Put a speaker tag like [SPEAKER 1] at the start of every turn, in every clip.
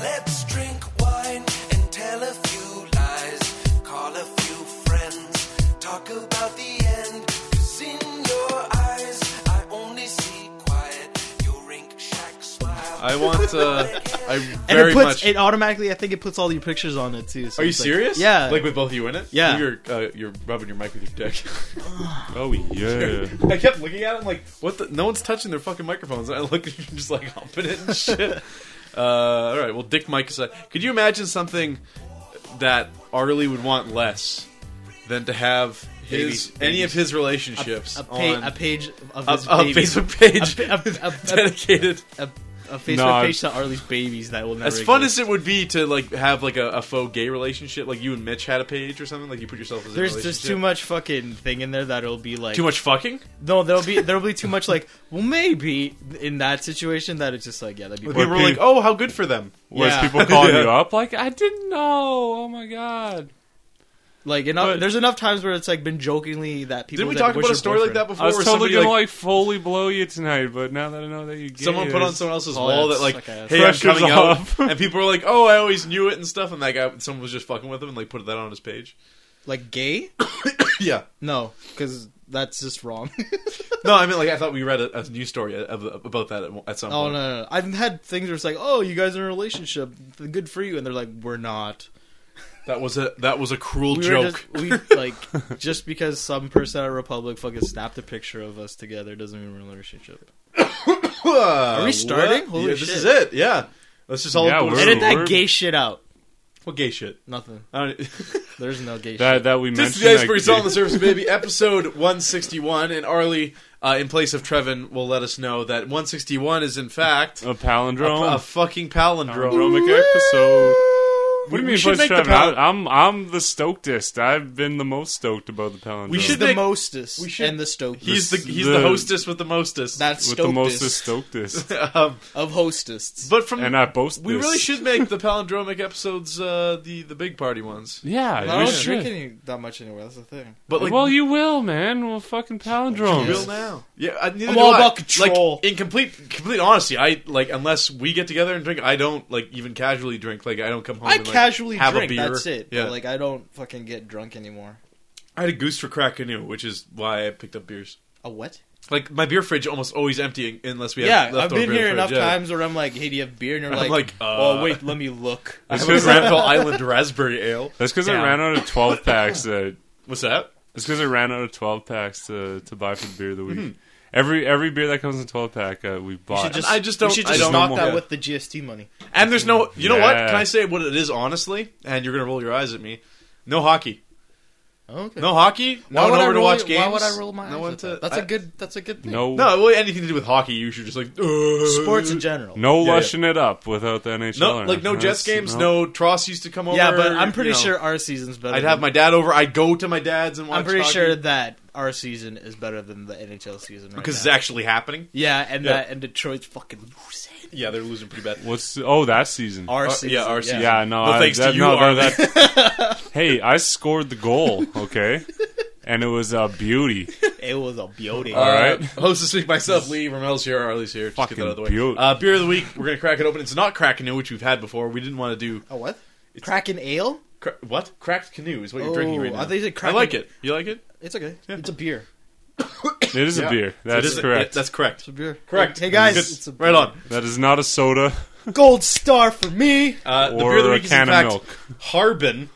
[SPEAKER 1] Let's drink wine and tell a few lies. Call a few friends. Talk about the end. 'Cause in your eyes, I only see quiet. Your rink shack smile.
[SPEAKER 2] I want. Uh, I
[SPEAKER 3] And
[SPEAKER 2] very
[SPEAKER 3] it puts
[SPEAKER 2] much.
[SPEAKER 3] it automatically. I think it puts all your pictures on it too. so
[SPEAKER 2] Are you
[SPEAKER 3] it's like-
[SPEAKER 2] serious?
[SPEAKER 3] yeah.
[SPEAKER 2] Like with both of you in it?
[SPEAKER 3] Yeah.
[SPEAKER 2] You're uh, you're rubbing your mic with your dick.
[SPEAKER 4] Oh yeah.
[SPEAKER 2] I kept looking at him like, what? the No one's touching their fucking microphones. And I look at you just like humping it and shit. uh, all right. Well, dick mic aside, could you imagine something that Arlie would want less than to have his
[SPEAKER 4] Babies.
[SPEAKER 2] any of his relationships
[SPEAKER 3] a, pa-
[SPEAKER 2] on
[SPEAKER 3] a page of
[SPEAKER 2] a-
[SPEAKER 3] his
[SPEAKER 2] a
[SPEAKER 3] babies.
[SPEAKER 2] Facebook page
[SPEAKER 3] A pa- a- a- a-
[SPEAKER 2] dedicated?
[SPEAKER 3] a, a Facebook
[SPEAKER 4] No.
[SPEAKER 3] page to Arlie's babies that will never.
[SPEAKER 2] As fun
[SPEAKER 3] exist.
[SPEAKER 2] as it would be to like have like a, a faux gay relationship, like you and Mitch had a page or something, like you put yourself as a
[SPEAKER 3] there's there's
[SPEAKER 2] relationship.
[SPEAKER 3] too much fucking thing in there that'll be like
[SPEAKER 2] too much fucking.
[SPEAKER 3] No, there'll be there'll be too much like well maybe in that situation that it's just like yeah that'd be
[SPEAKER 2] People
[SPEAKER 3] boring.
[SPEAKER 2] were like, "Oh, how good for them."
[SPEAKER 4] Was
[SPEAKER 3] Yeah.
[SPEAKER 4] people calling you
[SPEAKER 2] Yeah.
[SPEAKER 4] up like I didn't know? Oh my god.
[SPEAKER 3] like enough.
[SPEAKER 4] but-
[SPEAKER 3] there's enough times where it's like been jokingly that people
[SPEAKER 2] Didn't we
[SPEAKER 3] that
[SPEAKER 2] talk
[SPEAKER 3] was
[SPEAKER 2] about a
[SPEAKER 3] your
[SPEAKER 2] story like
[SPEAKER 3] boyfriend.
[SPEAKER 2] that before?
[SPEAKER 4] I was
[SPEAKER 2] where
[SPEAKER 4] totally
[SPEAKER 2] somebody,
[SPEAKER 4] gonna
[SPEAKER 2] like,
[SPEAKER 4] like fully blow you tonight, but now that I know that you gay,
[SPEAKER 2] Someone put on
[SPEAKER 4] there's-
[SPEAKER 2] someone else's
[SPEAKER 3] Oh,
[SPEAKER 2] wall
[SPEAKER 3] that's
[SPEAKER 2] that like,
[SPEAKER 3] like a-
[SPEAKER 2] hey, I'm
[SPEAKER 4] Pressure's
[SPEAKER 2] coming
[SPEAKER 4] off.
[SPEAKER 2] out, and people were like, oh, I always knew it and stuff, and that guy, someone was just fucking with him and like put that on his page.
[SPEAKER 3] like gay
[SPEAKER 2] yeah,
[SPEAKER 3] no because that's just wrong
[SPEAKER 2] no, I mean like I thought we read a, a news story of, about that at, at some
[SPEAKER 3] oh no,
[SPEAKER 2] point.
[SPEAKER 3] no no I've had things where it's like oh you guys are in a relationship good for you and they're like we're not
[SPEAKER 2] That was a that was a cruel
[SPEAKER 3] we were
[SPEAKER 2] joke.
[SPEAKER 3] just we like just because some person at Republic fucking snapped a picture of us together doesn't mean we're in a relationship
[SPEAKER 2] Are
[SPEAKER 3] we starting? Holy
[SPEAKER 2] yeah, This
[SPEAKER 3] shit.
[SPEAKER 2] is it. Yeah, let's just all
[SPEAKER 4] Yeah, we're-
[SPEAKER 3] edit
[SPEAKER 2] what
[SPEAKER 3] that
[SPEAKER 4] We're-
[SPEAKER 3] gay shit out
[SPEAKER 2] gay shit.
[SPEAKER 3] nothing
[SPEAKER 2] I don't-
[SPEAKER 3] there's no gay shit.
[SPEAKER 4] that that
[SPEAKER 2] Uh,
[SPEAKER 4] we
[SPEAKER 2] This
[SPEAKER 4] mentioned.
[SPEAKER 2] is the
[SPEAKER 4] that
[SPEAKER 2] iceberg's
[SPEAKER 4] gay-
[SPEAKER 2] on the surface, baby. Episode 161, and Arlie, uh, in place of Trevin, will let us know that 161 is in fact
[SPEAKER 4] a
[SPEAKER 2] a, a
[SPEAKER 4] palindrome.
[SPEAKER 2] fucking palindrome.
[SPEAKER 4] Palindromic episode. What do you
[SPEAKER 2] we
[SPEAKER 4] mean,
[SPEAKER 2] should
[SPEAKER 4] Buzz
[SPEAKER 2] make the
[SPEAKER 4] Trevin?
[SPEAKER 2] pal-
[SPEAKER 4] I, I'm I'm the stokedest. I've been the most stoked about the palindrome.
[SPEAKER 2] We
[SPEAKER 3] He's
[SPEAKER 2] should
[SPEAKER 3] the
[SPEAKER 2] make-
[SPEAKER 3] mostest
[SPEAKER 2] we should-
[SPEAKER 3] and the stokest.
[SPEAKER 2] He's the he's
[SPEAKER 4] The-
[SPEAKER 2] the, hostess with the mostest.
[SPEAKER 3] that's
[SPEAKER 4] with
[SPEAKER 3] stokest
[SPEAKER 4] the mostest stokedest,
[SPEAKER 2] um,
[SPEAKER 3] of hostess.
[SPEAKER 2] but from
[SPEAKER 4] and I boast.
[SPEAKER 2] we
[SPEAKER 4] this.
[SPEAKER 2] really should make the palindromic episodes uh, the the big party ones.
[SPEAKER 4] Yeah,
[SPEAKER 3] I
[SPEAKER 4] we
[SPEAKER 3] don't
[SPEAKER 4] should.
[SPEAKER 3] drink any that much anywhere. That's the thing.
[SPEAKER 2] But like
[SPEAKER 4] well, you will, man. We'll fucking palindrome.
[SPEAKER 2] will now. Yeah, I, neither
[SPEAKER 3] I'm
[SPEAKER 2] do
[SPEAKER 3] all
[SPEAKER 2] I.
[SPEAKER 3] about control.
[SPEAKER 2] Like in complete complete honesty, I like unless we get together and drink, I don't like even casually drink. Like I don't come home.
[SPEAKER 3] I
[SPEAKER 2] and, like,
[SPEAKER 3] casually
[SPEAKER 2] have
[SPEAKER 3] drink.
[SPEAKER 2] A beer.
[SPEAKER 3] That's it.
[SPEAKER 2] Yeah,
[SPEAKER 3] But like I don't fucking get drunk anymore.
[SPEAKER 2] I had a goose for crack canoe, which is why I picked up beers.
[SPEAKER 3] A what?
[SPEAKER 2] Like my beer fridge almost always empty unless we
[SPEAKER 3] Yeah,
[SPEAKER 2] have.
[SPEAKER 3] I've
[SPEAKER 2] leftover
[SPEAKER 3] been
[SPEAKER 2] beer in
[SPEAKER 3] here
[SPEAKER 2] the
[SPEAKER 3] enough
[SPEAKER 2] fridge, yeah.
[SPEAKER 3] times where I'm like, "Hey, do you have beer?" And you're
[SPEAKER 2] I'm
[SPEAKER 3] like,
[SPEAKER 2] like, uh,
[SPEAKER 3] "Oh, wait, let me look."
[SPEAKER 2] I have a Granville Island raspberry ale.
[SPEAKER 4] That's because I
[SPEAKER 3] Yeah.
[SPEAKER 4] ran out of twelve packs. That
[SPEAKER 2] What's that?
[SPEAKER 4] that's because I ran out of twelve packs to to buy for the beer of the week. Every every beer that comes in twelve pack, uh, we bought.
[SPEAKER 3] should just-
[SPEAKER 2] I Mm-hmm. just
[SPEAKER 3] We
[SPEAKER 2] don't.
[SPEAKER 3] should
[SPEAKER 2] I
[SPEAKER 3] just
[SPEAKER 2] don't
[SPEAKER 3] knock
[SPEAKER 2] know.
[SPEAKER 3] that
[SPEAKER 2] Yeah.
[SPEAKER 3] with the GST money.
[SPEAKER 2] And there's no. You know what?
[SPEAKER 4] Yeah.
[SPEAKER 2] Can I say what it is honestly? And you're gonna roll your eyes at me. No hockey.
[SPEAKER 3] Okay.
[SPEAKER 2] No hockey. No
[SPEAKER 3] Why
[SPEAKER 2] one
[SPEAKER 3] would I
[SPEAKER 2] over to
[SPEAKER 3] roll-
[SPEAKER 2] watch games.
[SPEAKER 3] Why would I roll my
[SPEAKER 2] no
[SPEAKER 3] eyes
[SPEAKER 2] one
[SPEAKER 3] at
[SPEAKER 2] to.
[SPEAKER 3] that? That's
[SPEAKER 2] a
[SPEAKER 3] a good. That's a good thing.
[SPEAKER 4] no
[SPEAKER 2] No, well, anything to do with hockey, you should just like "Ugh."
[SPEAKER 3] sports in general.
[SPEAKER 4] no
[SPEAKER 2] Yeah, yeah.
[SPEAKER 4] lushing it up without the NHL.
[SPEAKER 2] No,
[SPEAKER 4] or
[SPEAKER 2] like no
[SPEAKER 4] anything.
[SPEAKER 2] Jets
[SPEAKER 4] That's-
[SPEAKER 2] games.
[SPEAKER 4] no.
[SPEAKER 2] No, Tross used to come over.
[SPEAKER 3] Yeah, but I'm pretty
[SPEAKER 2] you know.
[SPEAKER 3] sure our season's better.
[SPEAKER 2] I'd have
[SPEAKER 3] than-
[SPEAKER 2] my dad over. I'd go to my dad's and watch.
[SPEAKER 3] I'm pretty
[SPEAKER 2] hockey.
[SPEAKER 3] sure that our season is better than the NHL season right
[SPEAKER 2] because it's
[SPEAKER 3] now.
[SPEAKER 2] actually happening.
[SPEAKER 3] yeah, and
[SPEAKER 2] Yeah.
[SPEAKER 3] that and Detroit's fucking losing.
[SPEAKER 2] Yeah, they're losing pretty bad.
[SPEAKER 4] What's oh that season?
[SPEAKER 3] Our
[SPEAKER 2] Uh, yeah,
[SPEAKER 3] season.
[SPEAKER 2] our season.
[SPEAKER 4] yeah, no,
[SPEAKER 2] Well,
[SPEAKER 4] I,
[SPEAKER 2] thanks to
[SPEAKER 4] that-
[SPEAKER 2] you,
[SPEAKER 4] no,
[SPEAKER 2] Arlie.
[SPEAKER 4] that- that- hey, I scored the goal. Okay, and it was a beauty.
[SPEAKER 3] It was a beauty.
[SPEAKER 2] All right,
[SPEAKER 4] right.
[SPEAKER 2] Uh, Host this week myself, Lee Ramel's here, Arlie's here. Just
[SPEAKER 4] Fucking
[SPEAKER 2] get that out of the way.
[SPEAKER 4] beaut.
[SPEAKER 2] Uh, beer of the week, we're gonna crack it open. It's not crack canoe, which we've had before. We didn't want to do
[SPEAKER 3] a what? Kraken ale?
[SPEAKER 2] cra- what cracked canoe is what you're
[SPEAKER 3] Oh,
[SPEAKER 2] drinking right now.
[SPEAKER 3] I thought you said
[SPEAKER 2] I like
[SPEAKER 3] Kraken.
[SPEAKER 2] it. You like it?
[SPEAKER 3] It's okay. It's a beer.
[SPEAKER 4] It is
[SPEAKER 2] Yeah.
[SPEAKER 4] a beer. That's
[SPEAKER 2] It is-
[SPEAKER 4] correct.
[SPEAKER 2] it- that's correct.
[SPEAKER 3] It's a beer.
[SPEAKER 2] Correct.
[SPEAKER 3] Hey guys,
[SPEAKER 2] Good.
[SPEAKER 3] it's a
[SPEAKER 2] right on.
[SPEAKER 4] that is not a soda.
[SPEAKER 3] gold star for me.
[SPEAKER 2] Uh, the
[SPEAKER 4] Or
[SPEAKER 2] beer of the
[SPEAKER 4] a
[SPEAKER 2] week is
[SPEAKER 4] can
[SPEAKER 2] in
[SPEAKER 4] of
[SPEAKER 2] fact
[SPEAKER 4] milk.
[SPEAKER 2] Harbin.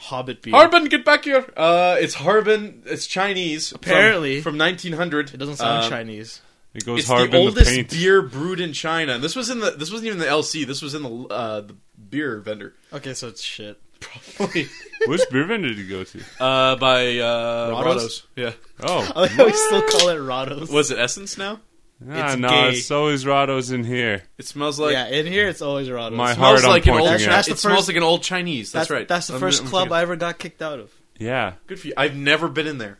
[SPEAKER 3] Hobbit beer.
[SPEAKER 2] Harbin, get back here. Uh, it's Harbin. It's Chinese. from-
[SPEAKER 3] Apparently.
[SPEAKER 2] from, 1900.
[SPEAKER 3] It doesn't sound
[SPEAKER 2] Um,
[SPEAKER 3] Chinese.
[SPEAKER 4] It goes
[SPEAKER 2] It's
[SPEAKER 4] hard
[SPEAKER 2] the
[SPEAKER 4] in the
[SPEAKER 2] oldest
[SPEAKER 4] paint.
[SPEAKER 2] beer brewed in China. And this was in the. This wasn't even the LC. This was in the uh, the beer vendor.
[SPEAKER 3] Okay, so it's shit.
[SPEAKER 4] Which beer vendor did you go to?
[SPEAKER 2] uh, by uh,
[SPEAKER 3] Rados?
[SPEAKER 2] Rados. Yeah.
[SPEAKER 4] Oh,
[SPEAKER 3] I like how we still call it Rados.
[SPEAKER 2] Was it Essence now?
[SPEAKER 4] Ah,
[SPEAKER 3] It's
[SPEAKER 4] no,
[SPEAKER 3] gay.
[SPEAKER 4] it's always Rados in here.
[SPEAKER 2] It smells like.
[SPEAKER 3] yeah, in here it's always Rados.
[SPEAKER 4] My
[SPEAKER 2] it smells
[SPEAKER 4] Hard, I'm
[SPEAKER 2] like an old. That's,
[SPEAKER 4] pointing at.
[SPEAKER 3] That's
[SPEAKER 2] it
[SPEAKER 3] the
[SPEAKER 2] smells
[SPEAKER 3] first-
[SPEAKER 2] like an old Chinese. That's, right.
[SPEAKER 3] That's the
[SPEAKER 2] I'm-
[SPEAKER 3] 1st
[SPEAKER 2] I'm
[SPEAKER 3] club
[SPEAKER 2] thinking-
[SPEAKER 3] I ever got kicked out of.
[SPEAKER 4] Yeah,
[SPEAKER 2] Good for you. I've never been in there.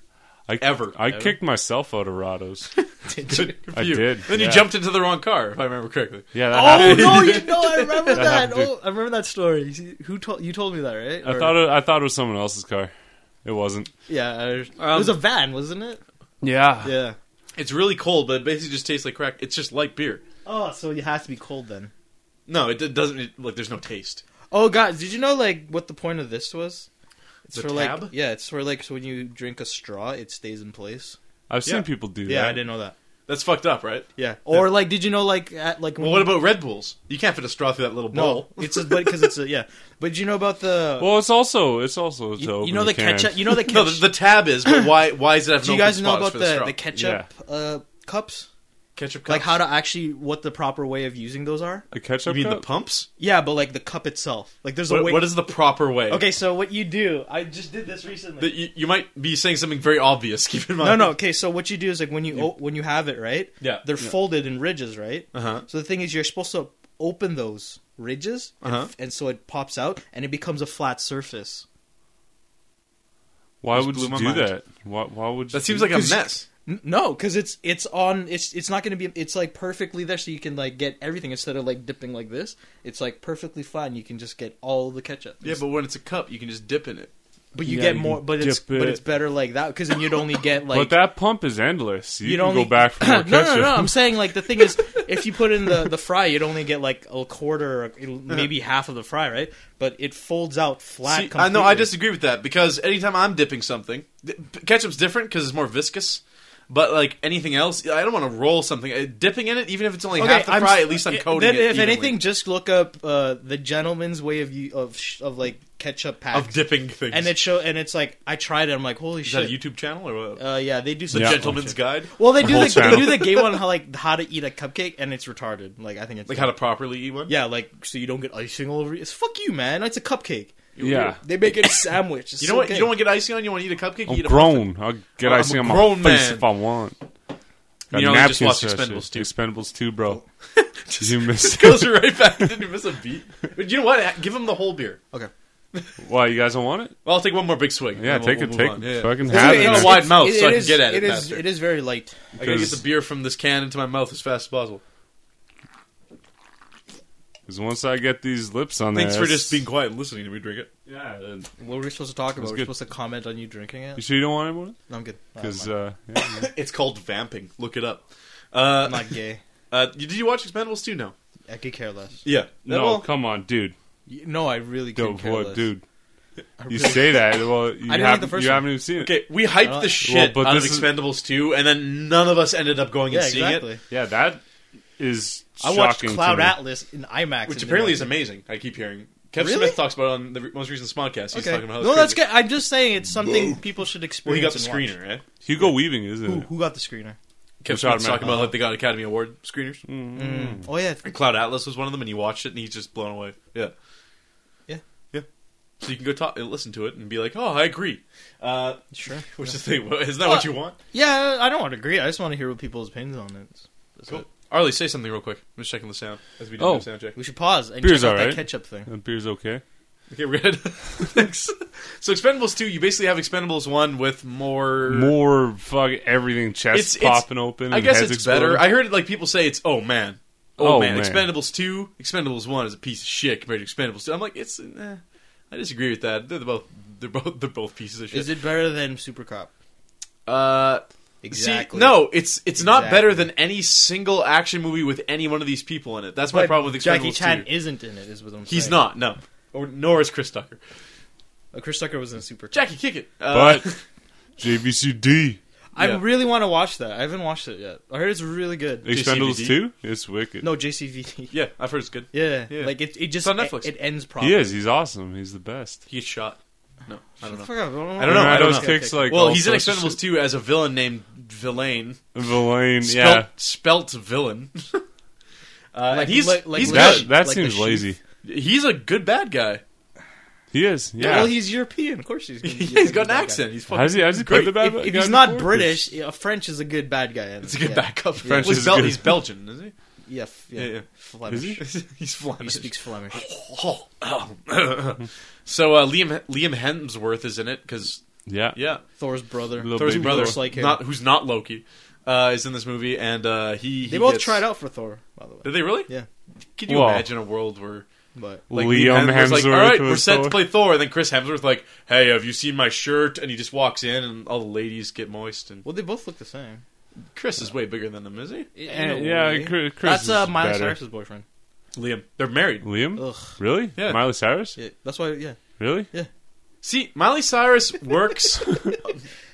[SPEAKER 4] I
[SPEAKER 2] Ever.
[SPEAKER 4] I
[SPEAKER 2] Ever.
[SPEAKER 4] kicked myself out of Rados.
[SPEAKER 3] Did you?
[SPEAKER 4] I
[SPEAKER 2] You.
[SPEAKER 4] did.
[SPEAKER 2] Then
[SPEAKER 4] yeah.
[SPEAKER 2] you jumped into the wrong car, if I remember correctly.
[SPEAKER 4] Yeah, that
[SPEAKER 3] Oh
[SPEAKER 4] happened.
[SPEAKER 3] no! You know, I remember
[SPEAKER 4] That
[SPEAKER 3] that.
[SPEAKER 4] happened.
[SPEAKER 3] Oh, I remember that story. Who told you? Told me that, right?
[SPEAKER 2] Oh,
[SPEAKER 4] I thought it, I thought it was someone else's car. It wasn't.
[SPEAKER 3] Yeah, I- it was a van, wasn't it?
[SPEAKER 4] Yeah.
[SPEAKER 3] Yeah.
[SPEAKER 2] It's really cold, but it basically just tastes like crack. It's just like beer.
[SPEAKER 3] Oh, so it has to be cold then.
[SPEAKER 2] No, it, it doesn't. It, like, there's no taste.
[SPEAKER 3] Oh God! Did you know like what the point of this was? It's
[SPEAKER 2] The
[SPEAKER 3] for
[SPEAKER 2] tab?
[SPEAKER 3] like yeah, it's for like so when you drink a straw, it stays in place.
[SPEAKER 4] I've seen
[SPEAKER 2] Yeah.
[SPEAKER 4] people do
[SPEAKER 3] Yeah,
[SPEAKER 4] that.
[SPEAKER 3] I didn't know that.
[SPEAKER 2] That's fucked up, right?
[SPEAKER 3] Yeah. Or like, did you know like at like
[SPEAKER 2] Well, what about Red Bulls? You can't fit a straw through that little
[SPEAKER 3] no?
[SPEAKER 2] bowl.
[SPEAKER 3] It's a, but because it's a yeah. But did you know about the
[SPEAKER 4] Well, it's also it's also to
[SPEAKER 3] you,
[SPEAKER 4] open
[SPEAKER 3] you know the
[SPEAKER 4] can.
[SPEAKER 3] ketchup? You know the
[SPEAKER 2] No,
[SPEAKER 3] ketchup?
[SPEAKER 2] the, the tab is, but why? Why is it have
[SPEAKER 3] do
[SPEAKER 2] no
[SPEAKER 3] you guys
[SPEAKER 2] open
[SPEAKER 3] know
[SPEAKER 2] spots
[SPEAKER 3] about
[SPEAKER 2] for
[SPEAKER 3] the
[SPEAKER 2] the, straw?
[SPEAKER 3] the ketchup uh, cups?
[SPEAKER 2] ketchup cups?
[SPEAKER 3] Like how to actually what the proper way of using those are?
[SPEAKER 4] The ketchup
[SPEAKER 2] you mean the
[SPEAKER 4] cup?
[SPEAKER 2] pumps?
[SPEAKER 3] Yeah, but like the cup itself. Like there's a
[SPEAKER 2] What-
[SPEAKER 3] way.
[SPEAKER 2] what is the proper way?
[SPEAKER 3] okay, so what you do? I just did this recently.
[SPEAKER 2] That you, you might be saying something very obvious. Keep in
[SPEAKER 3] No,
[SPEAKER 2] mind.
[SPEAKER 3] no. Okay, so what you do is like when you, o- when you have it, right?
[SPEAKER 2] Yeah.
[SPEAKER 3] They're
[SPEAKER 2] Yeah.
[SPEAKER 3] folded in ridges, right?
[SPEAKER 2] Uh-huh.
[SPEAKER 3] So the thing is, you're supposed to open those ridges, and
[SPEAKER 2] Uh-huh.
[SPEAKER 3] f- and so it pops out, and it becomes a flat surface.
[SPEAKER 4] Why
[SPEAKER 2] Just
[SPEAKER 4] would
[SPEAKER 2] blew
[SPEAKER 4] you
[SPEAKER 2] my
[SPEAKER 4] do
[SPEAKER 2] mind.
[SPEAKER 4] that? Why, why would you
[SPEAKER 2] That seems
[SPEAKER 4] do
[SPEAKER 2] like a
[SPEAKER 3] Because-
[SPEAKER 2] mess.
[SPEAKER 3] N- No, because it's it's on. It's it's not going to be. It's like perfectly there, so you can like get everything instead of like dipping like this. It's like perfectly flat, and you can just get all the ketchup.
[SPEAKER 2] Yeah, but when it's a cup, you can just dip in it.
[SPEAKER 3] but you
[SPEAKER 4] Yeah,
[SPEAKER 3] get
[SPEAKER 4] you
[SPEAKER 3] more.
[SPEAKER 4] can
[SPEAKER 3] But it's
[SPEAKER 4] dip
[SPEAKER 3] but
[SPEAKER 4] it.
[SPEAKER 3] it's better like that because then you'd only get like.
[SPEAKER 4] but that pump is endless. You,
[SPEAKER 3] You'd
[SPEAKER 4] can
[SPEAKER 3] only-
[SPEAKER 4] go back for more
[SPEAKER 3] no,
[SPEAKER 4] ketchup.
[SPEAKER 3] no, no, no. I'm saying like the thing is, if you put in the the fry, you'd only get like a quarter, or maybe half of the fry, right? But it folds out flat.
[SPEAKER 2] See, I know I
[SPEAKER 3] completely.
[SPEAKER 2] disagree with that because anytime I'm dipping something, th- ketchup's different because it's more viscous. But like anything else, I don't want to roll something. Uh, Dipping in it, even if it's only half the fry, at least I'm coating
[SPEAKER 3] then,
[SPEAKER 2] it.
[SPEAKER 3] If
[SPEAKER 2] evenly.
[SPEAKER 3] anything, just look up uh, the gentleman's way of you of sh- of like ketchup packs,
[SPEAKER 2] of dipping things,
[SPEAKER 3] and it show and it's like I tried it. I'm like, holy
[SPEAKER 2] is that a
[SPEAKER 3] shit!
[SPEAKER 2] YouTube channel or what?
[SPEAKER 3] uh, yeah, they do some
[SPEAKER 2] the
[SPEAKER 4] Yeah.
[SPEAKER 2] Gentleman's Guide,
[SPEAKER 3] Well, they
[SPEAKER 4] The
[SPEAKER 3] do
[SPEAKER 4] whole
[SPEAKER 3] the, they
[SPEAKER 4] channel.
[SPEAKER 3] do the gay one how like how to eat a cupcake, and it's retarded. Like I think it's
[SPEAKER 2] like how to properly eat one.
[SPEAKER 3] yeah, like so you don't get icing all over you. It's fuck you, man. It's a cupcake.
[SPEAKER 4] Yeah.
[SPEAKER 3] They make it a sandwich. It's
[SPEAKER 2] You
[SPEAKER 3] so
[SPEAKER 2] know what?
[SPEAKER 3] gay.
[SPEAKER 2] You don't want to get icing on. You want to eat a cupcake.
[SPEAKER 4] I'm
[SPEAKER 2] eat a
[SPEAKER 4] grown. I'll
[SPEAKER 2] I'm
[SPEAKER 4] get
[SPEAKER 2] a
[SPEAKER 4] icing on my
[SPEAKER 2] grown
[SPEAKER 4] face
[SPEAKER 2] man.
[SPEAKER 4] if I want. Got
[SPEAKER 2] You know, they just
[SPEAKER 4] napkins
[SPEAKER 2] watched
[SPEAKER 4] and shit.
[SPEAKER 2] Expendables 2.
[SPEAKER 4] Expendables 2, bro. you missed it.
[SPEAKER 2] Goes right back. Didn't you miss a beat. But you know what? Give him the whole beer.
[SPEAKER 3] Okay.
[SPEAKER 4] Why, you guys don't want it?
[SPEAKER 2] Well, I'll take one more big swig. and
[SPEAKER 4] Yeah,
[SPEAKER 2] then
[SPEAKER 4] take
[SPEAKER 2] we'll-
[SPEAKER 4] it.
[SPEAKER 2] we'll
[SPEAKER 4] Take
[SPEAKER 2] move on.
[SPEAKER 4] it.
[SPEAKER 2] Yeah.
[SPEAKER 4] Fucking
[SPEAKER 2] It's
[SPEAKER 4] have
[SPEAKER 2] okay,
[SPEAKER 4] it.
[SPEAKER 2] got a
[SPEAKER 4] man.
[SPEAKER 2] I'll wide mouth so I can
[SPEAKER 3] is-
[SPEAKER 2] get at it
[SPEAKER 3] is-
[SPEAKER 2] faster.
[SPEAKER 3] it is very light.
[SPEAKER 2] I gotta get
[SPEAKER 4] Because-
[SPEAKER 2] the beer from this can into my mouth as fast as possible.
[SPEAKER 4] Because once I get these lips on
[SPEAKER 2] Thanks
[SPEAKER 4] there,
[SPEAKER 2] for just
[SPEAKER 4] it's-
[SPEAKER 2] being quiet and listening to me drink it.
[SPEAKER 4] Yeah. then-
[SPEAKER 3] What were we supposed to talk about?
[SPEAKER 4] That's
[SPEAKER 3] We're
[SPEAKER 4] good.
[SPEAKER 3] supposed to comment on you drinking
[SPEAKER 4] You
[SPEAKER 3] it.
[SPEAKER 4] sure you don't want anyone?
[SPEAKER 2] Oh,
[SPEAKER 3] No, I'm good. No,
[SPEAKER 4] Because,
[SPEAKER 3] I'm, not.
[SPEAKER 4] uh, yeah, man.
[SPEAKER 2] It's called vamping. Look it up. Uh,
[SPEAKER 3] I'm not gay.
[SPEAKER 2] uh, did you watch Expendables 2? No.
[SPEAKER 3] I could care less.
[SPEAKER 2] Yeah.
[SPEAKER 4] no,
[SPEAKER 2] Well,
[SPEAKER 4] come on, dude.
[SPEAKER 3] You- No, I really could
[SPEAKER 4] Yo,
[SPEAKER 3] care
[SPEAKER 4] boy,
[SPEAKER 3] less.
[SPEAKER 4] dude.
[SPEAKER 3] I
[SPEAKER 4] You
[SPEAKER 3] really-
[SPEAKER 4] say that. Well, you,
[SPEAKER 3] I didn't like
[SPEAKER 4] haven't,
[SPEAKER 3] the first
[SPEAKER 4] you
[SPEAKER 3] one.
[SPEAKER 4] haven't even seen it.
[SPEAKER 2] okay, we
[SPEAKER 3] I
[SPEAKER 2] hyped
[SPEAKER 3] don't-
[SPEAKER 2] the shit
[SPEAKER 4] Well, but
[SPEAKER 2] out of
[SPEAKER 4] this is-
[SPEAKER 2] Expendables 2, and then none of us ended up going
[SPEAKER 3] yeah,
[SPEAKER 2] and seeing
[SPEAKER 3] exactly.
[SPEAKER 2] it,
[SPEAKER 4] Yeah, that is
[SPEAKER 3] I
[SPEAKER 4] shocking
[SPEAKER 3] watched
[SPEAKER 4] to
[SPEAKER 3] Cloud
[SPEAKER 4] me.
[SPEAKER 3] Atlas in IMAX,
[SPEAKER 2] which
[SPEAKER 3] and
[SPEAKER 2] apparently is
[SPEAKER 3] didn't
[SPEAKER 2] amazing. I keep hearing. Kev
[SPEAKER 3] Really?
[SPEAKER 2] Smith talks about it on the re- most recent podcast. He's
[SPEAKER 3] like it.
[SPEAKER 2] talking
[SPEAKER 3] Okay.
[SPEAKER 2] about how
[SPEAKER 3] no,
[SPEAKER 2] it's
[SPEAKER 3] that's
[SPEAKER 2] crazy.
[SPEAKER 3] good. I'm just saying it's something people should
[SPEAKER 2] Well, he
[SPEAKER 3] experience.
[SPEAKER 2] got the
[SPEAKER 3] and watch.
[SPEAKER 2] screener, eh?
[SPEAKER 4] Hugo Weaving, isn't
[SPEAKER 3] Who,
[SPEAKER 4] it?
[SPEAKER 3] who got the screener?
[SPEAKER 2] Kev
[SPEAKER 4] Shot
[SPEAKER 2] Smith's
[SPEAKER 4] Man.
[SPEAKER 2] talking about like they got Academy Award screeners.
[SPEAKER 3] Oh yeah,
[SPEAKER 2] And Cloud Atlas was one of them, and he watched it, and he's just blown away. Yeah.
[SPEAKER 3] Yeah.
[SPEAKER 2] Yeah. So you can go talk, listen to it and be like, oh, I agree. Uh,
[SPEAKER 3] sure.
[SPEAKER 2] which is the thing. Isn't that what you want?
[SPEAKER 3] Yeah, I don't want to agree. I just want to hear what people's opinions on it. That's
[SPEAKER 2] Cool.
[SPEAKER 3] it.
[SPEAKER 2] Arlie, say something real quick. I'm just checking the sound as we do
[SPEAKER 4] Oh.
[SPEAKER 2] the sound check.
[SPEAKER 3] We should pause and
[SPEAKER 4] Beer's
[SPEAKER 3] check out
[SPEAKER 4] alright.
[SPEAKER 3] that ketchup thing.
[SPEAKER 4] That beer's okay.
[SPEAKER 2] Okay, we're good. Thanks. So Expendables two, you basically have Expendables one with more.
[SPEAKER 4] More fuck everything
[SPEAKER 2] Er. It's-
[SPEAKER 4] chests
[SPEAKER 2] it's-
[SPEAKER 4] popping open.
[SPEAKER 2] I
[SPEAKER 4] and
[SPEAKER 2] guess
[SPEAKER 4] heads
[SPEAKER 2] it's
[SPEAKER 4] exploding.
[SPEAKER 2] better. I heard like people say it's oh man, oh,
[SPEAKER 4] Oh,
[SPEAKER 2] man.
[SPEAKER 4] man.
[SPEAKER 2] Expendables two, Expendables one is a piece of shit compared to Expendables two. I'm like it's. Eh, I disagree with that. They're both. They're both. They're both pieces of shit.
[SPEAKER 3] Is it better than Super Cop?
[SPEAKER 2] uh, See, no, it's it's not
[SPEAKER 3] Exactly.
[SPEAKER 2] better than any single action movie with any one of these people in it. That's my
[SPEAKER 3] But
[SPEAKER 2] problem with Expendables
[SPEAKER 3] Jackie Chan
[SPEAKER 2] 2.
[SPEAKER 3] isn't in it. Is what I'm saying.
[SPEAKER 2] He's not. No. Or, nor is Chris Tucker.
[SPEAKER 3] Uh, Chris Tucker was in Super. Cop.
[SPEAKER 2] Jackie, kick it. Uh,
[SPEAKER 4] But JVCD
[SPEAKER 3] I
[SPEAKER 2] Yeah.
[SPEAKER 3] really want to watch that. I haven't watched it yet. I heard it's really good.
[SPEAKER 4] Expendables
[SPEAKER 2] JCVD.
[SPEAKER 4] two, it's wicked.
[SPEAKER 3] No, JCVD.
[SPEAKER 2] yeah, I've heard it's good.
[SPEAKER 3] Yeah,
[SPEAKER 2] Yeah.
[SPEAKER 3] like it. It just e-
[SPEAKER 2] on Netflix.
[SPEAKER 3] It, it ends properly.
[SPEAKER 4] he is. He's awesome. He's the best.
[SPEAKER 2] He gets shot. No, I don't know.
[SPEAKER 3] Fuck, I don't know.
[SPEAKER 2] I don't know,
[SPEAKER 4] Remember
[SPEAKER 2] I don't
[SPEAKER 4] those
[SPEAKER 2] know.
[SPEAKER 4] kicks like
[SPEAKER 2] Well,
[SPEAKER 4] all
[SPEAKER 2] he's in
[SPEAKER 4] sorts of
[SPEAKER 2] Expendables 2 as a villain named Villain.
[SPEAKER 4] shit. Villain.
[SPEAKER 2] Spelt,
[SPEAKER 4] Yeah,
[SPEAKER 2] spelt villain. Uh,
[SPEAKER 3] Like-
[SPEAKER 2] he's
[SPEAKER 3] like- like
[SPEAKER 2] he's
[SPEAKER 4] that
[SPEAKER 2] good.
[SPEAKER 4] that
[SPEAKER 3] Like the
[SPEAKER 4] seems
[SPEAKER 3] sheath.
[SPEAKER 4] lazy.
[SPEAKER 2] He's a good bad guy.
[SPEAKER 4] He is.
[SPEAKER 3] Yeah.
[SPEAKER 4] Yeah.
[SPEAKER 3] Well, he's European. Of course, he's. Gonna be
[SPEAKER 2] Yeah, he's got an
[SPEAKER 3] a good
[SPEAKER 2] accent. He's fucking
[SPEAKER 4] How's he? How's he played the
[SPEAKER 3] guy.
[SPEAKER 4] bad
[SPEAKER 3] If, if
[SPEAKER 4] guy
[SPEAKER 3] he's not
[SPEAKER 4] before?
[SPEAKER 3] British, yeah, French is a good bad guy.
[SPEAKER 2] It's a good
[SPEAKER 3] yeah.
[SPEAKER 2] backup.
[SPEAKER 4] French
[SPEAKER 2] well, he's,
[SPEAKER 4] is
[SPEAKER 2] Bel-
[SPEAKER 4] good.
[SPEAKER 2] he's Belgian, isn't he?
[SPEAKER 3] Yeah, f- yeah,
[SPEAKER 2] Yeah, yeah.
[SPEAKER 3] Flemish.
[SPEAKER 4] Is
[SPEAKER 3] He?
[SPEAKER 2] he's Flemish.
[SPEAKER 3] speaks Flemish.
[SPEAKER 2] so Oh, uh, Liam Liam Hemsworth is in it because
[SPEAKER 4] Yeah.
[SPEAKER 2] yeah,
[SPEAKER 3] Thor's brother.
[SPEAKER 4] Little
[SPEAKER 2] Thor's
[SPEAKER 4] baby
[SPEAKER 2] brother,
[SPEAKER 4] Thor.
[SPEAKER 3] Like him.
[SPEAKER 2] not who's not Loki. uh, is in this movie, and uh, he, he
[SPEAKER 3] They both
[SPEAKER 2] gets-
[SPEAKER 3] tried out for Thor, by the way.
[SPEAKER 2] Did they really?
[SPEAKER 3] Yeah.
[SPEAKER 2] Could you
[SPEAKER 4] Whoa.
[SPEAKER 2] imagine a world where
[SPEAKER 3] But
[SPEAKER 2] like
[SPEAKER 4] Liam
[SPEAKER 2] Liam Hemsworth's like, all
[SPEAKER 4] Hemsworth
[SPEAKER 2] right,
[SPEAKER 4] was
[SPEAKER 2] we're set
[SPEAKER 4] Thor."
[SPEAKER 2] to play Thor, and then Chris Hemsworth like, hey, have you seen my shirt? And he just walks in, and all the ladies get moist, and
[SPEAKER 3] well, they both look the same.
[SPEAKER 2] Chris is way bigger than them, is he?
[SPEAKER 4] And- Eh, yeah, Chris.
[SPEAKER 3] that's uh,
[SPEAKER 4] is
[SPEAKER 3] Miley
[SPEAKER 4] better.
[SPEAKER 3] Cyrus's boyfriend.
[SPEAKER 2] Liam, they're married.
[SPEAKER 4] Liam?
[SPEAKER 3] Ugh.
[SPEAKER 4] Really?
[SPEAKER 2] Yeah.
[SPEAKER 4] Miley Cyrus?
[SPEAKER 3] Yeah, that's why. Yeah.
[SPEAKER 4] Really?
[SPEAKER 2] See, Miley Cyrus works.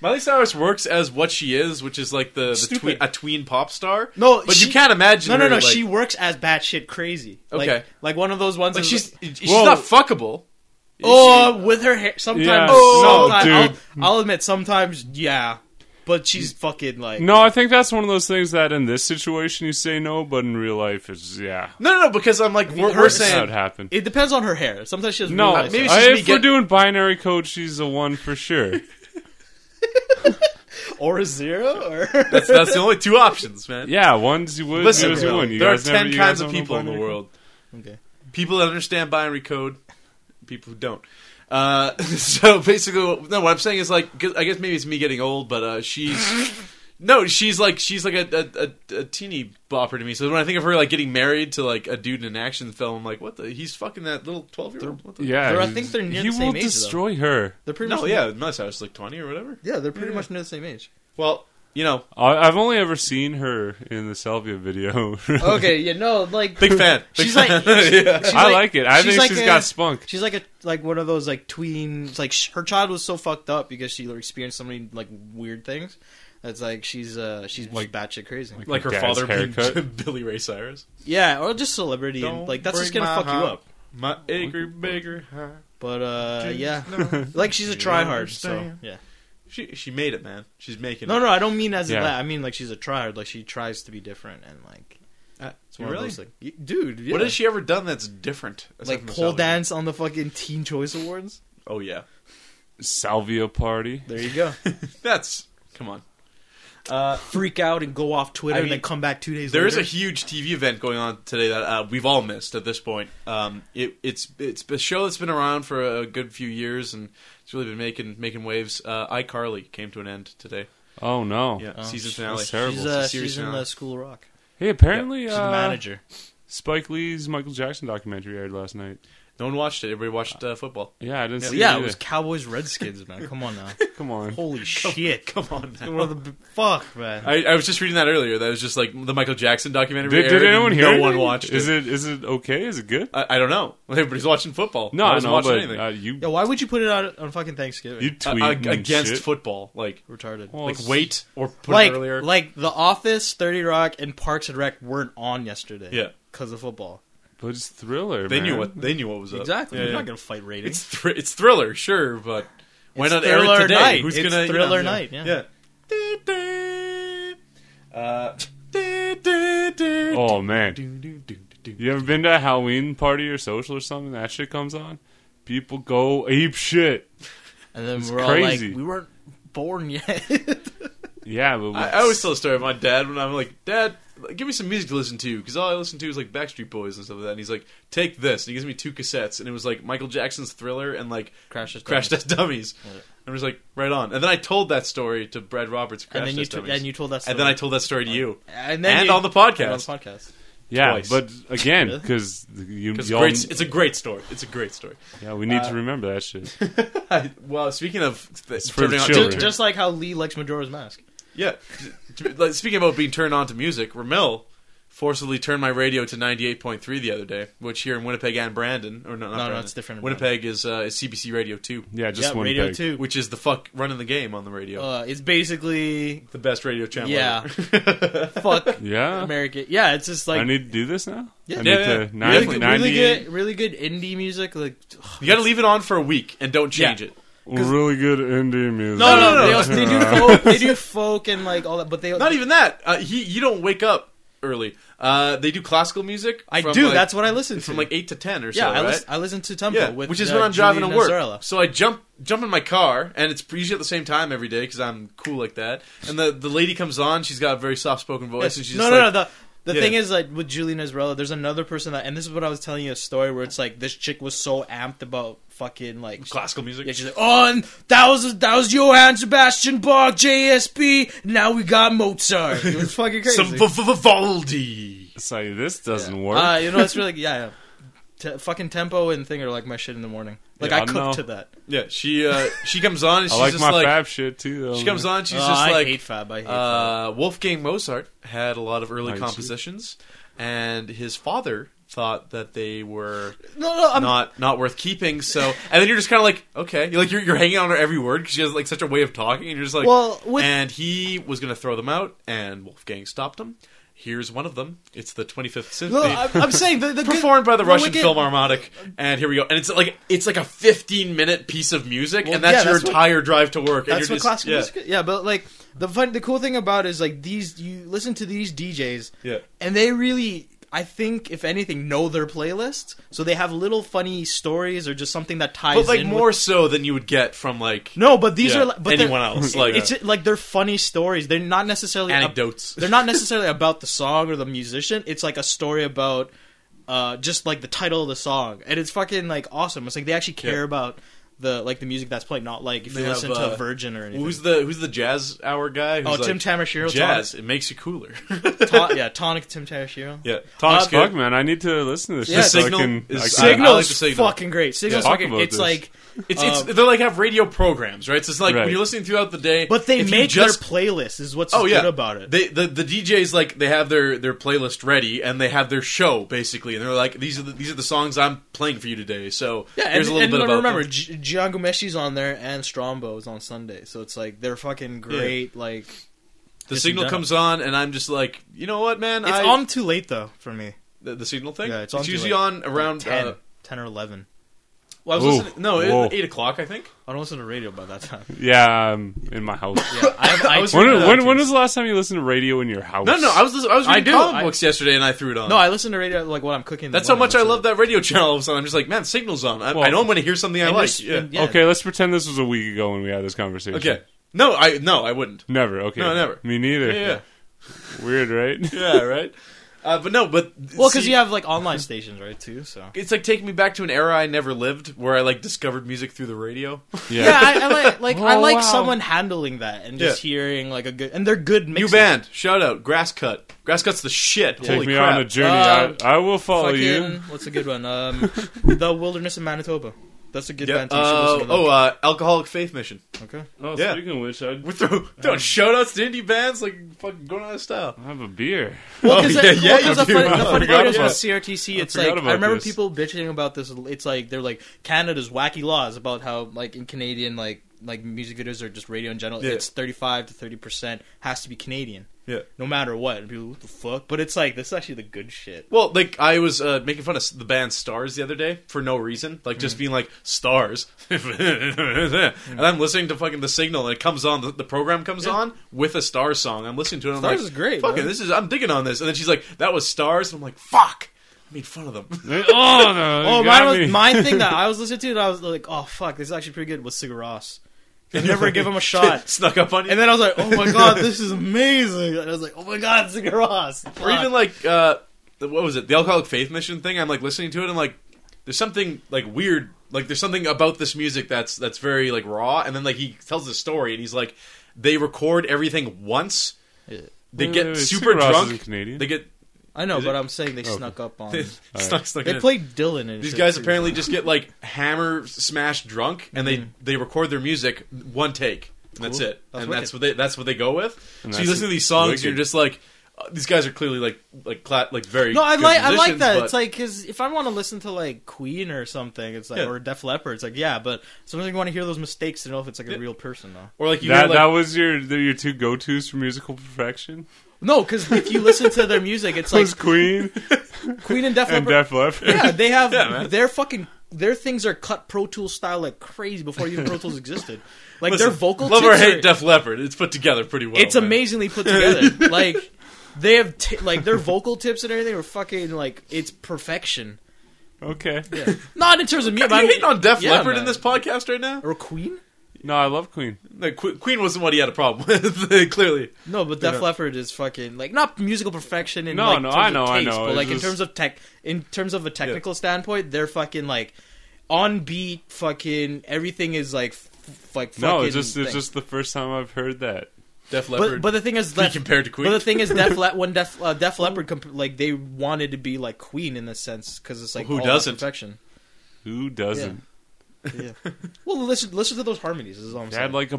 [SPEAKER 2] Miley Cyrus works as what she is, which is like the, the
[SPEAKER 3] Stupid.
[SPEAKER 2] tween, a tween pop star.
[SPEAKER 3] No,
[SPEAKER 2] but
[SPEAKER 3] she-
[SPEAKER 2] you can't imagine.
[SPEAKER 3] No, no,
[SPEAKER 2] her,
[SPEAKER 3] no.
[SPEAKER 2] like-
[SPEAKER 3] she works as batshit crazy. Like-
[SPEAKER 2] Okay.
[SPEAKER 3] Like one of those ones.
[SPEAKER 2] like
[SPEAKER 3] is-
[SPEAKER 2] she's she's
[SPEAKER 4] Whoa.
[SPEAKER 2] not fuckable. Is
[SPEAKER 3] Oh, with her hair. Sometimes,
[SPEAKER 4] Yeah.
[SPEAKER 2] Oh,
[SPEAKER 3] sometimes-
[SPEAKER 4] dude.
[SPEAKER 3] I'll, I'll admit, sometimes, yeah. But she's fucking like.
[SPEAKER 4] No, I think that's one of those things that in this situation you say no, but in real life it's yeah.
[SPEAKER 2] she? no, no, no. Because I'm like we're,
[SPEAKER 3] her-
[SPEAKER 2] we're
[SPEAKER 4] That would
[SPEAKER 2] saying.
[SPEAKER 4] happen.
[SPEAKER 3] It depends on her hair. Sometimes she has
[SPEAKER 4] no,
[SPEAKER 3] really
[SPEAKER 2] Uh,
[SPEAKER 3] nice
[SPEAKER 2] maybe
[SPEAKER 3] hair.
[SPEAKER 2] it's just
[SPEAKER 4] I-
[SPEAKER 2] me
[SPEAKER 4] if we're
[SPEAKER 2] get-
[SPEAKER 4] doing binary code, she's a one for sure.
[SPEAKER 3] or a zero, or
[SPEAKER 2] That's, that's the only two options, man.
[SPEAKER 4] yeah, one's you would,
[SPEAKER 2] Listen,
[SPEAKER 4] zero's you
[SPEAKER 2] bro,
[SPEAKER 4] wouldn't. You
[SPEAKER 2] there are
[SPEAKER 4] guys never-
[SPEAKER 2] ten
[SPEAKER 4] you guys
[SPEAKER 2] kinds of
[SPEAKER 4] don't know
[SPEAKER 2] people in the
[SPEAKER 4] binary
[SPEAKER 2] world.
[SPEAKER 3] okay.
[SPEAKER 2] people that understand binary code, people who don't. Uh, so basically, no. What I'm saying is like, 'cause I guess maybe it's me getting old, but uh, she's no, she's like she's like a, a, a, a teeny bopper to me. So when I think of her like getting married to like a dude in an action film, I'm like, what the? He's fucking that little twelve year old. What the?
[SPEAKER 4] code. Yeah,
[SPEAKER 3] They're- I
[SPEAKER 4] he's-
[SPEAKER 3] think they're near
[SPEAKER 4] He
[SPEAKER 3] the
[SPEAKER 4] will
[SPEAKER 3] same age, though.
[SPEAKER 4] destroy her.
[SPEAKER 3] They're pretty
[SPEAKER 2] No,
[SPEAKER 3] much
[SPEAKER 2] yeah, my I was like twenty or whatever.
[SPEAKER 3] yeah. They're pretty
[SPEAKER 2] Yeah.
[SPEAKER 3] much near the same age.
[SPEAKER 2] Well, you know,
[SPEAKER 4] I, I've only ever seen her in the Selvia video.
[SPEAKER 3] Okay, yeah, no, like
[SPEAKER 2] big fan. Big
[SPEAKER 3] She's like,
[SPEAKER 2] fan.
[SPEAKER 3] she's-
[SPEAKER 2] Yeah.
[SPEAKER 3] she's
[SPEAKER 4] I like it. I
[SPEAKER 3] she's
[SPEAKER 4] think
[SPEAKER 3] like
[SPEAKER 4] she's
[SPEAKER 3] a-
[SPEAKER 4] got spunk.
[SPEAKER 3] She's like a like one of those like tween. Like sh- her child was so fucked up because she like, experienced so many like weird things. That's like she's uh she's like batshit crazy.
[SPEAKER 2] like her
[SPEAKER 4] Dad's
[SPEAKER 2] father being
[SPEAKER 4] haircut.
[SPEAKER 2] Billy Ray Cyrus.
[SPEAKER 3] yeah, or just celebrity and
[SPEAKER 2] Don't
[SPEAKER 3] like that's just
[SPEAKER 2] break
[SPEAKER 3] gonna
[SPEAKER 2] my
[SPEAKER 3] fuck you
[SPEAKER 2] heart.
[SPEAKER 3] up.
[SPEAKER 2] My acre bigger. huh?
[SPEAKER 3] But uh yeah,
[SPEAKER 2] No.
[SPEAKER 3] like she's a
[SPEAKER 2] You
[SPEAKER 3] tryhard. So
[SPEAKER 2] understand.
[SPEAKER 3] yeah.
[SPEAKER 2] She she made it, man. She's making
[SPEAKER 3] No,
[SPEAKER 2] it.
[SPEAKER 3] no, I don't mean as in
[SPEAKER 4] Yeah.
[SPEAKER 3] that. I mean like she's a tryhard. Like she tries to be different and like
[SPEAKER 2] Uh,
[SPEAKER 3] it's one
[SPEAKER 2] really?
[SPEAKER 3] of those like y- dude. Yeah.
[SPEAKER 2] What has she ever done that's different? Aside
[SPEAKER 3] Like
[SPEAKER 2] from
[SPEAKER 3] pole
[SPEAKER 2] Sally?
[SPEAKER 3] dance on the fucking Teen Choice Awards.
[SPEAKER 2] Oh yeah,
[SPEAKER 4] Salvia party.
[SPEAKER 3] There you go.
[SPEAKER 2] that's come on. Uh,
[SPEAKER 3] Freak out and go off Twitter
[SPEAKER 2] I
[SPEAKER 3] and
[SPEAKER 2] mean,
[SPEAKER 3] then come back two days
[SPEAKER 2] there is
[SPEAKER 3] later.
[SPEAKER 2] a huge TV event going on today that uh, we've all missed at this point. Um, it, it's it's a show that's been around for a good few years and it's really been making making waves. Uh, iCarly came to an end today.
[SPEAKER 4] Oh no.
[SPEAKER 2] Yeah,
[SPEAKER 3] Oh,
[SPEAKER 2] season
[SPEAKER 3] sh-
[SPEAKER 2] finale.
[SPEAKER 4] that's terrible.
[SPEAKER 3] She's,
[SPEAKER 2] It's a
[SPEAKER 3] uh,
[SPEAKER 2] series
[SPEAKER 3] she's in
[SPEAKER 2] finale.
[SPEAKER 3] the School Rock.
[SPEAKER 4] Hey, apparently
[SPEAKER 3] She's
[SPEAKER 4] uh,
[SPEAKER 3] the manager.
[SPEAKER 4] Spike Lee's Michael Jackson documentary aired last night.
[SPEAKER 2] No one watched it. Everybody watched uh, football.
[SPEAKER 4] Yeah, I didn't see
[SPEAKER 3] Yeah,
[SPEAKER 4] it.
[SPEAKER 3] it was
[SPEAKER 4] either.
[SPEAKER 3] Cowboys Redskins, man. Come on now.
[SPEAKER 4] Come on.
[SPEAKER 3] Holy shit.
[SPEAKER 2] Come on. now.
[SPEAKER 3] One of the b- fuck, man.
[SPEAKER 2] I, I was just reading that earlier. That was just like the Michael Jackson documentary.
[SPEAKER 4] Did, did
[SPEAKER 2] aired and
[SPEAKER 4] anyone hear?
[SPEAKER 2] No
[SPEAKER 4] it?
[SPEAKER 2] one watched
[SPEAKER 4] Is
[SPEAKER 2] it.
[SPEAKER 4] it is it okay? Is it good?
[SPEAKER 2] I, I don't know. Everybody's watching football.
[SPEAKER 4] No,
[SPEAKER 2] I
[SPEAKER 4] I
[SPEAKER 2] wasn't
[SPEAKER 4] know,
[SPEAKER 2] watching
[SPEAKER 4] but
[SPEAKER 2] anything.
[SPEAKER 4] uh, you
[SPEAKER 3] Yo, why would you put it out on fucking Thanksgiving?
[SPEAKER 4] you
[SPEAKER 2] Uh,
[SPEAKER 4] tweet
[SPEAKER 2] ag- against football, like
[SPEAKER 3] Retarded.
[SPEAKER 4] Well,
[SPEAKER 2] like
[SPEAKER 4] it's-
[SPEAKER 2] wait or put
[SPEAKER 3] like,
[SPEAKER 2] it earlier.
[SPEAKER 3] like The Office, Thirty Rock, and Parks and Rec weren't on yesterday.
[SPEAKER 2] Yeah.
[SPEAKER 3] because of football.
[SPEAKER 4] but it's thriller.
[SPEAKER 2] they knew
[SPEAKER 4] man.
[SPEAKER 2] what they knew what was up.
[SPEAKER 3] Exactly.
[SPEAKER 2] Yeah,
[SPEAKER 3] You're
[SPEAKER 2] yeah.
[SPEAKER 3] not gonna fight ratings.
[SPEAKER 2] It's thr- it's thriller, sure, but why
[SPEAKER 3] It's
[SPEAKER 2] not air it
[SPEAKER 3] Thriller
[SPEAKER 2] today?
[SPEAKER 3] night.
[SPEAKER 2] Who's
[SPEAKER 3] It's
[SPEAKER 2] gonna you
[SPEAKER 3] Thriller
[SPEAKER 2] know,
[SPEAKER 3] night, yeah.
[SPEAKER 2] Yeah. Uh,
[SPEAKER 4] Oh man, you ever been to a Halloween party or social or something? That shit comes on. People go ape shit.
[SPEAKER 3] and then
[SPEAKER 4] it's
[SPEAKER 3] we're all
[SPEAKER 4] crazy.
[SPEAKER 3] like, we weren't born yet.
[SPEAKER 4] Yeah, but
[SPEAKER 2] I, I always tell the story of my dad when I'm like, Dad, give me some music to listen to because all I listen to is like Backstreet Boys and stuff like that. And he's like, Take this. And he gives me two cassettes, and it was like Michael Jackson's Thriller and like
[SPEAKER 3] Crash Test
[SPEAKER 2] Crash
[SPEAKER 3] Dummies.
[SPEAKER 2] Test Dummies. And I was like, Right on. And then I told that story to Brad Roberts. At Crash
[SPEAKER 3] and then you
[SPEAKER 2] Test
[SPEAKER 3] t-
[SPEAKER 2] Dummies.
[SPEAKER 3] and you told Oh. us,
[SPEAKER 2] and then I told that story to you.
[SPEAKER 3] and then
[SPEAKER 2] and
[SPEAKER 3] you-
[SPEAKER 2] on the podcast.
[SPEAKER 3] and on the podcast.
[SPEAKER 4] yeah,
[SPEAKER 2] twice.
[SPEAKER 4] but again,
[SPEAKER 3] Really?
[SPEAKER 4] because you
[SPEAKER 2] Because
[SPEAKER 4] y'all-
[SPEAKER 2] great, it's a great story. It's a great story.
[SPEAKER 4] yeah, we need to
[SPEAKER 2] Uh,
[SPEAKER 4] remember that shit.
[SPEAKER 2] well, speaking of th-
[SPEAKER 4] for the
[SPEAKER 2] turning on-
[SPEAKER 4] children.
[SPEAKER 3] Just, just like how Lee likes Majora's Mask.
[SPEAKER 2] yeah. T- like, speaking about being turned on to music, Ramil forcibly turned my radio to ninety eight point three the other day, which here in Winnipeg and Brandon, or no, not
[SPEAKER 3] no,
[SPEAKER 2] Brandon.
[SPEAKER 3] it's different in
[SPEAKER 2] Winnipeg is uh, is CBC Radio Two,
[SPEAKER 4] Yeah, just
[SPEAKER 3] yeah,
[SPEAKER 4] one
[SPEAKER 3] Radio
[SPEAKER 4] peg.
[SPEAKER 3] Two.
[SPEAKER 2] which is the fuck running the game on the radio,
[SPEAKER 3] Uh, it's basically
[SPEAKER 2] the best radio channel.
[SPEAKER 3] yeah.
[SPEAKER 2] ever.
[SPEAKER 3] fuck
[SPEAKER 4] Yeah,
[SPEAKER 3] American. Yeah, it's just like
[SPEAKER 4] I need to do this now.
[SPEAKER 3] Yeah.
[SPEAKER 4] I need
[SPEAKER 2] Yeah,
[SPEAKER 4] to
[SPEAKER 2] yeah.
[SPEAKER 4] nine-
[SPEAKER 2] Really good-
[SPEAKER 3] really
[SPEAKER 4] 98
[SPEAKER 3] good, really good indie music. Like
[SPEAKER 2] you got to leave it on for a week and don't change
[SPEAKER 3] Yeah.
[SPEAKER 2] it.
[SPEAKER 4] Really good indie music.
[SPEAKER 3] no, no, no.
[SPEAKER 2] no,
[SPEAKER 3] They,
[SPEAKER 2] no.
[SPEAKER 3] also, they do folk, they do folk and like all that, but they
[SPEAKER 2] Not even that. Uh, he, you don't wake up early. Uh, they do classical music.
[SPEAKER 3] I
[SPEAKER 2] from,
[SPEAKER 3] do.
[SPEAKER 2] like-
[SPEAKER 3] that's what I listen to.
[SPEAKER 2] from like eight to ten or
[SPEAKER 3] yeah,
[SPEAKER 2] so.
[SPEAKER 3] I,
[SPEAKER 2] right?
[SPEAKER 3] listen, I listen to Tempo,
[SPEAKER 2] Yeah,
[SPEAKER 3] with,
[SPEAKER 2] which is
[SPEAKER 3] uh,
[SPEAKER 2] when I'm driving
[SPEAKER 3] Julian
[SPEAKER 2] to work.
[SPEAKER 3] Nazarella.
[SPEAKER 2] So I jump jump in my car, and it's usually at the same time every day because I'm cool like that. And the the lady comes on, she's got a very soft spoken voice, and she's
[SPEAKER 3] no,
[SPEAKER 2] just
[SPEAKER 3] no,
[SPEAKER 2] like,
[SPEAKER 3] no. The The
[SPEAKER 2] Yeah.
[SPEAKER 3] thing is, like with Julie Nesrella, there's another person that, and this is what I was telling you a story where it's like this chick was so amped about fucking like
[SPEAKER 2] Classical music.
[SPEAKER 3] Yeah, she's like, oh, and that was that was Johann Sebastian Bach, JSP. Now we got Mozart. It was fucking crazy.
[SPEAKER 2] Some v- v- Vivaldi.
[SPEAKER 4] Say this doesn't work.
[SPEAKER 3] uh, you know, it's really yeah. yeah. Te- fucking tempo and thing are like my shit in the morning. Like
[SPEAKER 4] Yeah,
[SPEAKER 3] I
[SPEAKER 4] I
[SPEAKER 3] cook
[SPEAKER 4] know.
[SPEAKER 3] to that.
[SPEAKER 2] Yeah, she uh, she comes on and
[SPEAKER 4] I
[SPEAKER 2] she's
[SPEAKER 4] like
[SPEAKER 2] just
[SPEAKER 4] my
[SPEAKER 2] like
[SPEAKER 4] fab shit too. Though,
[SPEAKER 2] she comes on. and She's
[SPEAKER 3] Oh,
[SPEAKER 2] just
[SPEAKER 3] I
[SPEAKER 2] like
[SPEAKER 3] hate fab. I hate fab.
[SPEAKER 2] uh, Wolfgang Mozart had a lot of early
[SPEAKER 4] I see.
[SPEAKER 2] compositions, and his father thought that they were
[SPEAKER 3] No, no, I'm
[SPEAKER 2] not not worth keeping. So, and then you're just kind of like, okay, you're like you're, you're hanging on her every word because she has like such a way of talking, and you're just like,
[SPEAKER 3] Well, with-
[SPEAKER 2] and he was gonna throw them out, and Wolfgang stopped him. Here's one of them. It's the 25th Symphony.
[SPEAKER 3] No, I'm, I'm saying the, the good-
[SPEAKER 2] performed by the
[SPEAKER 3] no,
[SPEAKER 2] Russian
[SPEAKER 3] wicked-
[SPEAKER 2] Philharmonic, and here we go. And it's like it's like a 15 minute piece of music,
[SPEAKER 3] Well,
[SPEAKER 2] and that's
[SPEAKER 3] yeah,
[SPEAKER 2] your
[SPEAKER 3] that's what-
[SPEAKER 2] entire drive to work. and
[SPEAKER 3] That's
[SPEAKER 2] you're
[SPEAKER 3] what
[SPEAKER 2] just,
[SPEAKER 3] classical
[SPEAKER 2] yeah.
[SPEAKER 3] music. is. Yeah, but like the fun, the cool thing about it is like these. You listen to these DJs,
[SPEAKER 2] Yeah.
[SPEAKER 3] and they really, I think, if anything, know their playlists. So they have little funny stories or just something that ties.
[SPEAKER 2] But like
[SPEAKER 3] in
[SPEAKER 2] more
[SPEAKER 3] with-
[SPEAKER 2] so than you would get from like
[SPEAKER 3] no, but these
[SPEAKER 2] yeah,
[SPEAKER 3] are like but they're-
[SPEAKER 2] anyone else. Like uh,
[SPEAKER 3] It's like they're funny stories. They're not necessarily ab-
[SPEAKER 2] Anecdotes.
[SPEAKER 3] they're not necessarily about the song or the musician. It's like a story about uh, just like the title of the song, and it's fucking like awesome. It's like they actually care
[SPEAKER 2] Yeah.
[SPEAKER 3] about the like the music that's playing, not like if
[SPEAKER 2] They
[SPEAKER 3] you
[SPEAKER 2] have,
[SPEAKER 3] listen
[SPEAKER 2] uh,
[SPEAKER 3] to Virgin or anything.
[SPEAKER 2] who's the who's the jazz hour guy? Who's
[SPEAKER 3] oh,
[SPEAKER 2] like,
[SPEAKER 3] Tim Tamashiro.
[SPEAKER 2] Jazz. It makes you cooler.
[SPEAKER 3] Tonic, ton- yeah, Tonic Tim Tamashiro.
[SPEAKER 2] yeah,
[SPEAKER 3] Tonic's
[SPEAKER 2] tonic's
[SPEAKER 3] Uh,
[SPEAKER 4] Fuck,
[SPEAKER 2] good.
[SPEAKER 4] man, I need to listen to this.
[SPEAKER 3] Yeah,
[SPEAKER 4] shit so I
[SPEAKER 2] Signal
[SPEAKER 4] can,
[SPEAKER 2] is-
[SPEAKER 4] I can-
[SPEAKER 2] Signal-
[SPEAKER 3] Signal's
[SPEAKER 2] I like the signal.
[SPEAKER 3] fucking great. Signal's
[SPEAKER 4] Yeah. Talk
[SPEAKER 3] fucking.
[SPEAKER 4] about
[SPEAKER 3] It's
[SPEAKER 4] this.
[SPEAKER 3] like,
[SPEAKER 2] It's, it's
[SPEAKER 3] Um,
[SPEAKER 2] they're like have radio programs, right? So it's like
[SPEAKER 4] Right.
[SPEAKER 2] when you're listening throughout the day,
[SPEAKER 3] but they
[SPEAKER 2] if you
[SPEAKER 3] make
[SPEAKER 2] just
[SPEAKER 3] their playlist. Is what's
[SPEAKER 2] oh yeah
[SPEAKER 3] good about it.
[SPEAKER 2] They, the the DJs like they have their their playlist ready and they have their show basically, and they're like these are the, these are the songs I'm playing for you today. So
[SPEAKER 3] yeah, and,
[SPEAKER 2] here's a little
[SPEAKER 3] and
[SPEAKER 2] bit about
[SPEAKER 3] remember,
[SPEAKER 2] them.
[SPEAKER 3] G- Giango Meshi's on there, and Strombo is on Sunday, so it's like they're fucking great. Like
[SPEAKER 2] the
[SPEAKER 3] Yes,
[SPEAKER 2] signal
[SPEAKER 3] in
[SPEAKER 2] comes on, and I'm just like, you know what, man?
[SPEAKER 3] it's
[SPEAKER 2] I,
[SPEAKER 3] on too late though for me.
[SPEAKER 2] the, the signal thing.
[SPEAKER 3] Yeah, it's on to,
[SPEAKER 2] usually
[SPEAKER 3] like,
[SPEAKER 2] on around
[SPEAKER 3] ten,
[SPEAKER 2] uh,
[SPEAKER 3] ten or eleven.
[SPEAKER 2] well, I was
[SPEAKER 4] Ooh.
[SPEAKER 2] listening, no it-
[SPEAKER 4] Whoa.
[SPEAKER 2] eight o'clock, I think.
[SPEAKER 3] I don't listen to radio by that time.
[SPEAKER 4] Yeah, I'm in my house.
[SPEAKER 3] Yeah, I, have, I
[SPEAKER 2] was
[SPEAKER 4] When,
[SPEAKER 2] listening to
[SPEAKER 4] when,
[SPEAKER 2] iTunes.
[SPEAKER 4] when was the last time you listened to radio in your house?
[SPEAKER 2] No, no, I was lis- I was
[SPEAKER 3] I
[SPEAKER 2] reading
[SPEAKER 3] do,
[SPEAKER 2] comic
[SPEAKER 3] I-
[SPEAKER 2] books yesterday, and I threw it on.
[SPEAKER 3] no, I listen to radio like when I'm cooking. in the
[SPEAKER 2] That's how much
[SPEAKER 3] morning,
[SPEAKER 2] I
[SPEAKER 3] so-
[SPEAKER 2] love that radio channel. All of a sudden, I'm just like, man, signal's on. I, I
[SPEAKER 4] Well-
[SPEAKER 2] know I'm going to hear something I
[SPEAKER 3] And
[SPEAKER 2] like.
[SPEAKER 3] just-
[SPEAKER 2] Yeah.
[SPEAKER 3] and- yeah.
[SPEAKER 4] Okay, let's pretend this was a week ago when we had this conversation.
[SPEAKER 2] Okay. No, I no, I wouldn't.
[SPEAKER 4] Never. Okay.
[SPEAKER 2] No, never.
[SPEAKER 4] Me neither.
[SPEAKER 2] Yeah,
[SPEAKER 4] Weird, right?
[SPEAKER 2] yeah, yeah right. Uh, but no, but
[SPEAKER 3] Well, because
[SPEAKER 2] see,
[SPEAKER 3] you have like online stations, right? Too. So
[SPEAKER 2] It's like taking me back to an era I never lived, where I like discovered music through the radio.
[SPEAKER 3] yeah, I, I like like I
[SPEAKER 4] Oh,
[SPEAKER 3] like
[SPEAKER 4] wow.
[SPEAKER 3] someone handling that and just
[SPEAKER 2] Yeah.
[SPEAKER 3] hearing like a good and they're good.
[SPEAKER 2] New
[SPEAKER 3] Mixes.
[SPEAKER 2] band, shout out, Grass Cut. Grass Cut's the shit.
[SPEAKER 4] Take
[SPEAKER 2] Holy
[SPEAKER 4] me
[SPEAKER 2] crap!
[SPEAKER 4] on a journey.
[SPEAKER 3] Um,
[SPEAKER 4] I, I will follow
[SPEAKER 2] Oh,
[SPEAKER 3] Fucking,
[SPEAKER 4] you.
[SPEAKER 3] what's a good one? Um, the Wilderness of Manitoba. That's a good
[SPEAKER 2] yeah.
[SPEAKER 3] band. Too. You should
[SPEAKER 2] Uh,
[SPEAKER 3] listen to
[SPEAKER 2] oh, uh, Alcoholic Faith Mission.
[SPEAKER 3] them. okay.
[SPEAKER 4] Oh,
[SPEAKER 2] yeah.
[SPEAKER 4] speaking of which, I
[SPEAKER 2] We're throwing, throwing shout outs to indie bands like fucking going out of style.
[SPEAKER 4] have a beer.
[SPEAKER 3] Well, because
[SPEAKER 2] yeah,
[SPEAKER 3] yeah,
[SPEAKER 2] yeah, you
[SPEAKER 3] the
[SPEAKER 2] do.
[SPEAKER 3] funny,
[SPEAKER 2] I
[SPEAKER 3] the funny
[SPEAKER 4] forgot
[SPEAKER 3] thing is
[SPEAKER 4] about-
[SPEAKER 3] with CRTC, it's
[SPEAKER 4] forgot
[SPEAKER 3] like
[SPEAKER 4] about
[SPEAKER 3] I remember
[SPEAKER 4] this.
[SPEAKER 3] people bitching about this. It's like they're like Canada's wacky laws about how like in Canadian like like music videos or just radio in general,
[SPEAKER 2] Yeah.
[SPEAKER 3] it's thirty five to thirty percent has to be Canadian,
[SPEAKER 2] Yeah.
[SPEAKER 3] no matter what. And people, what the fuck? But it's like this is actually the good shit.
[SPEAKER 2] Well, like I was uh, making fun of the band Stars the other day for no reason, like
[SPEAKER 3] Mm.
[SPEAKER 2] just being like Stars, and I'm listening to fucking the signal, and it comes on, the, the program comes on with a Stars song. I'm listening to it. and I'm
[SPEAKER 3] Stars
[SPEAKER 2] like,
[SPEAKER 3] is great,
[SPEAKER 2] Fucking,
[SPEAKER 3] man.
[SPEAKER 2] this is I'm digging on this, and then she's like, "That was Stars," and I'm like, "Fuck." I made fun of them.
[SPEAKER 4] oh no! you
[SPEAKER 3] Oh,
[SPEAKER 4] got
[SPEAKER 3] mine
[SPEAKER 4] me.
[SPEAKER 3] was my thing that I was listening to, and I was like, oh fuck, this is actually pretty good. Was Sigur Rós. I never give him a shot.
[SPEAKER 2] Snuck up on you.
[SPEAKER 3] And then I was like, oh my god, this is amazing. And I was like, oh my god, Sigur Rós.
[SPEAKER 2] or even like uh, the- what was it the alcoholic faith mission thing i'm like listening to it i'm like there's something like weird like there's something about this music that's that's very like raw and then like he tells the story and he's like they record everything once they
[SPEAKER 4] Wait,
[SPEAKER 2] get
[SPEAKER 4] wait, wait,
[SPEAKER 2] super
[SPEAKER 4] Sigur Rós
[SPEAKER 2] drunk
[SPEAKER 4] isn't Canadian?
[SPEAKER 2] they get
[SPEAKER 3] I know,
[SPEAKER 2] Is
[SPEAKER 3] but
[SPEAKER 2] it-
[SPEAKER 3] I'm saying they snuck up on.
[SPEAKER 2] snuck, snuck
[SPEAKER 3] They
[SPEAKER 2] in.
[SPEAKER 3] played Dylan and
[SPEAKER 2] Oh. these
[SPEAKER 3] shit,
[SPEAKER 2] guys
[SPEAKER 3] too.
[SPEAKER 2] apparently just get like hammer smash drunk and they they record their music one take and that's
[SPEAKER 3] Mm-hmm. Cool.
[SPEAKER 2] it
[SPEAKER 3] That's
[SPEAKER 2] and
[SPEAKER 3] wicked.
[SPEAKER 2] that's what they that's what they go with so you
[SPEAKER 4] that's
[SPEAKER 2] listen to these songs and
[SPEAKER 4] wicked.
[SPEAKER 2] you're just like uh, these guys are clearly like like cla- like very
[SPEAKER 3] No, I
[SPEAKER 2] good
[SPEAKER 3] like I like
[SPEAKER 2] musicians,
[SPEAKER 3] that.
[SPEAKER 2] but-
[SPEAKER 3] It's like because if I want to listen to like Queen or something, it's like
[SPEAKER 2] Yeah.
[SPEAKER 3] or Def Leppard, it's like yeah. But sometimes you want to hear those mistakes to know if it's like a real person though.
[SPEAKER 2] or like you
[SPEAKER 4] that
[SPEAKER 2] hear, like,
[SPEAKER 4] that was your they're your two go tos for musical perfection.
[SPEAKER 3] No, because if you listen to their music, it's
[SPEAKER 4] It
[SPEAKER 3] like
[SPEAKER 4] was Queen
[SPEAKER 3] Queen and Def
[SPEAKER 4] and
[SPEAKER 3] Leppard.
[SPEAKER 4] Def Leppard.
[SPEAKER 3] yeah, they have
[SPEAKER 2] Yeah, man.
[SPEAKER 3] their fucking their things are cut Pro Tools style like crazy before even Pro Tools existed. Like
[SPEAKER 2] Listen,
[SPEAKER 3] their vocal
[SPEAKER 2] Love or
[SPEAKER 3] tics
[SPEAKER 2] hate
[SPEAKER 3] are-
[SPEAKER 2] Def Leppard, it's put together pretty well.
[SPEAKER 3] it's
[SPEAKER 2] man.
[SPEAKER 3] amazingly put together. like they have t- like their vocal tips and everything are fucking like it's perfection.
[SPEAKER 4] Okay.
[SPEAKER 3] Not in terms of music.
[SPEAKER 2] Are you hating on Def
[SPEAKER 3] Yeah,
[SPEAKER 2] Leppard in
[SPEAKER 3] man.
[SPEAKER 2] this podcast right now?
[SPEAKER 3] or Queen?
[SPEAKER 4] No, I love Queen.
[SPEAKER 2] No, Que- Queen wasn't what he had a problem with. clearly,
[SPEAKER 3] No, but Def Leppard is fucking like not musical perfection in
[SPEAKER 4] No,
[SPEAKER 3] like,
[SPEAKER 4] no,
[SPEAKER 3] terms
[SPEAKER 4] I
[SPEAKER 3] of
[SPEAKER 4] know, I
[SPEAKER 3] taste,
[SPEAKER 4] know.
[SPEAKER 3] but
[SPEAKER 4] It's
[SPEAKER 3] like
[SPEAKER 4] just-
[SPEAKER 3] in terms of tech, in terms of a technical standpoint, they're fucking like on beat. Fucking everything is like f- like fucking.
[SPEAKER 4] No, it's just it's
[SPEAKER 3] thing.
[SPEAKER 4] just the first time I've heard that.
[SPEAKER 2] Def
[SPEAKER 3] But,
[SPEAKER 2] Leppard.
[SPEAKER 3] but the thing is,
[SPEAKER 2] Be
[SPEAKER 3] Def-
[SPEAKER 2] compared to Queen.
[SPEAKER 3] But the thing is, Def Le- when Def uh, Def Leppard comp- like they wanted to be like Queen in this sense because it's like
[SPEAKER 2] Who
[SPEAKER 3] all about
[SPEAKER 2] doesn't?
[SPEAKER 3] perfection.
[SPEAKER 4] Who doesn't?
[SPEAKER 3] Yeah. well, listen listen to those harmonies. Is all I'm
[SPEAKER 4] They had
[SPEAKER 3] saying.
[SPEAKER 4] like a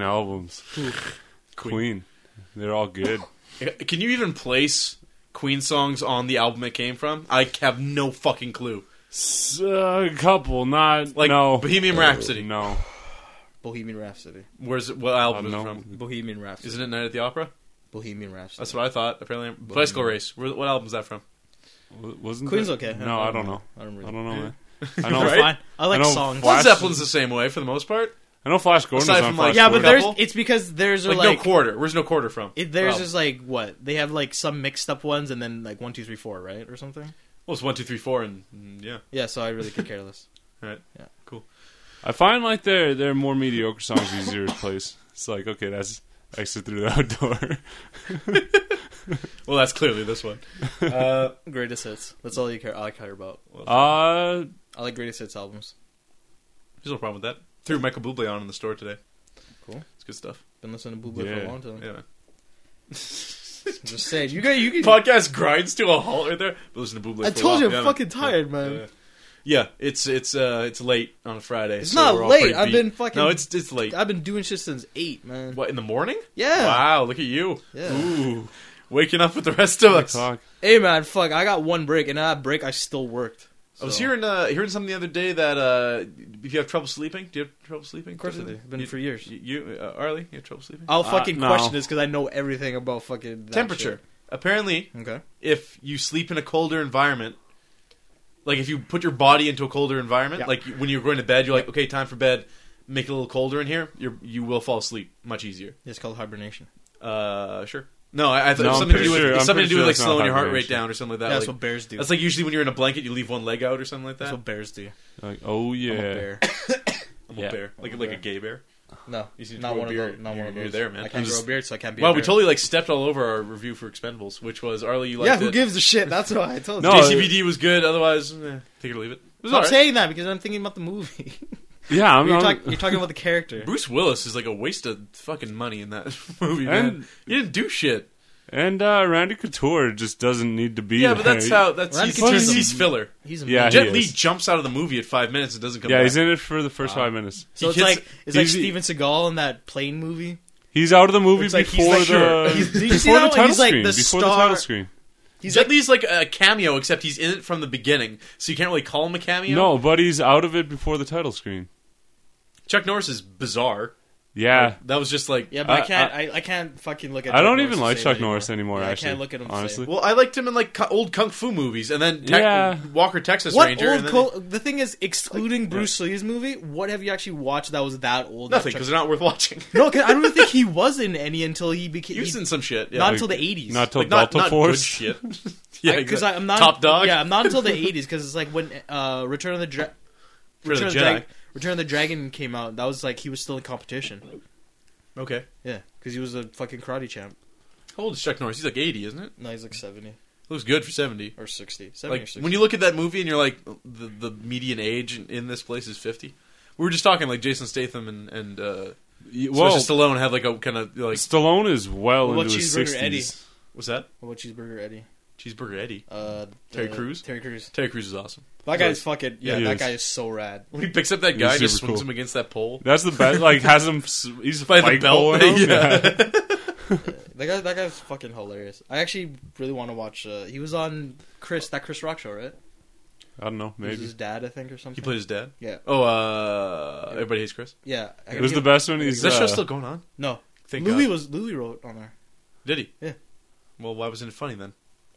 [SPEAKER 4] albums. Queen. They're all good.
[SPEAKER 2] Can you even place Queen songs on the album it came from? I have no fucking clue.
[SPEAKER 4] S- uh, a couple, not
[SPEAKER 2] Like
[SPEAKER 4] no. Uh,
[SPEAKER 2] Bohemian Rhapsody.
[SPEAKER 4] No.
[SPEAKER 3] Bohemian Rhapsody.
[SPEAKER 2] Where's it, what album
[SPEAKER 4] I
[SPEAKER 2] is it
[SPEAKER 4] don't know.
[SPEAKER 2] from?
[SPEAKER 3] Bohemian Rhapsody.
[SPEAKER 2] Mm-hmm. Isn't it Night at the Opera?
[SPEAKER 3] Bohemian Rhapsody.
[SPEAKER 2] That's what I thought. Apparently, Bicycle Race. Where, what album is that from?
[SPEAKER 4] W- Wasn't
[SPEAKER 3] Queen's
[SPEAKER 4] that-
[SPEAKER 3] okay. Um,
[SPEAKER 4] No, I don't know.
[SPEAKER 3] I don't
[SPEAKER 4] I
[SPEAKER 3] really.
[SPEAKER 4] don't know, man. I know,
[SPEAKER 2] Right?
[SPEAKER 3] Fine. I like
[SPEAKER 4] I know
[SPEAKER 3] songs.
[SPEAKER 4] Flash-
[SPEAKER 2] Led Zeppelin's the same way for the most part.
[SPEAKER 4] I know Flash Gordon
[SPEAKER 2] Aside
[SPEAKER 4] was on
[SPEAKER 2] from, like-
[SPEAKER 4] Flash
[SPEAKER 3] Yeah,
[SPEAKER 2] Cool.
[SPEAKER 3] but
[SPEAKER 4] Gordon.
[SPEAKER 3] there's
[SPEAKER 2] Couple?
[SPEAKER 3] it's because theirs are
[SPEAKER 2] Like,
[SPEAKER 3] like,
[SPEAKER 2] no Oh. quarter. Where's no quarter from?
[SPEAKER 3] it, theirs
[SPEAKER 2] Well,
[SPEAKER 3] is like what they have like some mixed up ones and then like one two three four right or something.
[SPEAKER 2] well, it's one, two, three, four, and mm, yeah.
[SPEAKER 3] Yeah, so I really could care less.
[SPEAKER 2] All right.
[SPEAKER 3] Yeah.
[SPEAKER 2] Cool.
[SPEAKER 4] I find like their their more mediocre songs easier to place. It's like okay, that's exit through the outdoor.
[SPEAKER 2] Well, that's clearly this one. Uh,
[SPEAKER 3] greatest hits. That's all you care. I care about.
[SPEAKER 4] Uh,
[SPEAKER 3] I like greatest hits albums.
[SPEAKER 2] there's no problem with that. Threw Michael Bublé on in the store today.
[SPEAKER 3] Cool.
[SPEAKER 2] It's good stuff.
[SPEAKER 3] Been listening to Buble for
[SPEAKER 4] Yeah.
[SPEAKER 3] a long time.
[SPEAKER 2] Yeah.
[SPEAKER 3] Just saying, you got you can.
[SPEAKER 2] Podcast grinds to a halt right there. But listen to Bublé.
[SPEAKER 3] I
[SPEAKER 2] for a
[SPEAKER 3] told
[SPEAKER 2] while.
[SPEAKER 3] you I'm
[SPEAKER 2] Yeah, man.
[SPEAKER 3] fucking tired, man.
[SPEAKER 2] Yeah. Yeah, it's it's uh it's late on a Friday.
[SPEAKER 3] It's
[SPEAKER 2] so
[SPEAKER 3] not
[SPEAKER 2] we're all
[SPEAKER 3] late.
[SPEAKER 2] pretty
[SPEAKER 3] I've
[SPEAKER 2] beat.
[SPEAKER 3] been fucking-
[SPEAKER 2] No, it's it's late.
[SPEAKER 3] I've been doing shit since eight, man.
[SPEAKER 2] What in the morning?
[SPEAKER 3] Yeah.
[SPEAKER 2] Wow, look at you.
[SPEAKER 3] Yeah.
[SPEAKER 2] Ooh, waking up with the rest of us.
[SPEAKER 4] talk.
[SPEAKER 3] Hey, man, fuck. I got one break, and on that break, I still worked.
[SPEAKER 2] I was
[SPEAKER 3] So-
[SPEAKER 2] hearing uh, hearing something the other day that uh, if you have trouble sleeping, do you have trouble sleeping? Of
[SPEAKER 3] course I do. I've been
[SPEAKER 2] you,
[SPEAKER 3] for years.
[SPEAKER 2] You, you uh, Arlie, you have trouble sleeping?
[SPEAKER 3] I'll
[SPEAKER 4] Uh,
[SPEAKER 3] fucking
[SPEAKER 4] no.
[SPEAKER 3] question this because I know everything about fucking that
[SPEAKER 2] Temperature. Apparently,
[SPEAKER 3] shit. Okay.
[SPEAKER 2] if you sleep in a colder environment, like if you put your body into a colder environment,
[SPEAKER 3] Yeah.
[SPEAKER 2] like you- when you're going to bed, you're like, okay, time for bed. Make it a little colder in here. You you will fall asleep much easier.
[SPEAKER 3] It's called hibernation.
[SPEAKER 2] Uh, sure. No, I, I thought
[SPEAKER 4] No,
[SPEAKER 2] it was
[SPEAKER 4] I'm
[SPEAKER 2] something to do
[SPEAKER 4] pretty
[SPEAKER 2] with
[SPEAKER 4] sure-
[SPEAKER 2] it's
[SPEAKER 4] I'm
[SPEAKER 2] something
[SPEAKER 4] pretty
[SPEAKER 2] to do
[SPEAKER 4] sure
[SPEAKER 2] with like
[SPEAKER 4] that's not
[SPEAKER 2] slowing your heart rate
[SPEAKER 4] hibernation.
[SPEAKER 2] down or something like that.
[SPEAKER 3] Yeah, that's
[SPEAKER 2] like-
[SPEAKER 3] what bears do.
[SPEAKER 2] That's like usually when you're in a blanket, you leave one leg out or something like that.
[SPEAKER 3] That's what bears do.
[SPEAKER 4] Like oh yeah,
[SPEAKER 3] I'm a bear.
[SPEAKER 2] I'm
[SPEAKER 4] Yeah.
[SPEAKER 2] a bear, like
[SPEAKER 3] I'm a
[SPEAKER 2] like
[SPEAKER 3] bear.
[SPEAKER 2] a gay bear.
[SPEAKER 3] No,
[SPEAKER 2] You should
[SPEAKER 3] not
[SPEAKER 2] grow a
[SPEAKER 3] one of
[SPEAKER 2] beard.
[SPEAKER 3] those. Not
[SPEAKER 2] You're-
[SPEAKER 3] one of
[SPEAKER 2] you're
[SPEAKER 3] those.
[SPEAKER 2] there, man.
[SPEAKER 3] I
[SPEAKER 2] I'm
[SPEAKER 3] can't grow
[SPEAKER 2] just-
[SPEAKER 3] a beard, so I can't be.
[SPEAKER 2] Wow,
[SPEAKER 3] a
[SPEAKER 2] we
[SPEAKER 3] bear.
[SPEAKER 2] totally like stepped all over our review for Expendables, which was Arlie. You liked
[SPEAKER 3] Yeah, who
[SPEAKER 2] it.
[SPEAKER 3] gives a shit? That's what I told you.
[SPEAKER 4] No,
[SPEAKER 3] No,
[SPEAKER 2] JCVD was good. Otherwise, eh, take it or leave it. It was
[SPEAKER 3] I'm
[SPEAKER 2] alright.
[SPEAKER 3] saying that because I'm thinking about the movie.
[SPEAKER 4] yeah. I'm,
[SPEAKER 3] you're,
[SPEAKER 4] I'm,
[SPEAKER 3] talk, you're talking about the character.
[SPEAKER 2] Bruce Willis is like a waste of fucking money in that movie,
[SPEAKER 4] And-
[SPEAKER 2] man. He didn't do shit.
[SPEAKER 4] and uh, Randy Couture just doesn't need to be.
[SPEAKER 2] Yeah, but
[SPEAKER 4] there.
[SPEAKER 2] that's how that's
[SPEAKER 3] Randy
[SPEAKER 2] he's,
[SPEAKER 3] Couture's
[SPEAKER 2] he's,
[SPEAKER 3] a-
[SPEAKER 2] he's filler.
[SPEAKER 3] He's a
[SPEAKER 4] Yeah,
[SPEAKER 3] man.
[SPEAKER 4] he
[SPEAKER 2] Jet Li
[SPEAKER 4] is.
[SPEAKER 2] jumps out of the movie at five minutes and doesn't come
[SPEAKER 4] Yeah,
[SPEAKER 2] back.
[SPEAKER 4] he's in it for the first five minutes.
[SPEAKER 3] So
[SPEAKER 2] He
[SPEAKER 3] it's
[SPEAKER 2] gets-
[SPEAKER 3] like it's like
[SPEAKER 4] he's-
[SPEAKER 3] Steven Seagal in that plane movie.
[SPEAKER 4] He's out of the movie
[SPEAKER 3] It's like he's
[SPEAKER 4] before
[SPEAKER 3] like-
[SPEAKER 4] the
[SPEAKER 3] He's- did you see
[SPEAKER 4] before
[SPEAKER 3] that
[SPEAKER 4] the
[SPEAKER 3] one?
[SPEAKER 4] title
[SPEAKER 3] He's like
[SPEAKER 4] screen.
[SPEAKER 3] the
[SPEAKER 4] before the
[SPEAKER 3] star-
[SPEAKER 4] title screen.
[SPEAKER 3] He's
[SPEAKER 2] Jet
[SPEAKER 3] like,
[SPEAKER 2] Li's like a cameo, except he's in it from the beginning, so you can't really call him a cameo.
[SPEAKER 4] No, but he's out of it before the title screen.
[SPEAKER 2] Chuck Norris is bizarre.
[SPEAKER 4] Yeah,
[SPEAKER 2] That was just like
[SPEAKER 3] yeah, but I,
[SPEAKER 4] I-
[SPEAKER 3] can't. I, I can't fucking look at.
[SPEAKER 4] I
[SPEAKER 3] Chuck
[SPEAKER 4] don't
[SPEAKER 3] Norris
[SPEAKER 4] even
[SPEAKER 3] the
[SPEAKER 4] like
[SPEAKER 3] same
[SPEAKER 4] Chuck Norris anymore.
[SPEAKER 3] Yeah,
[SPEAKER 4] actually,
[SPEAKER 3] I can't look at him. the same.
[SPEAKER 4] honestly,
[SPEAKER 2] Well, I liked him in like cu- old kung fu movies, and then Tec-
[SPEAKER 4] Yeah.
[SPEAKER 2] Walker Texas
[SPEAKER 3] What
[SPEAKER 2] Ranger. and
[SPEAKER 3] old?
[SPEAKER 2] then
[SPEAKER 3] Col- the thing is, excluding Bruce Lee's movie, what have you actually watched that was that old?
[SPEAKER 2] nothing
[SPEAKER 3] Chuck-
[SPEAKER 2] because they're not worth watching.
[SPEAKER 3] no, 'cause I don't even think he was in any until he became.
[SPEAKER 2] He was in some shit. Yeah.
[SPEAKER 3] not
[SPEAKER 2] Like,
[SPEAKER 3] until the eighties.
[SPEAKER 4] not till
[SPEAKER 2] like, not,
[SPEAKER 4] Delta
[SPEAKER 2] not
[SPEAKER 4] Force.
[SPEAKER 2] good shit. yeah,
[SPEAKER 3] because
[SPEAKER 2] exactly.
[SPEAKER 3] I'm not
[SPEAKER 2] top dog.
[SPEAKER 3] Yeah, I'm not until the eighties because it's like when uh, Return of the, Dra-
[SPEAKER 2] for the
[SPEAKER 3] Return, of the
[SPEAKER 2] Jedi.
[SPEAKER 3] Drag- Return of the Dragon came out. That was like he was still in competition.
[SPEAKER 2] Okay,
[SPEAKER 3] Yeah, because he was a fucking karate champ.
[SPEAKER 2] how old is Chuck Norris? He's like 80, isn't it?
[SPEAKER 3] No, he's like seventy
[SPEAKER 2] Looks good for 70.
[SPEAKER 3] or sixty. Seventy or
[SPEAKER 2] Like
[SPEAKER 3] sixty.
[SPEAKER 2] when you look at that movie and you're like, the the median age in, in this place is 50. We were just talking like Jason Statham and and uh,
[SPEAKER 4] Y- well,
[SPEAKER 2] well, Stallone had like a kind of like
[SPEAKER 4] Stallone is well
[SPEAKER 3] What
[SPEAKER 4] into his
[SPEAKER 3] cheeseburger Eddie?
[SPEAKER 4] sixties.
[SPEAKER 2] what's that?
[SPEAKER 3] what about Cheeseburger Eddie?
[SPEAKER 2] Cheeseburger Eddie.
[SPEAKER 3] Uh,
[SPEAKER 2] Terry
[SPEAKER 3] uh,
[SPEAKER 2] Crews?
[SPEAKER 3] Terry Crews.
[SPEAKER 2] Terry Crews is awesome.
[SPEAKER 3] That guy's fucking. Yeah,
[SPEAKER 4] He
[SPEAKER 3] that
[SPEAKER 4] is.
[SPEAKER 3] guy is so rad.
[SPEAKER 2] When he picks up that
[SPEAKER 4] He's
[SPEAKER 2] guy, and just
[SPEAKER 4] super
[SPEAKER 2] swings
[SPEAKER 4] cool.
[SPEAKER 2] him against that pole.
[SPEAKER 4] That's the best. Like has him. s- He's
[SPEAKER 2] By the
[SPEAKER 4] spike
[SPEAKER 2] belt,
[SPEAKER 4] bowling him.
[SPEAKER 2] yeah.
[SPEAKER 3] That guy. That guy's fucking hilarious. I actually really want to watch. Uh, he was on Chris that Chris Rock show, right?
[SPEAKER 4] I don't know.
[SPEAKER 3] He was
[SPEAKER 4] Maybe
[SPEAKER 3] his dad, I think, or something.
[SPEAKER 2] He played his dad.
[SPEAKER 3] Yeah.
[SPEAKER 2] Oh, uh, everybody hates Chris.
[SPEAKER 3] Yeah, I
[SPEAKER 4] it was the
[SPEAKER 3] gotta-
[SPEAKER 4] best when he's.
[SPEAKER 2] Is that show
[SPEAKER 4] uh,
[SPEAKER 2] still going on?
[SPEAKER 3] No,
[SPEAKER 2] Thank
[SPEAKER 3] Louis
[SPEAKER 2] God.
[SPEAKER 3] was Louis wrote on there.
[SPEAKER 2] Did he?
[SPEAKER 3] Yeah.
[SPEAKER 2] Well, why wasn't it funny then?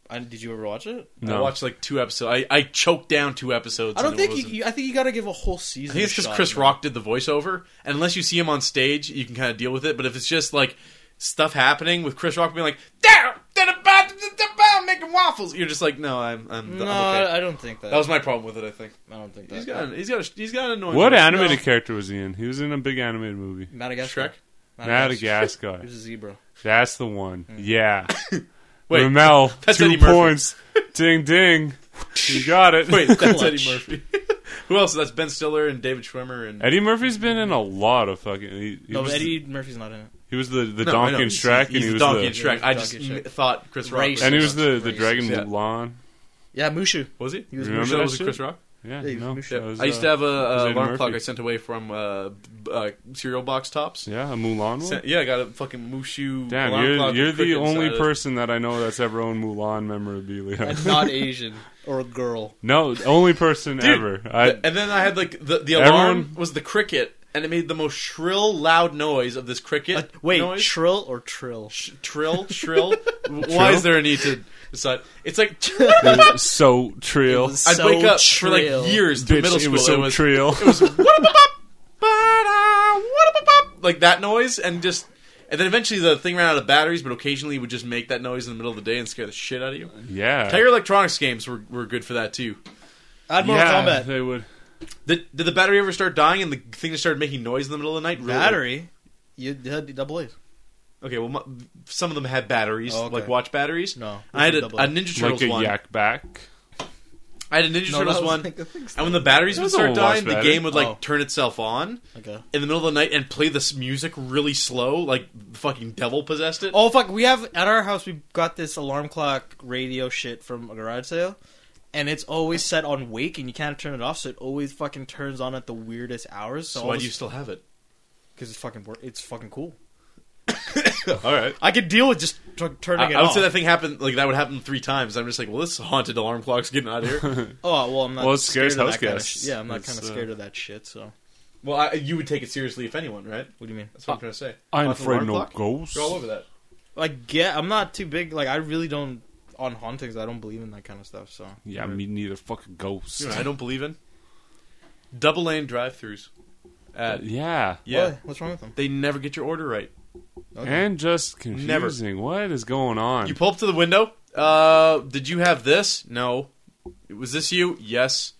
[SPEAKER 3] I, did you ever watch it?
[SPEAKER 2] I
[SPEAKER 4] No.
[SPEAKER 2] watched like two episodes. I, I choked down two episodes.
[SPEAKER 3] I don't
[SPEAKER 2] and it
[SPEAKER 3] think
[SPEAKER 2] wasn't-
[SPEAKER 3] you, you. I think you got to give a whole
[SPEAKER 2] I
[SPEAKER 3] season.
[SPEAKER 2] think
[SPEAKER 3] a
[SPEAKER 2] it's because
[SPEAKER 3] shot,
[SPEAKER 2] Chris
[SPEAKER 3] man.
[SPEAKER 2] Rock did the voiceover, and unless you see him on stage, you can kind of deal with it. But if it's just like stuff happening with Chris Rock being like, "Down, da da ba, da da ba, make 'em some waffles. You're just like, no, I'm, I'm,
[SPEAKER 3] No,
[SPEAKER 2] I'm okay.
[SPEAKER 3] I don't think that.
[SPEAKER 2] That was my problem with it. I think
[SPEAKER 3] I don't think that.
[SPEAKER 2] he's got, an, he's got, a, he's got an annoying.
[SPEAKER 4] What
[SPEAKER 2] voice.
[SPEAKER 4] animated character was he in? He was in a big animated movie.
[SPEAKER 3] Madagascar.
[SPEAKER 2] Shrek?
[SPEAKER 4] Madagascar.
[SPEAKER 3] He was a zebra.
[SPEAKER 4] That's the one. Yeah.
[SPEAKER 2] Mm. Wait,
[SPEAKER 4] Ramel,
[SPEAKER 2] that's
[SPEAKER 4] two
[SPEAKER 2] Eddie Murphy.
[SPEAKER 4] points. ding ding. You got it.
[SPEAKER 2] Wait, that's
[SPEAKER 3] Clutch.
[SPEAKER 2] Eddie Murphy. Who else? That's Ben Stiller and David Schwimmer and
[SPEAKER 4] Eddie Murphy's been in a lot of fucking. He, he
[SPEAKER 3] No,
[SPEAKER 4] was,
[SPEAKER 3] Eddie Murphy's not in it.
[SPEAKER 4] he was the the
[SPEAKER 2] No, I know,
[SPEAKER 4] Donkey and
[SPEAKER 2] he's-
[SPEAKER 4] Shrek, and
[SPEAKER 2] He's
[SPEAKER 4] he
[SPEAKER 2] the
[SPEAKER 4] was
[SPEAKER 2] Donkey and
[SPEAKER 4] the
[SPEAKER 3] Shrek.
[SPEAKER 2] Shrek. I
[SPEAKER 3] Donkey
[SPEAKER 2] just
[SPEAKER 3] and Shrek.
[SPEAKER 2] m- thought Chris Rock.
[SPEAKER 3] Racist.
[SPEAKER 2] Was
[SPEAKER 4] and he was the the
[SPEAKER 3] Racist,
[SPEAKER 4] dragon
[SPEAKER 2] yeah.
[SPEAKER 4] Mulan.
[SPEAKER 3] Yeah, Mushu.
[SPEAKER 2] Was he?
[SPEAKER 3] He was
[SPEAKER 4] Remember
[SPEAKER 2] Remember that
[SPEAKER 4] that
[SPEAKER 2] was
[SPEAKER 4] shit?
[SPEAKER 2] Chris Rock.
[SPEAKER 4] Yeah,
[SPEAKER 3] Yeah, he was
[SPEAKER 4] no,
[SPEAKER 3] in Shrek.
[SPEAKER 4] that was,
[SPEAKER 2] I used
[SPEAKER 4] uh,
[SPEAKER 2] to have a,
[SPEAKER 4] was
[SPEAKER 2] uh
[SPEAKER 4] Eddie
[SPEAKER 2] alarm clock
[SPEAKER 4] Murphy.
[SPEAKER 2] I sent away from uh, b- uh, cereal box tops.
[SPEAKER 4] Yeah, a Mulan one.
[SPEAKER 2] Sent- yeah, I got a fucking Mushu.
[SPEAKER 4] Damn,
[SPEAKER 2] alarm
[SPEAKER 4] you're
[SPEAKER 2] clock
[SPEAKER 4] you're
[SPEAKER 2] with
[SPEAKER 4] the
[SPEAKER 2] crickets uh,
[SPEAKER 4] only
[SPEAKER 2] on it.
[SPEAKER 4] person that I know that's ever owned Mulan memorabilia.
[SPEAKER 3] And not Asian or a girl.
[SPEAKER 4] no, only person
[SPEAKER 2] Dude,
[SPEAKER 4] ever. I
[SPEAKER 2] and then I had like the the alarm
[SPEAKER 4] Everyone-
[SPEAKER 2] was the cricket, and it made the most shrill, loud noise of this cricket.
[SPEAKER 3] Uh, wait,
[SPEAKER 2] noise.
[SPEAKER 3] Trill or Trill?
[SPEAKER 2] Sh- trill, shrill. Why is there a need to decide? It's like
[SPEAKER 4] it was so trill.
[SPEAKER 3] was
[SPEAKER 2] I'd
[SPEAKER 3] so
[SPEAKER 2] wake up for
[SPEAKER 3] trill.
[SPEAKER 2] like years through
[SPEAKER 4] Bitch,
[SPEAKER 2] middle
[SPEAKER 4] it
[SPEAKER 2] school.
[SPEAKER 4] was so trill.
[SPEAKER 2] like that noise, and just and then eventually the thing ran out of batteries, but occasionally it would just make that noise in the middle of the day and scare the shit out of you.
[SPEAKER 4] yeah.
[SPEAKER 2] Tiger Electronics games were, were good for that too.
[SPEAKER 3] I'd Mortal
[SPEAKER 4] yeah,
[SPEAKER 3] Kombat.
[SPEAKER 4] they would.
[SPEAKER 2] Did, did the battery ever start dying and the thing that started making noise in the middle of the night? Really?
[SPEAKER 3] Battery. You had double A's.
[SPEAKER 2] Okay, well, m- some of them had batteries,
[SPEAKER 3] Oh, okay.
[SPEAKER 2] like watch batteries.
[SPEAKER 3] No,
[SPEAKER 2] I had a,
[SPEAKER 3] those were
[SPEAKER 2] a
[SPEAKER 3] double A.
[SPEAKER 2] Ninja
[SPEAKER 4] Like
[SPEAKER 2] Turtles
[SPEAKER 4] a
[SPEAKER 2] one.
[SPEAKER 4] yak back.
[SPEAKER 2] I had a Ninja
[SPEAKER 3] No,
[SPEAKER 2] Turtles
[SPEAKER 3] that was
[SPEAKER 2] one,
[SPEAKER 3] like a thing
[SPEAKER 2] and when the batteries
[SPEAKER 4] That
[SPEAKER 2] would
[SPEAKER 4] was a
[SPEAKER 2] start
[SPEAKER 4] watch
[SPEAKER 2] dying, the
[SPEAKER 4] battery.
[SPEAKER 2] game would like
[SPEAKER 3] Oh.
[SPEAKER 2] turn itself on
[SPEAKER 3] Okay.
[SPEAKER 2] in the middle of the night and play this music really slow, like the fucking devil possessed it.
[SPEAKER 3] Oh fuck! We have at our house. We got this alarm clock radio shit from a garage sale, and it's always set on wake, and you can't turn it off. So it always fucking turns on at the weirdest hours. So,
[SPEAKER 2] so why do you still have it?
[SPEAKER 3] Because it's fucking wor- it's fucking cool.
[SPEAKER 2] All right.
[SPEAKER 3] I could deal with just t- turning
[SPEAKER 2] I,
[SPEAKER 3] it
[SPEAKER 2] I would
[SPEAKER 3] off.
[SPEAKER 2] say that thing happened like that would happen three times. I'm just like, well, this haunted alarm clock's getting out of here.
[SPEAKER 3] Oh well, I'm not.
[SPEAKER 4] Well, it
[SPEAKER 3] scared
[SPEAKER 4] scares
[SPEAKER 3] of
[SPEAKER 4] house
[SPEAKER 3] that kind of
[SPEAKER 4] guests.
[SPEAKER 3] shit. Yeah, I'm not
[SPEAKER 4] It's,
[SPEAKER 3] kind of
[SPEAKER 4] uh,
[SPEAKER 3] scared of that shit. So
[SPEAKER 2] well, I, you would take it seriously if anyone, right?
[SPEAKER 3] what do you mean?
[SPEAKER 2] That's what I'm trying to say.
[SPEAKER 4] I'm
[SPEAKER 2] Haunted
[SPEAKER 4] afraid
[SPEAKER 2] alarm
[SPEAKER 4] no
[SPEAKER 2] clock?
[SPEAKER 4] ghosts.
[SPEAKER 2] You're all over that.
[SPEAKER 3] Like, yeah, I'm not too big. Like, I really don't on hauntings. I don't believe in that kind of stuff. So
[SPEAKER 4] Yeah, me neither. Fucking ghosts.
[SPEAKER 2] You know, I don't believe in double lane drive-throughs. At,
[SPEAKER 4] yeah.
[SPEAKER 2] yeah,
[SPEAKER 3] Why? what's wrong with them?
[SPEAKER 2] they never get your order right.
[SPEAKER 3] Okay.
[SPEAKER 4] And just
[SPEAKER 2] Never.
[SPEAKER 4] confusing. What is going on?
[SPEAKER 2] You pull up to the window. Uh, did you have this? No. Was this you? Yes.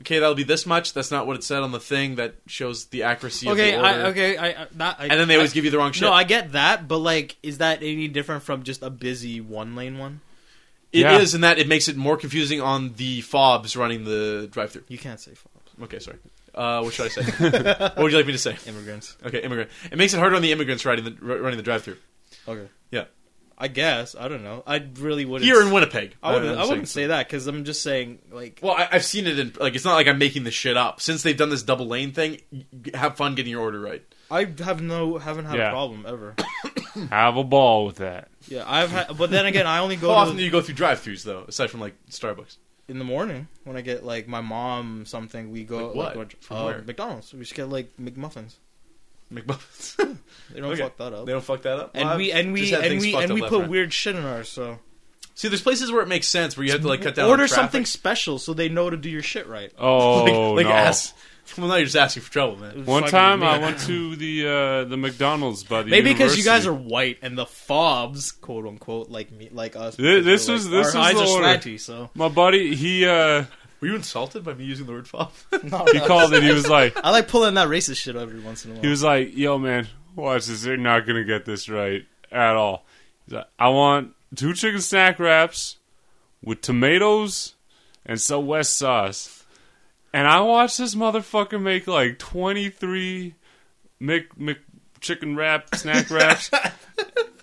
[SPEAKER 2] Okay, that'll be this much. That's not what it said on the thing that shows the accuracy
[SPEAKER 3] Okay,
[SPEAKER 2] of the
[SPEAKER 3] I,
[SPEAKER 2] order.
[SPEAKER 3] okay, I, I, not, I
[SPEAKER 2] And then they always
[SPEAKER 3] I-
[SPEAKER 2] give you the wrong shit.
[SPEAKER 3] No, I get that, but like, is that any different from just a busy one lane one?
[SPEAKER 2] It is
[SPEAKER 4] Yeah.
[SPEAKER 2] in that it makes it more confusing on the fobs running the drive through.
[SPEAKER 3] You can't say fobs.
[SPEAKER 2] Okay, sorry. Uh, what should I say? what would you like me to say?
[SPEAKER 3] Immigrants.
[SPEAKER 2] Okay, immigrant. It makes it harder on the immigrants riding the r- running the drive through
[SPEAKER 3] Okay.
[SPEAKER 2] Yeah.
[SPEAKER 3] I guess I don't know. I really wouldn't.
[SPEAKER 2] here in Winnipeg.
[SPEAKER 3] I wouldn't.
[SPEAKER 2] I'm
[SPEAKER 3] I wouldn't
[SPEAKER 2] saying.
[SPEAKER 3] say that because I'm just saying like.
[SPEAKER 2] Well, I, I've seen it in like it's not like I'm making this shit up. Since they've done this double lane thing, y- y- have fun getting your order right.
[SPEAKER 3] I have no, haven't had
[SPEAKER 4] Yeah.
[SPEAKER 3] a problem ever.
[SPEAKER 4] Have a ball with that.
[SPEAKER 3] Yeah, I've had, but then again, I only go
[SPEAKER 2] How often
[SPEAKER 3] to-
[SPEAKER 2] do you go through drive-throughs though, aside from like Starbucks?
[SPEAKER 3] in the morning when I get like my mom something. We go
[SPEAKER 2] Like what?
[SPEAKER 3] like,
[SPEAKER 2] From
[SPEAKER 3] uh,
[SPEAKER 2] where?
[SPEAKER 3] McDonald's. We just get like McMuffins.
[SPEAKER 2] McMuffins.
[SPEAKER 3] They don't
[SPEAKER 2] Okay.
[SPEAKER 3] fuck that up.
[SPEAKER 2] they don't fuck that up.
[SPEAKER 3] and
[SPEAKER 2] Well,
[SPEAKER 3] we
[SPEAKER 2] I've
[SPEAKER 3] and
[SPEAKER 2] just
[SPEAKER 3] we
[SPEAKER 2] had
[SPEAKER 3] and
[SPEAKER 2] things
[SPEAKER 3] we
[SPEAKER 2] fucked
[SPEAKER 3] and
[SPEAKER 2] up
[SPEAKER 3] we
[SPEAKER 2] left
[SPEAKER 3] put
[SPEAKER 2] and right.
[SPEAKER 3] weird shit in ours. So
[SPEAKER 2] See, there's places where it makes sense where you have to like cut down. on
[SPEAKER 3] order
[SPEAKER 2] traffic.
[SPEAKER 3] something special so they know to do your shit right.
[SPEAKER 4] Oh
[SPEAKER 2] like, like
[SPEAKER 4] no.
[SPEAKER 2] ass- Well, now you're just asking for trouble, man.
[SPEAKER 4] One
[SPEAKER 3] Fucking
[SPEAKER 4] time
[SPEAKER 3] me.
[SPEAKER 4] I went to the uh, the McDonald's by the
[SPEAKER 3] Maybe because you guys
[SPEAKER 4] university.
[SPEAKER 3] are white and the fobs, quote unquote, like me, like us.
[SPEAKER 4] Thi- this
[SPEAKER 3] because
[SPEAKER 4] was-
[SPEAKER 3] we're,
[SPEAKER 4] this
[SPEAKER 3] our
[SPEAKER 4] was
[SPEAKER 3] eyes
[SPEAKER 4] the
[SPEAKER 3] are
[SPEAKER 4] order.
[SPEAKER 3] slanty, so
[SPEAKER 4] My buddy, he uh,
[SPEAKER 2] Were you insulted by me using the word fob?
[SPEAKER 4] he called and he was like,
[SPEAKER 3] I like pulling that racist shit every once in a while.
[SPEAKER 4] he was like, "Yo, man, watch this. They're not gonna get this right at all." He's like, "I want two chicken snack wraps with tomatoes and some West sauce." And I watched this motherfucker make like twenty three Mc Mc chicken wrap snack wraps,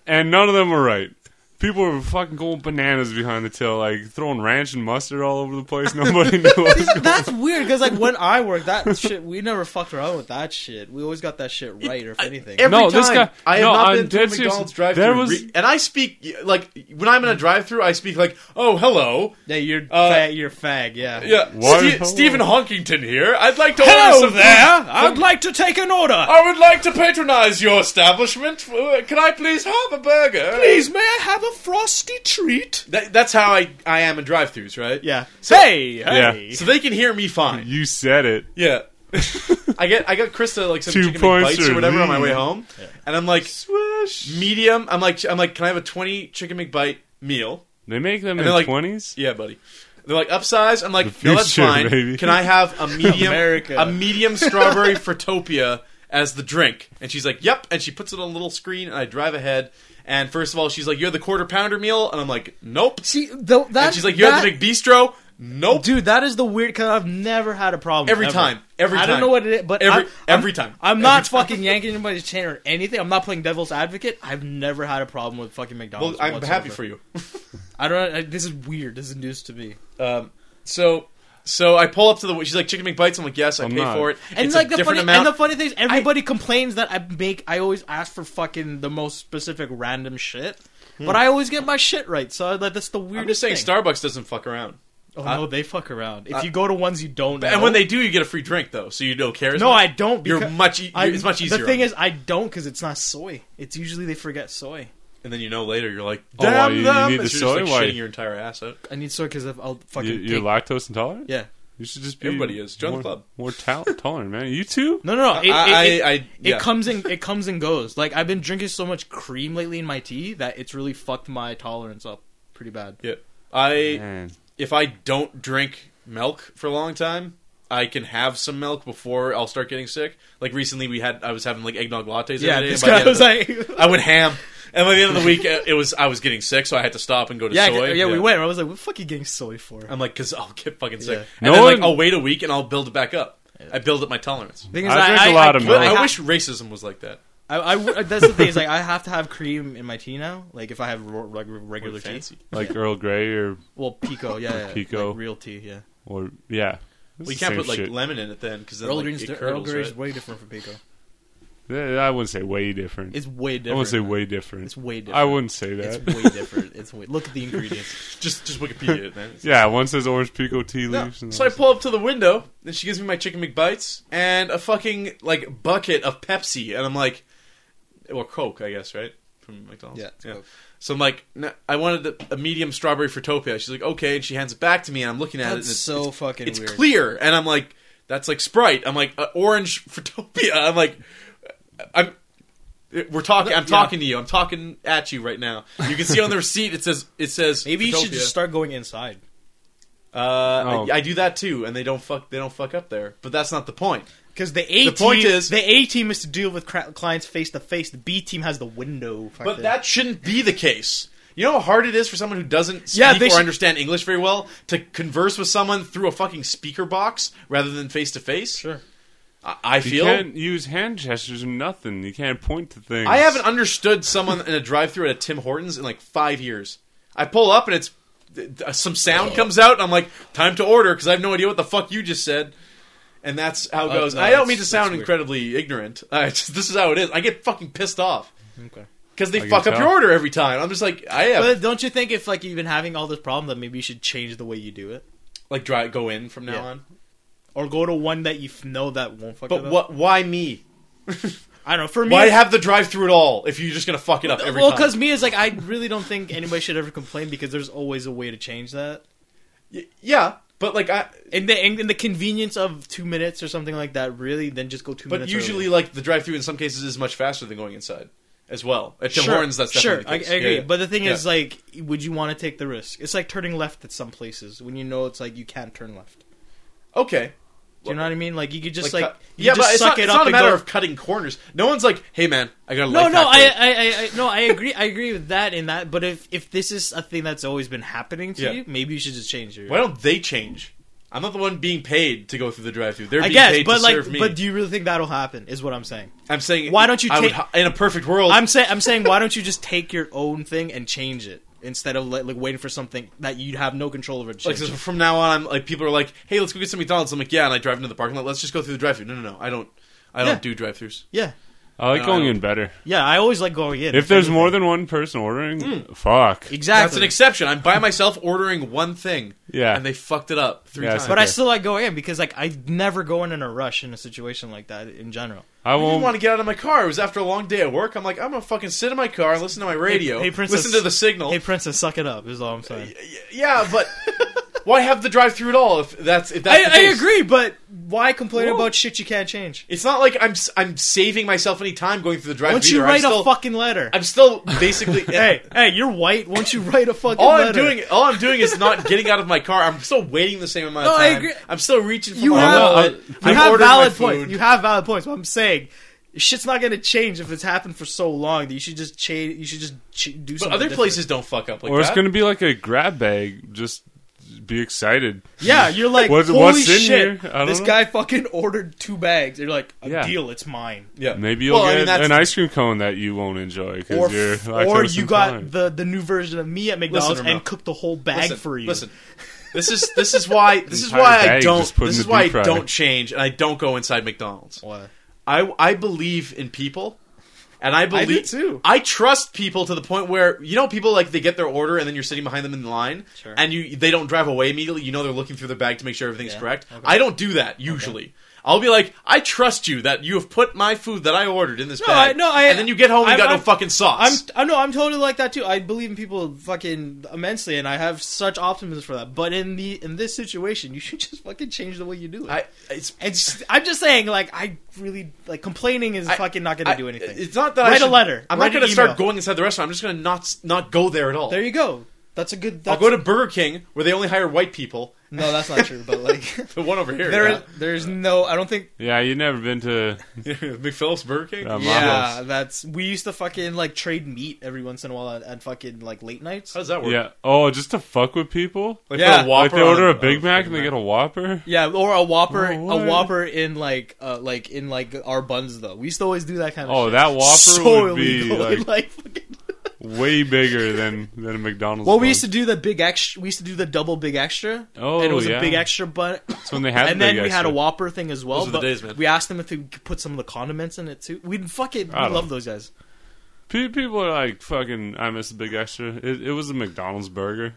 [SPEAKER 4] and none of them were right. People were fucking going bananas behind the till, like throwing ranch and mustard all over the place. Nobody knew what was going.
[SPEAKER 3] that's weird because like when I worked that shit, we never fucked around with that shit. We always got that shit right, or if anything.
[SPEAKER 2] Every
[SPEAKER 4] No,
[SPEAKER 2] time
[SPEAKER 4] this guy-
[SPEAKER 2] I have
[SPEAKER 4] no,
[SPEAKER 2] not
[SPEAKER 4] I'm
[SPEAKER 2] been to
[SPEAKER 4] dead
[SPEAKER 2] a
[SPEAKER 4] serious.
[SPEAKER 2] McDonald's drive
[SPEAKER 4] There
[SPEAKER 2] through
[SPEAKER 4] was-
[SPEAKER 2] and I speak like when I'm in a drive-through, I speak like, "Oh, hello,
[SPEAKER 3] yeah, you're
[SPEAKER 2] Uh,
[SPEAKER 3] fag, you're fag. Yeah,
[SPEAKER 2] yeah,
[SPEAKER 4] Why-
[SPEAKER 2] Ste- Stephen Honkington here. I'd like to order
[SPEAKER 3] Hello
[SPEAKER 2] some
[SPEAKER 3] there. I'd like to take an order.
[SPEAKER 2] I would like to patronize your establishment. Uh, Can I please have a burger?
[SPEAKER 3] Please, may I have a frosty treat?
[SPEAKER 2] That, that's how I, I am in drive-throughs, right?
[SPEAKER 3] Yeah.
[SPEAKER 2] So-
[SPEAKER 3] hey,
[SPEAKER 4] Yeah.
[SPEAKER 3] hey.
[SPEAKER 2] So they can hear me fine.
[SPEAKER 4] You said it.
[SPEAKER 2] Yeah. I get I got Krista like some
[SPEAKER 4] Two
[SPEAKER 2] chicken
[SPEAKER 4] points
[SPEAKER 2] McBites
[SPEAKER 4] or
[SPEAKER 2] or whatever on my way
[SPEAKER 4] lean.
[SPEAKER 2] home, and I'm like medium. I'm like I'm like, can I have a twenty chicken McBite meal?
[SPEAKER 4] They make them
[SPEAKER 2] they're
[SPEAKER 4] in
[SPEAKER 2] like-
[SPEAKER 4] twenties.
[SPEAKER 2] Yeah, buddy. They're like upsize. I'm like,
[SPEAKER 4] The
[SPEAKER 2] no, that's
[SPEAKER 4] future,
[SPEAKER 2] fine.
[SPEAKER 4] baby."
[SPEAKER 2] Can I have a medium,
[SPEAKER 3] America.
[SPEAKER 2] a medium strawberry frutopia as the drink? And she's like, yep. And she puts it on a little screen, and I drive ahead. And first of all, she's like, you're the quarter pounder meal, and I'm like, nope.
[SPEAKER 3] See, though that
[SPEAKER 2] And she's like, you're
[SPEAKER 3] that-
[SPEAKER 2] the big bistro, nope.
[SPEAKER 3] Dude, that is the weird because I've never had a problem.
[SPEAKER 2] Every
[SPEAKER 3] ever.
[SPEAKER 2] time. Every
[SPEAKER 3] I don't
[SPEAKER 2] time.
[SPEAKER 3] know what it is, but
[SPEAKER 2] Every-
[SPEAKER 3] I'm- I'm-
[SPEAKER 2] every time.
[SPEAKER 3] I'm
[SPEAKER 2] Every
[SPEAKER 3] not
[SPEAKER 2] time.
[SPEAKER 3] fucking yanking anybody's chain or anything. I'm not playing devil's advocate. I've never had a problem with fucking
[SPEAKER 2] Well,
[SPEAKER 3] McDonald's.
[SPEAKER 2] I'm happy
[SPEAKER 3] whatsoever.
[SPEAKER 2] for you.
[SPEAKER 3] I don't. I, this is weird. This is news to me.
[SPEAKER 2] Um, so, so I pull up to the. She's like, chicken McBites. I'm like, yes, I
[SPEAKER 4] I'm
[SPEAKER 2] pay
[SPEAKER 4] not.
[SPEAKER 2] for it.
[SPEAKER 3] And
[SPEAKER 2] it's
[SPEAKER 3] like
[SPEAKER 2] a
[SPEAKER 3] the
[SPEAKER 2] different
[SPEAKER 3] funny
[SPEAKER 2] amount.
[SPEAKER 3] and the funny thing is, everybody complains that I make. I always ask for fucking the most specific random shit, but I always get my shit right. So like, that's the weirdest
[SPEAKER 2] Hmm. I'm just saying,
[SPEAKER 3] thing.
[SPEAKER 2] Starbucks doesn't fuck around.
[SPEAKER 3] oh
[SPEAKER 2] I-
[SPEAKER 3] no, they fuck around. If
[SPEAKER 2] I-
[SPEAKER 3] you go to ones you don't, know,
[SPEAKER 2] And when they do, you get a free drink though, so you don't care. as
[SPEAKER 3] no,
[SPEAKER 2] much.
[SPEAKER 3] I don't.
[SPEAKER 2] You're
[SPEAKER 3] Because
[SPEAKER 2] much. E-
[SPEAKER 3] I-
[SPEAKER 2] you're- it's much easier.
[SPEAKER 3] The
[SPEAKER 2] on
[SPEAKER 3] thing
[SPEAKER 2] you.
[SPEAKER 3] is, I don't because it's not soy. It's usually they forget soy.
[SPEAKER 2] and then you know later, you're like,
[SPEAKER 4] Oh, why,
[SPEAKER 2] damn
[SPEAKER 4] you- you
[SPEAKER 2] them.
[SPEAKER 4] need
[SPEAKER 2] and
[SPEAKER 4] the
[SPEAKER 2] so
[SPEAKER 4] soy?
[SPEAKER 2] you're just, like,
[SPEAKER 4] Why?
[SPEAKER 2] shitting your entire ass out.
[SPEAKER 3] I need soy because I'll fucking.
[SPEAKER 4] You, you're
[SPEAKER 3] take-
[SPEAKER 4] lactose intolerant.
[SPEAKER 3] yeah.
[SPEAKER 4] You should just be
[SPEAKER 2] Everybody is. Join the
[SPEAKER 4] more,
[SPEAKER 2] club.
[SPEAKER 4] More talent tolerant, man. You too.
[SPEAKER 3] No, no, no. It,
[SPEAKER 2] I-
[SPEAKER 3] it, it-
[SPEAKER 2] I- I-
[SPEAKER 3] it
[SPEAKER 2] yeah.
[SPEAKER 3] comes and it comes and goes. Like I've been drinking so much cream lately in my tea that it's really fucked my tolerance up pretty bad.
[SPEAKER 2] Yeah, I
[SPEAKER 4] Man.
[SPEAKER 2] if I don't drink milk for a long time, I can have some milk before I'll start getting sick. Like recently, we had I was having like eggnog lattes.
[SPEAKER 3] Yeah,
[SPEAKER 2] every day,
[SPEAKER 3] this
[SPEAKER 2] and by the
[SPEAKER 3] guy
[SPEAKER 2] end of
[SPEAKER 3] was
[SPEAKER 2] the-
[SPEAKER 3] like,
[SPEAKER 2] I went ham. And by the end of the week, it it was I was getting sick, so I had to stop and go to
[SPEAKER 3] yeah,
[SPEAKER 2] soy.
[SPEAKER 3] yeah, we went. I was like, what the fuck you getting soy for?
[SPEAKER 2] I'm like, because I'll get fucking sick.
[SPEAKER 3] Yeah.
[SPEAKER 2] And
[SPEAKER 4] No
[SPEAKER 2] then like
[SPEAKER 4] one-
[SPEAKER 2] I'll wait a week and I'll build it back up. I build up my tolerance.
[SPEAKER 3] Thing is,
[SPEAKER 4] I drink a lot of
[SPEAKER 3] can't-
[SPEAKER 2] But
[SPEAKER 4] milk.
[SPEAKER 3] I,
[SPEAKER 2] I
[SPEAKER 3] ha-
[SPEAKER 2] wish racism was like that.
[SPEAKER 3] I, I w- that's the thing is like I have to have cream in my tea now. Like if I have ro- like regular tea,
[SPEAKER 2] fancy.
[SPEAKER 4] Like Earl Grey or
[SPEAKER 3] well, pico, yeah, yeah
[SPEAKER 4] Pico.
[SPEAKER 3] like real tea, yeah.
[SPEAKER 4] or yeah.
[SPEAKER 2] Well,
[SPEAKER 4] It's
[SPEAKER 2] you
[SPEAKER 4] the
[SPEAKER 2] can't
[SPEAKER 4] same
[SPEAKER 2] put like
[SPEAKER 4] shit.
[SPEAKER 2] lemon in it then because then
[SPEAKER 3] Earl
[SPEAKER 2] like,
[SPEAKER 3] Grey's
[SPEAKER 2] it
[SPEAKER 3] di- Earl
[SPEAKER 2] curdles.
[SPEAKER 3] Grey's
[SPEAKER 2] right?
[SPEAKER 3] way different from pico.
[SPEAKER 4] Eh, I wouldn't say way different.
[SPEAKER 3] It's way
[SPEAKER 4] I
[SPEAKER 3] different.
[SPEAKER 4] wouldn't say way different.
[SPEAKER 3] It's way different.
[SPEAKER 4] I wouldn't say that.
[SPEAKER 3] It's way different. It's way. Look at the ingredients.
[SPEAKER 2] Just just Wikipedia it, man.
[SPEAKER 4] yeah, one says orange pico tea
[SPEAKER 2] No.
[SPEAKER 4] leaves. and
[SPEAKER 2] So
[SPEAKER 4] all
[SPEAKER 2] I
[SPEAKER 4] that
[SPEAKER 2] pull up to the window, and she gives me my chicken McBites and a fucking like bucket of Pepsi, and I'm like, or Coke, I guess, right? From McDonald's.
[SPEAKER 3] Yeah, it's Coke.
[SPEAKER 2] So I'm like, no, I wanted a, a medium strawberry frutopia. She's like, okay, and she hands it back to me, and I'm looking at it.
[SPEAKER 3] That's
[SPEAKER 2] and it's-
[SPEAKER 3] so fucking
[SPEAKER 2] it's
[SPEAKER 3] weird.
[SPEAKER 2] clear and i'm like that's like sprite i'm like uh, orange frutopia i'm like uh, i'm uh, we're talking i'm
[SPEAKER 3] Yeah.
[SPEAKER 2] talking to you i'm talking at you right now you can see on the receipt it says it says
[SPEAKER 3] Maybe you should
[SPEAKER 2] Fruitopia.
[SPEAKER 3] just start going inside.
[SPEAKER 2] uh
[SPEAKER 4] Oh.
[SPEAKER 2] I, I do that too and they don't fuck they don't fuck up there but that's not the point
[SPEAKER 3] Because the A
[SPEAKER 2] The point
[SPEAKER 3] team,
[SPEAKER 2] is-
[SPEAKER 3] the A team is to deal with cra- clients face to face. The B team has the window.
[SPEAKER 2] but that shouldn't be the case you know how hard it is for someone who doesn't speak
[SPEAKER 3] Yeah, they
[SPEAKER 2] or
[SPEAKER 3] should-
[SPEAKER 2] understand English very well to converse with someone through a fucking speaker box rather than face to face.
[SPEAKER 3] sure.
[SPEAKER 2] I, I
[SPEAKER 4] You
[SPEAKER 2] feel
[SPEAKER 4] can't use hand gestures or nothing. You can't point to things.
[SPEAKER 2] I haven't understood someone in a drive-through at a Tim Hortons in like five years. I pull up and it's th- th- some sound comes out and I'm like, time to order because I have no idea what the fuck you just said. And that's how it
[SPEAKER 3] Oh,
[SPEAKER 2] goes.
[SPEAKER 3] no,
[SPEAKER 2] I don't
[SPEAKER 3] that's-
[SPEAKER 2] mean to
[SPEAKER 3] that's
[SPEAKER 2] sound
[SPEAKER 3] weird.
[SPEAKER 2] incredibly ignorant. I just, this is how it is. I get fucking pissed off
[SPEAKER 3] Okay.
[SPEAKER 2] because
[SPEAKER 4] I
[SPEAKER 2] they
[SPEAKER 4] can
[SPEAKER 2] fuck up
[SPEAKER 4] tell.
[SPEAKER 2] your order every time. I'm just like, I have
[SPEAKER 3] But don't you think if like you've been having all this problem, that maybe you should change the way you do it,
[SPEAKER 2] like dry go in from now
[SPEAKER 3] Yeah.
[SPEAKER 2] on.
[SPEAKER 3] or go to one that you f- know that won't fuck it
[SPEAKER 2] But
[SPEAKER 3] up?
[SPEAKER 2] what? Why me?
[SPEAKER 3] I don't know. For me,
[SPEAKER 2] Why
[SPEAKER 3] it's-
[SPEAKER 2] have the drive-through at all if you're just gonna fuck it up every
[SPEAKER 3] well,
[SPEAKER 2] time?
[SPEAKER 3] because me is like I really don't think anybody should ever complain because there's always a way to change that.
[SPEAKER 2] Y- yeah, but like I.
[SPEAKER 3] And the and the convenience of two minutes or something like that, really, then just go two
[SPEAKER 2] But
[SPEAKER 3] minutes.
[SPEAKER 2] usually,
[SPEAKER 3] early.
[SPEAKER 2] like the drive-through, in some cases, is much faster than going inside, as well. At Tim
[SPEAKER 3] sure,
[SPEAKER 2] Hortons, that's
[SPEAKER 3] sure,
[SPEAKER 2] definitely the case.
[SPEAKER 3] I, I agree.
[SPEAKER 2] Yeah, yeah.
[SPEAKER 3] But the thing
[SPEAKER 2] Yeah.
[SPEAKER 3] is, like, would you want to take the risk? It's like turning left at some places when you know it's like you can't turn left.
[SPEAKER 2] okay,
[SPEAKER 3] Do you know what I mean? Like you could just
[SPEAKER 2] Like,
[SPEAKER 3] like,
[SPEAKER 2] cut-
[SPEAKER 3] you
[SPEAKER 2] yeah,
[SPEAKER 3] could just
[SPEAKER 2] but it's
[SPEAKER 3] suck
[SPEAKER 2] not,
[SPEAKER 3] it
[SPEAKER 2] it's
[SPEAKER 3] up
[SPEAKER 2] not a
[SPEAKER 3] and
[SPEAKER 2] matter
[SPEAKER 3] go-
[SPEAKER 2] of cutting corners. No one's like, "Hey, man, I got a
[SPEAKER 3] No,
[SPEAKER 2] life
[SPEAKER 3] no,
[SPEAKER 2] hack for you."
[SPEAKER 3] I, I, I, I, no, I agree. I agree with that and that. But if if this is a thing that's always been happening to
[SPEAKER 2] Yeah.
[SPEAKER 3] you, maybe you should just change your.
[SPEAKER 2] Why don't they change? I'm not the one being paid to go through the drive-through. They're
[SPEAKER 3] I
[SPEAKER 2] being
[SPEAKER 3] guess,
[SPEAKER 2] paid
[SPEAKER 3] but
[SPEAKER 2] to
[SPEAKER 3] like,
[SPEAKER 2] serve me.
[SPEAKER 3] but do you really think that'll happen? Is what I'm saying.
[SPEAKER 2] I'm saying,
[SPEAKER 3] why don't you
[SPEAKER 2] I would
[SPEAKER 3] take-
[SPEAKER 2] ho- in a perfect world?
[SPEAKER 3] I'm saying, I'm saying, why don't you just take your own thing and change it instead of like, like waiting for something that you have no control over? to
[SPEAKER 2] like
[SPEAKER 3] Change.
[SPEAKER 2] so from now on, I'm like people are like, "Hey, let's go get some McDonald's." I'm like, "Yeah," and I drive into the parking lot. Let's just go through the drive-through. No, no, no, I don't. I don't
[SPEAKER 3] Yeah.
[SPEAKER 2] do drive-throughs.
[SPEAKER 3] yeah,
[SPEAKER 4] I like
[SPEAKER 2] No, I
[SPEAKER 4] going
[SPEAKER 2] don't.
[SPEAKER 4] in better.
[SPEAKER 3] yeah. I always like going in.
[SPEAKER 4] If there's more than one person ordering,
[SPEAKER 2] Mm.
[SPEAKER 4] fuck.
[SPEAKER 3] exactly,
[SPEAKER 2] That's an exception. I'm by myself ordering one thing.
[SPEAKER 4] Yeah.
[SPEAKER 2] and they fucked it up three
[SPEAKER 4] Yeah,
[SPEAKER 2] times.
[SPEAKER 4] so-
[SPEAKER 3] but I
[SPEAKER 4] Okay.
[SPEAKER 3] still like going in because like I never go in in a rush in a situation like that in general.
[SPEAKER 4] I
[SPEAKER 2] I didn't
[SPEAKER 4] won't.
[SPEAKER 2] want to get out of my car. It was after a long day at work. I'm like, I'm gonna fucking sit in my car and listen to my radio.
[SPEAKER 3] hey, Princess-
[SPEAKER 2] listen to the signal.
[SPEAKER 3] Hey, princess, suck it up. Is all I'm saying.
[SPEAKER 2] Y- yeah, but Why have the drive-through at all? If that's if that's
[SPEAKER 3] I,
[SPEAKER 2] the
[SPEAKER 3] I
[SPEAKER 2] case?
[SPEAKER 3] agree, but why complain
[SPEAKER 4] Whoa.
[SPEAKER 3] about shit you can't change?
[SPEAKER 2] It's not like I'm s- I'm saving myself any time going through the drive-through.
[SPEAKER 3] Once you
[SPEAKER 2] either.
[SPEAKER 3] write
[SPEAKER 2] I'm still,
[SPEAKER 3] a fucking letter,
[SPEAKER 2] I'm still basically.
[SPEAKER 3] hey, hey, you're white. Once you write a fucking
[SPEAKER 2] all
[SPEAKER 3] letter,
[SPEAKER 2] I'm doing, all I'm doing is not getting out of my car. I'm still waiting the same amount of
[SPEAKER 3] No, I
[SPEAKER 2] time.
[SPEAKER 3] agree.
[SPEAKER 2] I'm still reaching for
[SPEAKER 3] you
[SPEAKER 2] my
[SPEAKER 3] have,
[SPEAKER 2] wallet.
[SPEAKER 3] you
[SPEAKER 2] I'm
[SPEAKER 3] have
[SPEAKER 2] ordering my
[SPEAKER 3] valid
[SPEAKER 2] food.
[SPEAKER 3] points. You have valid points. But I'm saying shit's not gonna change if it's happened for so long that you should just change. You should just ch- do
[SPEAKER 2] But
[SPEAKER 3] something.
[SPEAKER 2] other
[SPEAKER 3] different.
[SPEAKER 2] places don't fuck up like
[SPEAKER 4] or it's
[SPEAKER 2] that.
[SPEAKER 4] gonna be like a grab bag. Just be excited.
[SPEAKER 3] Yeah, you're like,
[SPEAKER 4] What's-
[SPEAKER 3] holy
[SPEAKER 4] what's in
[SPEAKER 3] shit!
[SPEAKER 4] here? I don't
[SPEAKER 3] This
[SPEAKER 4] know."
[SPEAKER 3] guy fucking ordered two bags. You're like, a
[SPEAKER 4] Yeah.
[SPEAKER 3] deal, it's mine.
[SPEAKER 2] yeah.
[SPEAKER 4] Maybe you'll
[SPEAKER 2] Well, I mean,
[SPEAKER 4] get
[SPEAKER 2] that's-
[SPEAKER 4] an ice cream cone that you won't enjoy
[SPEAKER 3] Or,
[SPEAKER 4] because you're
[SPEAKER 3] f- or
[SPEAKER 4] lactose
[SPEAKER 3] you got
[SPEAKER 4] intolerant.
[SPEAKER 3] the, the new version of me at McDonald's
[SPEAKER 2] Listen,
[SPEAKER 3] and
[SPEAKER 2] Ramon.
[SPEAKER 3] cooked the whole bag
[SPEAKER 2] listen,
[SPEAKER 3] for you.
[SPEAKER 2] Listen, this is this is why this is
[SPEAKER 4] Entire
[SPEAKER 2] why I
[SPEAKER 4] bag
[SPEAKER 2] don't
[SPEAKER 4] just put in
[SPEAKER 2] this
[SPEAKER 4] the
[SPEAKER 2] is why I
[SPEAKER 4] deep fryer.
[SPEAKER 2] don't change and I don't go inside McDonald's.
[SPEAKER 3] What?
[SPEAKER 2] I I believe in people. And I believe
[SPEAKER 3] too.
[SPEAKER 2] I trust people to the point where you know people like they get their order and then you're sitting behind them in line
[SPEAKER 3] Sure.
[SPEAKER 2] and you they don't drive away immediately. You know they're looking through their bag to make sure everything's
[SPEAKER 3] Yeah,
[SPEAKER 2] correct.
[SPEAKER 3] okay.
[SPEAKER 2] I don't do that usually. I'll be like, I trust you that you have put my food that I ordered in this
[SPEAKER 3] No,
[SPEAKER 2] bag.
[SPEAKER 3] I- no, I-
[SPEAKER 2] and then you get home and
[SPEAKER 3] I'm-
[SPEAKER 2] got
[SPEAKER 3] I'm-
[SPEAKER 2] no fucking sauce.
[SPEAKER 3] I'm I know I'm totally like that too. I believe in people fucking immensely, and I have such optimism for that. But in the in this situation, you should just fucking change the way you do it.
[SPEAKER 2] I, it's
[SPEAKER 3] And s- I'm just saying, like, I really like complaining is
[SPEAKER 2] I-
[SPEAKER 3] fucking not going to
[SPEAKER 2] I-
[SPEAKER 3] do anything.
[SPEAKER 2] It's not that I
[SPEAKER 3] Write a
[SPEAKER 2] should-
[SPEAKER 3] letter.
[SPEAKER 2] I'm not
[SPEAKER 3] Write an
[SPEAKER 2] going to start
[SPEAKER 3] email.
[SPEAKER 2] going inside the restaurant. I'm just going to not not go there at all.
[SPEAKER 3] there you go. That's a good.
[SPEAKER 2] I'll
[SPEAKER 3] That's,
[SPEAKER 2] go to Burger King where they only hire white people.
[SPEAKER 3] No, that's not true. But like,
[SPEAKER 2] The one over here,
[SPEAKER 3] there,
[SPEAKER 2] yeah.
[SPEAKER 3] there's no. I don't think.
[SPEAKER 4] yeah, you never been to
[SPEAKER 2] McPhillips Burger King.
[SPEAKER 4] Um,
[SPEAKER 3] Yeah,
[SPEAKER 4] Vamos.
[SPEAKER 3] that's we used to fucking like trade meat every once in a while at, at fucking like late nights.
[SPEAKER 2] How does that work?
[SPEAKER 4] yeah. Oh, just to fuck with people.
[SPEAKER 2] Like,
[SPEAKER 3] Yeah.
[SPEAKER 2] put a Whopper
[SPEAKER 4] like they order
[SPEAKER 2] on-
[SPEAKER 4] a Big
[SPEAKER 2] oh,
[SPEAKER 4] Mac and they get a Whopper.
[SPEAKER 3] Yeah, or a Whopper,
[SPEAKER 4] Oh,
[SPEAKER 3] a
[SPEAKER 4] what?
[SPEAKER 3] Whopper in like, uh, like in like our buns though. We used to always do that kind of.
[SPEAKER 4] Oh,
[SPEAKER 3] shit.
[SPEAKER 4] that Whopper
[SPEAKER 3] so
[SPEAKER 4] would be
[SPEAKER 3] illegal.
[SPEAKER 4] like,
[SPEAKER 3] like fucking-
[SPEAKER 4] way bigger than than a McDonald's.
[SPEAKER 3] well, we
[SPEAKER 4] bun.
[SPEAKER 3] used to do the big extra. We used to do the double big extra.
[SPEAKER 4] Oh,
[SPEAKER 3] and it was a
[SPEAKER 4] yeah.
[SPEAKER 3] big extra bun.
[SPEAKER 4] That's when they had.
[SPEAKER 3] and
[SPEAKER 4] the
[SPEAKER 3] then
[SPEAKER 4] big
[SPEAKER 3] we had a
[SPEAKER 4] extra.
[SPEAKER 3] Whopper thing as well.
[SPEAKER 2] Those were the
[SPEAKER 3] but
[SPEAKER 2] days, man.
[SPEAKER 3] We asked them if we could put some of the condiments in it too. We'd fucking we
[SPEAKER 4] I don't
[SPEAKER 3] love
[SPEAKER 4] know.
[SPEAKER 3] those guys.
[SPEAKER 4] Pe- People are like, "Fucking, I miss a big extra." It, it was a McDonald's burger.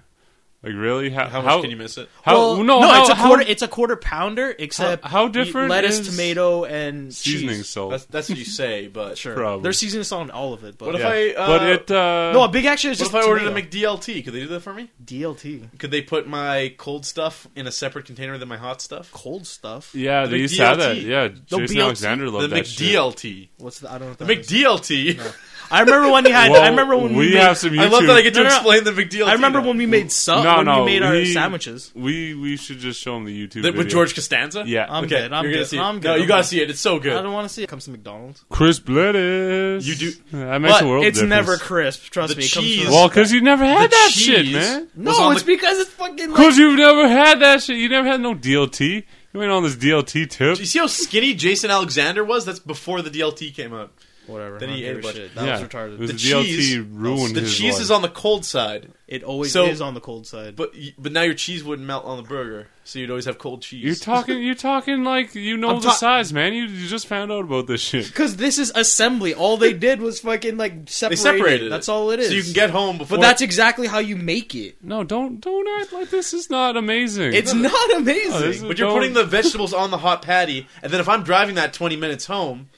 [SPEAKER 4] Like, really? How
[SPEAKER 2] How much can you miss it?
[SPEAKER 4] How,
[SPEAKER 3] Well,
[SPEAKER 4] no, how,
[SPEAKER 3] it's a
[SPEAKER 4] how-
[SPEAKER 3] quarter. It's a quarter pounder, except
[SPEAKER 4] How- how
[SPEAKER 3] you-
[SPEAKER 4] different
[SPEAKER 3] lettuce,
[SPEAKER 4] is
[SPEAKER 3] tomato, and
[SPEAKER 4] seasoning
[SPEAKER 3] cheese.
[SPEAKER 4] salt.
[SPEAKER 2] That's, that's what you say, but
[SPEAKER 3] Sure,
[SPEAKER 4] Probably.
[SPEAKER 3] there's seasoning salt in all of it. But
[SPEAKER 2] What if
[SPEAKER 4] Yeah.
[SPEAKER 2] I, uh,
[SPEAKER 4] but it uh,
[SPEAKER 3] no, a big extra is
[SPEAKER 2] What
[SPEAKER 3] just
[SPEAKER 2] if I ordered a
[SPEAKER 3] tomato.
[SPEAKER 2] McDLT? Could they do that for me?
[SPEAKER 3] DLT
[SPEAKER 2] Could they put my cold stuff in a separate container than my hot stuff?
[SPEAKER 3] cold stuff.
[SPEAKER 4] yeah,
[SPEAKER 2] the
[SPEAKER 4] they used to have that.
[SPEAKER 2] McDLT.
[SPEAKER 4] Yeah, Jason
[SPEAKER 3] BLT.
[SPEAKER 4] Alexander
[SPEAKER 2] The
[SPEAKER 4] loved that shit.
[SPEAKER 2] McDLT.
[SPEAKER 3] What's the, I don't know. What
[SPEAKER 2] The
[SPEAKER 3] that is.
[SPEAKER 2] McDLT.
[SPEAKER 3] I remember when you had.
[SPEAKER 4] Well,
[SPEAKER 3] I remember when we,
[SPEAKER 4] we
[SPEAKER 3] made,
[SPEAKER 4] have some YouTube.
[SPEAKER 2] I love that I get to
[SPEAKER 3] No, no, no.
[SPEAKER 2] explain the McDLT.
[SPEAKER 3] I remember
[SPEAKER 2] now.
[SPEAKER 3] when we made sub
[SPEAKER 4] No,
[SPEAKER 3] uh, when
[SPEAKER 4] no,
[SPEAKER 3] we made our
[SPEAKER 4] we-
[SPEAKER 3] sandwiches.
[SPEAKER 4] we we should just show him the YouTube
[SPEAKER 2] The-
[SPEAKER 4] video.
[SPEAKER 2] with George Costanza.
[SPEAKER 4] Yeah,
[SPEAKER 3] I'm
[SPEAKER 2] okay,
[SPEAKER 3] good. I'm
[SPEAKER 2] you're gonna
[SPEAKER 3] good.
[SPEAKER 2] see it.
[SPEAKER 3] I'm good.
[SPEAKER 2] No,
[SPEAKER 3] I'm
[SPEAKER 2] you gotta
[SPEAKER 3] good.
[SPEAKER 2] see it. It's so
[SPEAKER 3] I
[SPEAKER 2] good.
[SPEAKER 3] don't want to see it. Comes to McDonald's.
[SPEAKER 4] crisp lettuce.
[SPEAKER 2] You do-
[SPEAKER 4] that makes
[SPEAKER 3] but
[SPEAKER 4] a world
[SPEAKER 3] it's
[SPEAKER 4] difference.
[SPEAKER 3] never crisp. Trust
[SPEAKER 2] The
[SPEAKER 3] me. It
[SPEAKER 2] cheese-
[SPEAKER 3] comes from-
[SPEAKER 4] well because you never had
[SPEAKER 2] The
[SPEAKER 4] that
[SPEAKER 2] cheese
[SPEAKER 4] shit, man.
[SPEAKER 2] was on
[SPEAKER 3] no, it's
[SPEAKER 2] the-
[SPEAKER 3] because it's fucking. Like,
[SPEAKER 4] Because you've never had that shit. You never had no DLT. You ain't on this DLT
[SPEAKER 2] Do
[SPEAKER 4] tip.
[SPEAKER 2] you see how skinny Jason Alexander was? That's before the DLT came out.
[SPEAKER 3] whatever.
[SPEAKER 2] Then he
[SPEAKER 3] I don't
[SPEAKER 2] ate
[SPEAKER 3] give a
[SPEAKER 2] a
[SPEAKER 3] shit.
[SPEAKER 2] bunch.
[SPEAKER 3] That
[SPEAKER 4] yeah.
[SPEAKER 3] was retarded.
[SPEAKER 4] It was
[SPEAKER 2] The
[SPEAKER 4] the DLT
[SPEAKER 2] cheese-
[SPEAKER 4] ruined
[SPEAKER 2] the
[SPEAKER 4] his
[SPEAKER 2] cheese
[SPEAKER 4] life.
[SPEAKER 2] is on the cold side,
[SPEAKER 3] It always
[SPEAKER 2] So-
[SPEAKER 3] is on the cold side.
[SPEAKER 2] but y- but now your cheese wouldn't melt on the burger, so you'd always have cold cheese.
[SPEAKER 4] You're talking. You're talking like you know
[SPEAKER 3] I'm
[SPEAKER 4] the
[SPEAKER 3] ta-
[SPEAKER 4] size, man. You, you just found out about this shit.
[SPEAKER 3] Because this is assembly. All they did was fucking like
[SPEAKER 2] They
[SPEAKER 3] separate.
[SPEAKER 2] separated.
[SPEAKER 3] it.
[SPEAKER 2] it.
[SPEAKER 3] That's all it is.
[SPEAKER 2] So you can get home before.
[SPEAKER 3] But that's exactly how you make it.
[SPEAKER 4] No, don't don't act like this is not amazing.
[SPEAKER 3] It's not
[SPEAKER 4] Oh, this is-
[SPEAKER 3] amazing.
[SPEAKER 2] But you're
[SPEAKER 4] don't-
[SPEAKER 2] putting the vegetables on the hot patty, and then if I'm driving that 20 minutes home,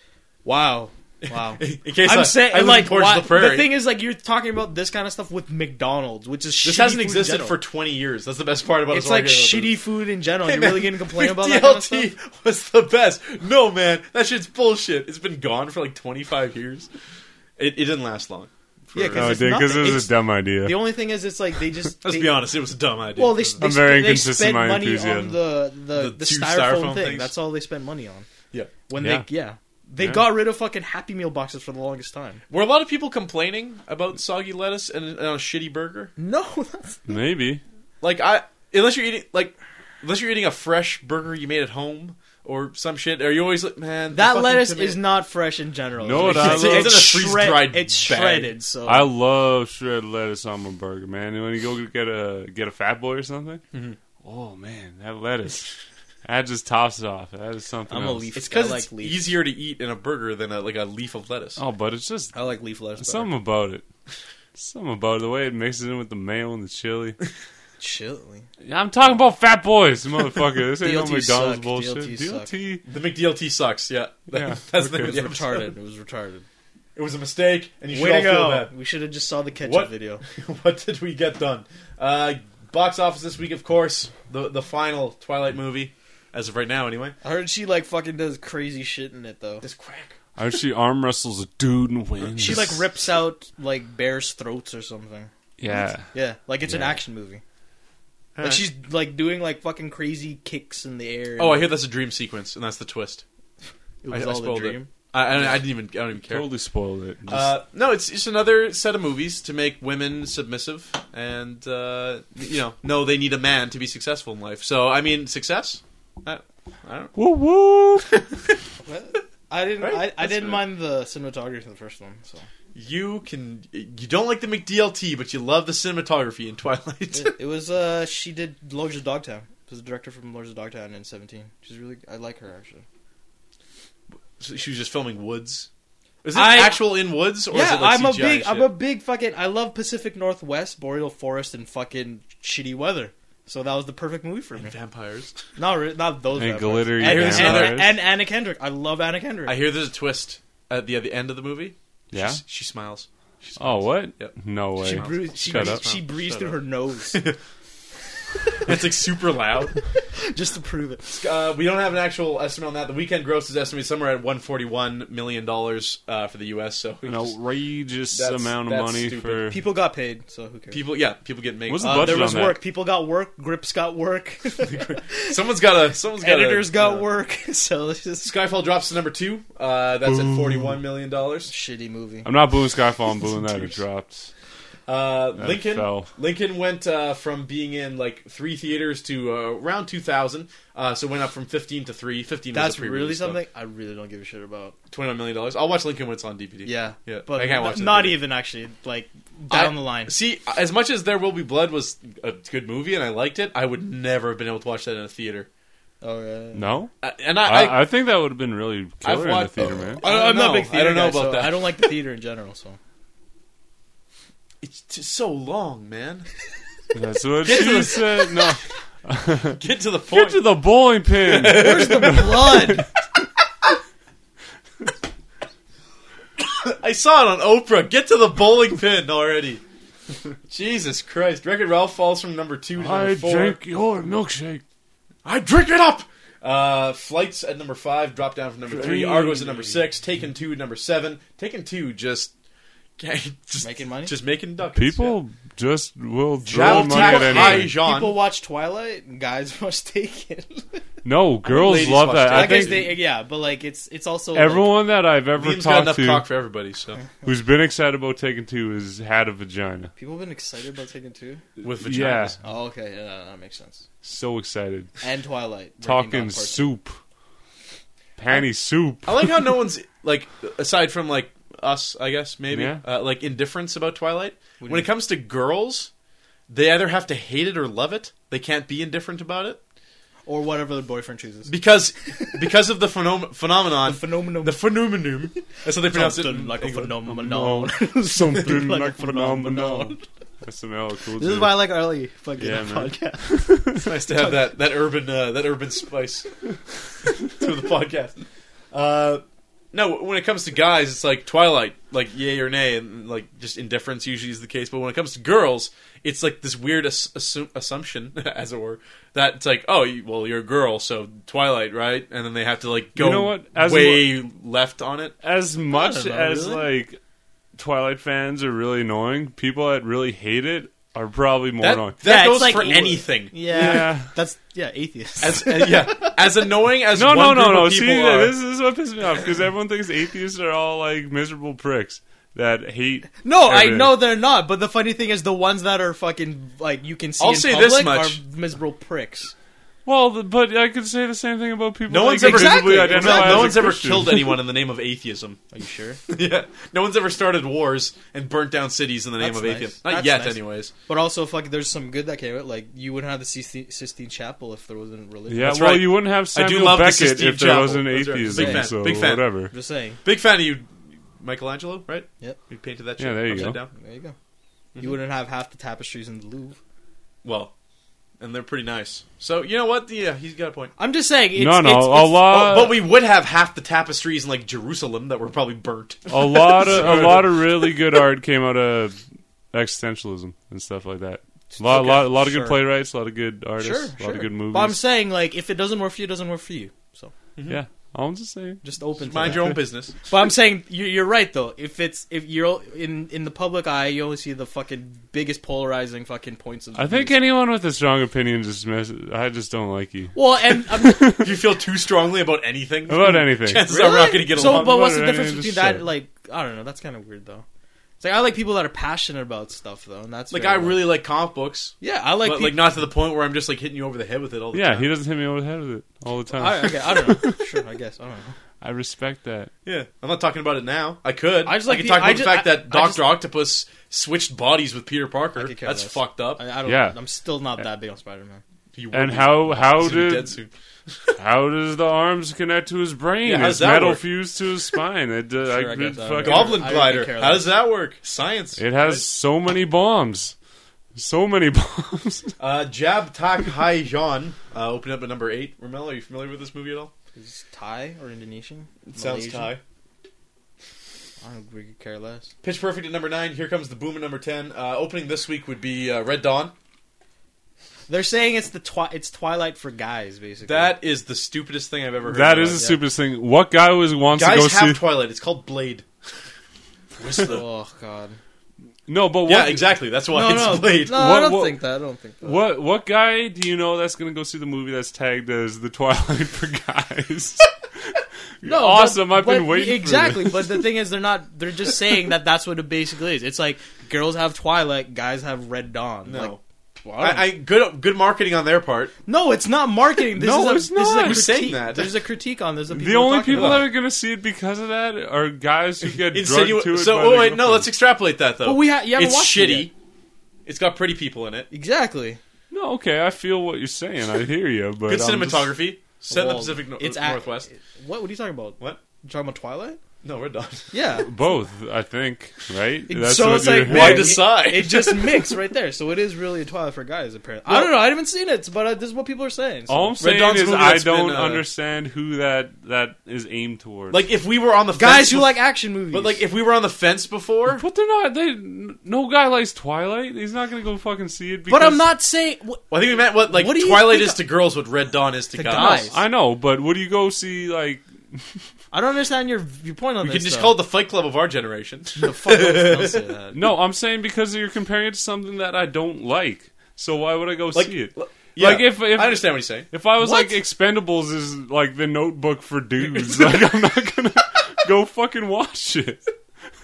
[SPEAKER 3] Wow. Wow.
[SPEAKER 2] in case I,
[SPEAKER 3] I'm saying
[SPEAKER 2] I live
[SPEAKER 3] like
[SPEAKER 2] in Portage
[SPEAKER 3] why-
[SPEAKER 2] la Prairie,
[SPEAKER 3] the thing is like you're talking about this kind of stuff with McDonald's, which is
[SPEAKER 2] this
[SPEAKER 3] shitty
[SPEAKER 2] hasn't
[SPEAKER 3] food in
[SPEAKER 2] existed
[SPEAKER 3] general.
[SPEAKER 2] for 20 years. That's the best part about it.
[SPEAKER 3] It's
[SPEAKER 2] so I
[SPEAKER 3] like
[SPEAKER 2] get about
[SPEAKER 3] shitty food in general.
[SPEAKER 2] this.
[SPEAKER 3] you're
[SPEAKER 2] Man,
[SPEAKER 3] really gonna complain about that kind of
[SPEAKER 2] DLT
[SPEAKER 3] stuff?
[SPEAKER 2] was the best. No man, that shit's bullshit. It's been gone for like 25 years. It, it didn't last long. For-
[SPEAKER 3] Yeah,
[SPEAKER 4] No,
[SPEAKER 3] because
[SPEAKER 4] Oh, dude, because
[SPEAKER 3] nothing.
[SPEAKER 4] it was
[SPEAKER 3] It's-
[SPEAKER 4] a dumb idea.
[SPEAKER 3] The only thing is, it's like they just
[SPEAKER 2] let's
[SPEAKER 3] they-
[SPEAKER 2] be honest, it was a dumb idea.
[SPEAKER 3] Well, they, they,
[SPEAKER 4] I'm very
[SPEAKER 3] sp- they
[SPEAKER 4] inconsistent
[SPEAKER 3] spend
[SPEAKER 4] in my
[SPEAKER 3] money on
[SPEAKER 4] enthusiasm.
[SPEAKER 3] the the, the,
[SPEAKER 2] The two
[SPEAKER 3] styrofoam,
[SPEAKER 2] styrofoam
[SPEAKER 3] thing.
[SPEAKER 2] things?
[SPEAKER 3] That's all they spend money on.
[SPEAKER 2] yeah.
[SPEAKER 3] When
[SPEAKER 4] Yeah.
[SPEAKER 3] they yeah, they
[SPEAKER 4] Yeah.
[SPEAKER 3] got rid of fucking Happy Meal boxes for the longest time.
[SPEAKER 2] Were a lot of people complaining about soggy lettuce and, and a shitty burger?
[SPEAKER 3] No, that's
[SPEAKER 4] Maybe.
[SPEAKER 2] Like I, unless you're eating like, unless you're eating a fresh burger you made at home or some shit, are you always like, man, the
[SPEAKER 3] that
[SPEAKER 2] fucking
[SPEAKER 3] lettuce
[SPEAKER 2] tomato-
[SPEAKER 3] is not fresh in general.
[SPEAKER 4] No,
[SPEAKER 3] it's,
[SPEAKER 4] it
[SPEAKER 3] it's,
[SPEAKER 4] is.
[SPEAKER 3] it's,
[SPEAKER 4] It's
[SPEAKER 2] in a freeze-dried
[SPEAKER 3] shred- it's
[SPEAKER 2] bag.
[SPEAKER 3] shredded. So
[SPEAKER 4] I love shredded lettuce on my burger, man. And when you go get a get a fat boy or something,
[SPEAKER 3] Mm-hmm.
[SPEAKER 4] oh man, that lettuce, that just tops it off. That is something.
[SPEAKER 3] I'm a
[SPEAKER 4] else.
[SPEAKER 3] leaf.
[SPEAKER 2] It's because
[SPEAKER 3] I like
[SPEAKER 2] it's
[SPEAKER 3] leaf.
[SPEAKER 2] easier to eat in a burger than a, like a leaf of lettuce.
[SPEAKER 4] Oh, but it's just
[SPEAKER 3] I like leaf lettuce.
[SPEAKER 4] something about it. Something about it. The way it mixes in with the mayo and the chili.
[SPEAKER 3] Chili.
[SPEAKER 4] I'm talking about fat boys, motherfucker. This ain't no
[SPEAKER 3] DLT
[SPEAKER 4] McDonald's
[SPEAKER 3] suck.
[SPEAKER 4] bullshit.
[SPEAKER 3] DLT
[SPEAKER 4] DLT,
[SPEAKER 3] suck.
[SPEAKER 2] The McDLT sucks. Yeah,
[SPEAKER 4] Yeah,
[SPEAKER 2] that's
[SPEAKER 4] okay.
[SPEAKER 2] the
[SPEAKER 3] It was
[SPEAKER 2] thing.
[SPEAKER 3] retarded. It was retarded.
[SPEAKER 2] It was a mistake, and you should
[SPEAKER 3] Way
[SPEAKER 2] all
[SPEAKER 3] to
[SPEAKER 2] feel
[SPEAKER 3] go.
[SPEAKER 2] bad.
[SPEAKER 3] We should have just saw the ketchup
[SPEAKER 2] What?
[SPEAKER 3] video.
[SPEAKER 2] what did we get done? Uh, Box office this week, of course, the the final Twilight movie, as of right now, anyway.
[SPEAKER 3] I heard she like fucking does crazy shit in it though.
[SPEAKER 2] This crack.
[SPEAKER 4] How she arm wrestles a dude and wins.
[SPEAKER 3] She like rips out like bears' throats or something.
[SPEAKER 4] Yeah.
[SPEAKER 3] Yeah, like it's an
[SPEAKER 4] Yeah.
[SPEAKER 3] action movie. Like she's like doing like fucking crazy kicks in the air.
[SPEAKER 2] Oh, I hear that's a dream sequence, and that's the twist.
[SPEAKER 3] it was
[SPEAKER 2] I, I
[SPEAKER 3] all the
[SPEAKER 2] spoiled it.
[SPEAKER 3] dream.
[SPEAKER 2] I, I, I didn't even. I don't even care.
[SPEAKER 4] Totally spoiled it. Just-
[SPEAKER 2] Uh, no, it's it's another set of movies to make women submissive, and uh, you know, no, they need a man to be successful in life. So, I mean, success. Uh, I, I don't.
[SPEAKER 4] woo woo.
[SPEAKER 3] I didn't.
[SPEAKER 2] Right?
[SPEAKER 3] I, I
[SPEAKER 2] That's
[SPEAKER 3] didn't
[SPEAKER 2] it.
[SPEAKER 3] mind the cinematography in the first one. So
[SPEAKER 2] You can. You don't like the McDLT, but you love the cinematography in Twilight.
[SPEAKER 3] it, it was. Uh, she did Lords of Dogtown. It was the director from Lords of Dogtown in Seventeen. She's really. I like her actually.
[SPEAKER 2] So she was just filming woods. Is this
[SPEAKER 3] I-
[SPEAKER 2] actual in woods or is
[SPEAKER 3] yeah,
[SPEAKER 2] it like
[SPEAKER 3] I'm a
[SPEAKER 2] CGI
[SPEAKER 3] big.
[SPEAKER 2] shit?
[SPEAKER 3] I'm a big fucking. I love Pacific Northwest, boreal forest, and fucking shitty weather. So that was the perfect movie for me.
[SPEAKER 2] vampires.
[SPEAKER 3] Not re- not those.
[SPEAKER 4] And
[SPEAKER 3] vampires.
[SPEAKER 4] glittery
[SPEAKER 3] And, and,
[SPEAKER 4] vampires.
[SPEAKER 3] and Anna Kendrick. I love Anna Kendrick.
[SPEAKER 2] I hear there's a twist at the at the end of the movie.
[SPEAKER 4] Yeah.
[SPEAKER 2] She's- she smiles. She smiles.
[SPEAKER 4] Oh what?
[SPEAKER 2] Yep.
[SPEAKER 4] No way.
[SPEAKER 3] she breathes. She,
[SPEAKER 4] Shut up.
[SPEAKER 3] she breathes
[SPEAKER 2] Shut
[SPEAKER 3] through
[SPEAKER 2] up.
[SPEAKER 3] her nose
[SPEAKER 2] It's like super loud.
[SPEAKER 3] just to prove it.
[SPEAKER 2] Uh, we don't have an actual estimate on that. The weekend gross is estimated somewhere at 141 million dollars uh, for the U.S. So we
[SPEAKER 4] An
[SPEAKER 2] just-
[SPEAKER 4] outrageous
[SPEAKER 2] That's-
[SPEAKER 4] amount of
[SPEAKER 2] that's
[SPEAKER 4] money
[SPEAKER 2] stupid.
[SPEAKER 4] for.
[SPEAKER 3] People got paid, so who cares?
[SPEAKER 2] people, yeah, people get made.
[SPEAKER 4] What's the
[SPEAKER 2] Uh,
[SPEAKER 3] Uh, there
[SPEAKER 4] budget
[SPEAKER 3] was
[SPEAKER 4] on that?
[SPEAKER 3] work. People got work. Grips got work.
[SPEAKER 2] someone's got a. Someone's got
[SPEAKER 3] Editors
[SPEAKER 2] a,
[SPEAKER 3] got
[SPEAKER 2] yeah.
[SPEAKER 3] work. So this is
[SPEAKER 2] Skyfall drops to number two. Uh, that's at 41 million dollars.
[SPEAKER 3] shitty movie.
[SPEAKER 4] I'm not booing Skyfall. I'm booing that it dropped.
[SPEAKER 2] Uh,
[SPEAKER 4] That
[SPEAKER 2] Lincoln
[SPEAKER 4] fell.
[SPEAKER 2] Lincoln went uh, from being in like three theaters to uh, around 2,000. Uh, so went up from 15 to 3. 15 was
[SPEAKER 3] That's
[SPEAKER 2] a pre-release,
[SPEAKER 3] really
[SPEAKER 2] though.
[SPEAKER 3] something I really don't give a shit about.
[SPEAKER 2] $21 million. I'll watch Lincoln when it's on DVD.
[SPEAKER 3] Yeah,
[SPEAKER 2] Yeah,
[SPEAKER 3] but
[SPEAKER 2] I can't watch
[SPEAKER 3] n-
[SPEAKER 2] that
[SPEAKER 3] not
[SPEAKER 2] movie.
[SPEAKER 3] even actually like down
[SPEAKER 2] I-
[SPEAKER 3] the line.
[SPEAKER 2] See, as much as There Will Be Blood was a good movie and I liked it, I would never have been able to watch that in a theater.
[SPEAKER 3] Oh yeah.
[SPEAKER 4] No,
[SPEAKER 2] Uh, and I.
[SPEAKER 4] I,
[SPEAKER 2] I,
[SPEAKER 4] I think that would have been really
[SPEAKER 2] I've
[SPEAKER 4] killer in the
[SPEAKER 2] watched-
[SPEAKER 4] theater, man.
[SPEAKER 2] I don't
[SPEAKER 3] I'm not a
[SPEAKER 2] know.
[SPEAKER 3] big theater
[SPEAKER 2] I don't know
[SPEAKER 3] guy,
[SPEAKER 2] about
[SPEAKER 3] so
[SPEAKER 2] that.
[SPEAKER 3] I don't like the theater in general. So
[SPEAKER 2] it's just so long, man.
[SPEAKER 4] That's what she said. No,
[SPEAKER 2] Get to the point.
[SPEAKER 4] get to the bowling pin.
[SPEAKER 3] where's the blood?
[SPEAKER 2] I saw it on Oprah. Get to the bowling pin already. Jesus Christ. Wreck It Ralph falls from number two to number
[SPEAKER 4] I
[SPEAKER 2] four.
[SPEAKER 4] drink your milkshake.
[SPEAKER 2] I drink it up. Uh, flights at number five, drop down from number three.
[SPEAKER 4] Three.
[SPEAKER 2] Argos at number six. Taken two at number seven. Taken two just, just
[SPEAKER 3] Making money?
[SPEAKER 2] just making ducats.
[SPEAKER 4] People just will throw
[SPEAKER 2] Travel
[SPEAKER 4] money at
[SPEAKER 2] to
[SPEAKER 4] anything.
[SPEAKER 2] Aijan.
[SPEAKER 3] People watch Twilight, and guys watch Taken.
[SPEAKER 4] No, girls
[SPEAKER 2] ladies
[SPEAKER 4] love
[SPEAKER 2] watch
[SPEAKER 4] that.
[SPEAKER 2] that.
[SPEAKER 3] I,
[SPEAKER 4] I
[SPEAKER 3] guess
[SPEAKER 4] think
[SPEAKER 3] they, yeah, but like it's it's also like-
[SPEAKER 4] everyone that I've ever
[SPEAKER 2] Liam's got
[SPEAKER 4] talked
[SPEAKER 2] enough
[SPEAKER 4] to
[SPEAKER 2] cock for everybody. So
[SPEAKER 4] who's been excited about taking two has had a vagina.
[SPEAKER 3] people have been excited about Taken too.
[SPEAKER 2] with vaginas,
[SPEAKER 4] Yeah,
[SPEAKER 3] Oh, okay, yeah, that makes sense.
[SPEAKER 4] so excited.
[SPEAKER 3] And Twilight Breaking Dawn
[SPEAKER 4] Talking
[SPEAKER 3] Part Two.
[SPEAKER 4] soup, panty soup.
[SPEAKER 2] I like how no one's like aside from like us, I guess maybe
[SPEAKER 4] Yeah.
[SPEAKER 2] uh, like indifference about Twilight.
[SPEAKER 3] What do
[SPEAKER 2] when
[SPEAKER 3] you-
[SPEAKER 2] it comes to girls, they either have to hate it or love it. They can't be indifferent about it
[SPEAKER 3] or whatever the boyfriend chooses.
[SPEAKER 2] because because of the phenom- phenomenon.
[SPEAKER 3] phenomenon.
[SPEAKER 2] The phenomenon. That's how they pronounce it.
[SPEAKER 3] Something
[SPEAKER 2] in
[SPEAKER 3] like a
[SPEAKER 2] England.
[SPEAKER 3] phenomenon.
[SPEAKER 4] something
[SPEAKER 3] Like
[SPEAKER 4] like,
[SPEAKER 3] a
[SPEAKER 4] phenomenon. That's some LL cool.
[SPEAKER 3] This is
[SPEAKER 4] Dude.
[SPEAKER 3] why I like early fucking
[SPEAKER 4] Yeah, man.
[SPEAKER 3] podcast.
[SPEAKER 2] It's nice to have that that urban uh, that urban spice to the podcast. Uh, no, when it comes to guys, it's like Twilight, like yay or nay, and like just indifference usually is the case. But when it comes to girls, it's like this weird ass- assu- assumption, as it were, that it's like, oh, you- well, you're a girl, so Twilight, right? And then they have to like go
[SPEAKER 4] You know what? As Oh,
[SPEAKER 2] way left on it.
[SPEAKER 4] as much
[SPEAKER 3] know,
[SPEAKER 4] as
[SPEAKER 3] really.
[SPEAKER 4] like Twilight fans are really annoying, people that really hate it are probably more
[SPEAKER 2] That,
[SPEAKER 4] annoying.
[SPEAKER 2] that
[SPEAKER 3] Yeah, it's
[SPEAKER 2] goes
[SPEAKER 3] like-
[SPEAKER 2] for anything.
[SPEAKER 3] Yeah.
[SPEAKER 4] Yeah.
[SPEAKER 3] That's yeah, atheist.
[SPEAKER 2] As, uh, yeah, as annoying as
[SPEAKER 4] No, no,
[SPEAKER 2] one
[SPEAKER 4] no,
[SPEAKER 2] group
[SPEAKER 4] no.
[SPEAKER 2] of
[SPEAKER 4] See,
[SPEAKER 2] people are.
[SPEAKER 4] this is what pisses me off because everyone thinks atheists are all like miserable pricks that hate.
[SPEAKER 3] no, I
[SPEAKER 4] everything.
[SPEAKER 3] know they're not, but the funny thing is the ones that are fucking like you can see
[SPEAKER 2] I'll
[SPEAKER 3] in
[SPEAKER 2] say
[SPEAKER 3] public
[SPEAKER 2] this much.
[SPEAKER 3] are miserable pricks.
[SPEAKER 4] Well, th- but I could say the same thing about people.
[SPEAKER 2] No
[SPEAKER 4] that
[SPEAKER 2] one's
[SPEAKER 4] can
[SPEAKER 2] ever
[SPEAKER 4] visibly
[SPEAKER 3] Exactly.
[SPEAKER 4] identify
[SPEAKER 2] No,
[SPEAKER 4] as a
[SPEAKER 2] one's ever
[SPEAKER 4] Christian.
[SPEAKER 2] killed anyone in the name of atheism.
[SPEAKER 3] Are you sure?
[SPEAKER 2] yeah, no one's ever started wars and burnt down cities in the name
[SPEAKER 3] That's
[SPEAKER 2] of
[SPEAKER 3] nice.
[SPEAKER 2] atheism. Not
[SPEAKER 3] That's
[SPEAKER 2] yet,
[SPEAKER 3] nice.
[SPEAKER 2] anyways.
[SPEAKER 3] but also fuck there's some good that came out. Like you wouldn't have the Sistine, Sistine Chapel if there wasn't religion.
[SPEAKER 4] Yeah,
[SPEAKER 2] That's
[SPEAKER 4] well,
[SPEAKER 2] right.
[SPEAKER 4] you wouldn't have
[SPEAKER 2] I do
[SPEAKER 4] Samuel
[SPEAKER 2] love the
[SPEAKER 4] Beckett
[SPEAKER 2] Sistine
[SPEAKER 4] if there
[SPEAKER 2] Chapel.
[SPEAKER 4] wasn't
[SPEAKER 2] That's right. Big
[SPEAKER 4] atheism.
[SPEAKER 2] fan,
[SPEAKER 4] So
[SPEAKER 2] big fan.
[SPEAKER 4] whatever.
[SPEAKER 3] I'm just saying.
[SPEAKER 2] Big fan of you, Michelangelo, right?
[SPEAKER 3] Yep.
[SPEAKER 2] You painted that.
[SPEAKER 4] Yeah,
[SPEAKER 2] Shit
[SPEAKER 4] there you
[SPEAKER 2] upside
[SPEAKER 4] go.
[SPEAKER 2] Down.
[SPEAKER 3] There you go. You wouldn't have half the tapestries in the Louvre.
[SPEAKER 2] Well, and they're pretty nice. So you know what? Yeah, he's got a point. Oh,
[SPEAKER 3] I'm just saying. It's,
[SPEAKER 4] no, no,
[SPEAKER 3] it's,
[SPEAKER 4] a
[SPEAKER 3] it's-
[SPEAKER 4] lot,
[SPEAKER 2] but we would have half the tapestries in like Jerusalem that were probably burnt.
[SPEAKER 4] a lot of a lot of really good art came out of existentialism and stuff like that. A lot,
[SPEAKER 3] Okay,
[SPEAKER 4] lot, a lot of
[SPEAKER 3] sure.
[SPEAKER 4] good playwrights, a lot of good artists,
[SPEAKER 3] Sure,
[SPEAKER 4] a lot
[SPEAKER 3] sure.
[SPEAKER 4] of good movies.
[SPEAKER 3] But I'm saying, like, if it doesn't work for you, it doesn't work for you. So
[SPEAKER 4] yeah, I'm just saying.
[SPEAKER 3] just open. to
[SPEAKER 2] Mind
[SPEAKER 3] that.
[SPEAKER 2] your own business.
[SPEAKER 3] But I'm saying you- you're right though. If it's if you're o- in in the public eye, you only see the fucking biggest polarizing fucking points of.
[SPEAKER 4] I think
[SPEAKER 3] views.
[SPEAKER 4] anyone with a strong opinion just mess. I just don't like you
[SPEAKER 3] well, and I'm,
[SPEAKER 2] If you feel too strongly about anything,
[SPEAKER 4] about anything.
[SPEAKER 2] chances are we're not going to get
[SPEAKER 3] so,
[SPEAKER 2] along.
[SPEAKER 3] but what's the
[SPEAKER 4] Right,
[SPEAKER 3] difference
[SPEAKER 4] right,
[SPEAKER 3] between
[SPEAKER 4] just
[SPEAKER 3] that?
[SPEAKER 4] shut.
[SPEAKER 3] Like, I don't know. That's kind of weird though. It's like I like people that are passionate about stuff though, and that's
[SPEAKER 2] like
[SPEAKER 3] very
[SPEAKER 2] I
[SPEAKER 3] rare.
[SPEAKER 2] really like comic books,
[SPEAKER 3] yeah, I like
[SPEAKER 2] but
[SPEAKER 3] people,
[SPEAKER 2] like not to the point where I'm just like hitting you over the head with it all the
[SPEAKER 4] Yeah,
[SPEAKER 2] time.
[SPEAKER 4] he doesn't hit me over the head with it all the time.
[SPEAKER 3] I, okay, I don't know. sure, I guess I don't know.
[SPEAKER 4] I respect that.
[SPEAKER 2] Yeah, I'm not talking about it now. I could.
[SPEAKER 3] I
[SPEAKER 2] I just
[SPEAKER 3] just
[SPEAKER 2] I
[SPEAKER 3] like
[SPEAKER 2] could
[SPEAKER 3] the-
[SPEAKER 2] talk about
[SPEAKER 3] I
[SPEAKER 2] the
[SPEAKER 3] just-
[SPEAKER 2] fact
[SPEAKER 3] I-
[SPEAKER 2] that
[SPEAKER 3] I
[SPEAKER 2] Doctor
[SPEAKER 3] just-
[SPEAKER 2] Octopus switched bodies with Peter Parker.
[SPEAKER 3] could care
[SPEAKER 2] That's
[SPEAKER 3] less.
[SPEAKER 2] fucked up.
[SPEAKER 3] I, I don't.
[SPEAKER 4] Yeah.
[SPEAKER 3] I'm still not that big on Spider-Man.
[SPEAKER 2] He would
[SPEAKER 4] And
[SPEAKER 2] be-
[SPEAKER 4] how how
[SPEAKER 2] he's gonna be dead
[SPEAKER 4] did
[SPEAKER 2] soon.
[SPEAKER 4] how does the arms connect to his brain?
[SPEAKER 2] Yeah, how
[SPEAKER 4] his
[SPEAKER 2] does that
[SPEAKER 4] metal
[SPEAKER 2] work?
[SPEAKER 4] fused to his spine. It, uh,
[SPEAKER 3] Sure,
[SPEAKER 4] I
[SPEAKER 3] I
[SPEAKER 4] could
[SPEAKER 3] get that.
[SPEAKER 4] fucking-
[SPEAKER 2] Goblin
[SPEAKER 3] I don't
[SPEAKER 2] glider?
[SPEAKER 3] care
[SPEAKER 2] How
[SPEAKER 3] less.
[SPEAKER 2] does that work? Science.
[SPEAKER 4] It has so many bombs. So many bombs.
[SPEAKER 2] Uh, Jab Tak Hai Jan uh, opened up at number eight. Ramel, are you familiar with this movie at all?
[SPEAKER 3] Is he Thai or Indonesian?
[SPEAKER 2] It sounds
[SPEAKER 3] Malaysian?
[SPEAKER 2] Thai.
[SPEAKER 3] I don't really care less.
[SPEAKER 2] Pitch Perfect at number nine. Here comes the boom at number ten. Uh, opening this week would be uh, Red Dawn.
[SPEAKER 3] They're saying it's the twi- it's Twilight for guys, basically.
[SPEAKER 2] That is the stupidest thing I've ever heard. in
[SPEAKER 4] That
[SPEAKER 2] my
[SPEAKER 4] is the
[SPEAKER 2] life.
[SPEAKER 4] stupidest thing. What guy was wants to go
[SPEAKER 2] Guys
[SPEAKER 4] see?
[SPEAKER 2] have Twilight. It's called Blade. Where's the-
[SPEAKER 3] oh god.
[SPEAKER 4] no, but what,
[SPEAKER 2] yeah, exactly. That's why
[SPEAKER 3] No,
[SPEAKER 2] it's
[SPEAKER 3] no,
[SPEAKER 2] Blade.
[SPEAKER 3] no. I
[SPEAKER 4] What-
[SPEAKER 3] don't
[SPEAKER 4] what-
[SPEAKER 3] think that. I don't think that.
[SPEAKER 4] What what guy do you know that's going to go see the movie that's tagged as the Twilight for guys?
[SPEAKER 3] No,
[SPEAKER 4] awesome.
[SPEAKER 3] but-
[SPEAKER 4] I've been
[SPEAKER 3] but-
[SPEAKER 4] waiting. for
[SPEAKER 3] Exactly,
[SPEAKER 4] this.
[SPEAKER 3] but the thing is, they're not. They're just saying that that's what it basically is. It's like girls have Twilight, guys have Red Dawn.
[SPEAKER 2] No.
[SPEAKER 3] Like, well, I don't-
[SPEAKER 2] I, I good good marketing on their part.
[SPEAKER 3] no, it's not marketing. This
[SPEAKER 4] No,
[SPEAKER 3] is a,
[SPEAKER 4] it's
[SPEAKER 3] this is a
[SPEAKER 4] not.
[SPEAKER 2] Who's
[SPEAKER 3] critique.
[SPEAKER 2] saying that?
[SPEAKER 3] There's a critique on this. that
[SPEAKER 4] the
[SPEAKER 3] people are
[SPEAKER 4] only
[SPEAKER 3] talking
[SPEAKER 4] people
[SPEAKER 3] about.
[SPEAKER 4] that are going to see it because of that are guys who get drugged to
[SPEAKER 2] Insinu-
[SPEAKER 4] it.
[SPEAKER 2] so
[SPEAKER 4] by
[SPEAKER 2] oh wait,
[SPEAKER 4] their
[SPEAKER 2] no,
[SPEAKER 4] girlfriend.
[SPEAKER 2] let's extrapolate that though.
[SPEAKER 3] But we ha- you haven't
[SPEAKER 2] it's
[SPEAKER 3] watched it
[SPEAKER 2] shitty.
[SPEAKER 3] yet.
[SPEAKER 2] has got pretty people in it.
[SPEAKER 3] exactly.
[SPEAKER 4] no. Okay, I feel what you're saying. I hear you, but um,
[SPEAKER 2] Good
[SPEAKER 4] I'm just-
[SPEAKER 2] cinematography. Set in the
[SPEAKER 3] Well,
[SPEAKER 2] Pacific Nor-
[SPEAKER 3] it's
[SPEAKER 4] uh,
[SPEAKER 3] at-
[SPEAKER 2] Northwest.
[SPEAKER 3] What? What are you talking about?
[SPEAKER 2] What?
[SPEAKER 3] You talking about Twilight?
[SPEAKER 2] No, we're done.
[SPEAKER 3] Yeah.
[SPEAKER 4] both, I think. Right?
[SPEAKER 3] so
[SPEAKER 4] what
[SPEAKER 3] it's like,
[SPEAKER 4] you're-
[SPEAKER 2] Why
[SPEAKER 3] man,
[SPEAKER 2] decide?
[SPEAKER 3] It, it just mixed right there. So it is really a Twilight for guys. Apparently, I
[SPEAKER 2] Well-
[SPEAKER 3] don't know. I haven't seen it, but uh, this is what people are saying. So.
[SPEAKER 4] All I'm saying
[SPEAKER 2] Dawn's
[SPEAKER 4] is
[SPEAKER 2] movie
[SPEAKER 4] I
[SPEAKER 2] that's been,
[SPEAKER 4] don't
[SPEAKER 2] uh,
[SPEAKER 4] understand who that that is aimed towards.
[SPEAKER 2] Like if we were on the
[SPEAKER 3] guys
[SPEAKER 2] fence
[SPEAKER 3] who
[SPEAKER 2] bef-
[SPEAKER 3] like action movies,
[SPEAKER 2] but like if we were on the fence before,
[SPEAKER 4] but they're not. They no guy likes Twilight. He's not going to go fucking see it. Because
[SPEAKER 3] but I'm not saying. wh-
[SPEAKER 2] well, I think we meant what like
[SPEAKER 3] What do you
[SPEAKER 2] Twilight
[SPEAKER 3] think
[SPEAKER 2] is to girls what Red Dawn is to,
[SPEAKER 3] To
[SPEAKER 2] guys.
[SPEAKER 3] guys.
[SPEAKER 4] I know, but would you go see like?
[SPEAKER 3] I don't understand your your point on
[SPEAKER 2] We
[SPEAKER 3] this.
[SPEAKER 2] can just
[SPEAKER 3] though.
[SPEAKER 2] call it the Fight Club of our generation.
[SPEAKER 3] the fuck. don't say that.
[SPEAKER 4] No, I'm saying because you're comparing it to something that I don't like. So why would I go
[SPEAKER 2] Like-
[SPEAKER 4] see it?
[SPEAKER 2] Yeah.
[SPEAKER 4] Like if if
[SPEAKER 2] I understand what he's saying.
[SPEAKER 4] if I was
[SPEAKER 3] What?
[SPEAKER 4] like Expendables is like the Notebook for dudes, like I'm not gonna go fucking watch it.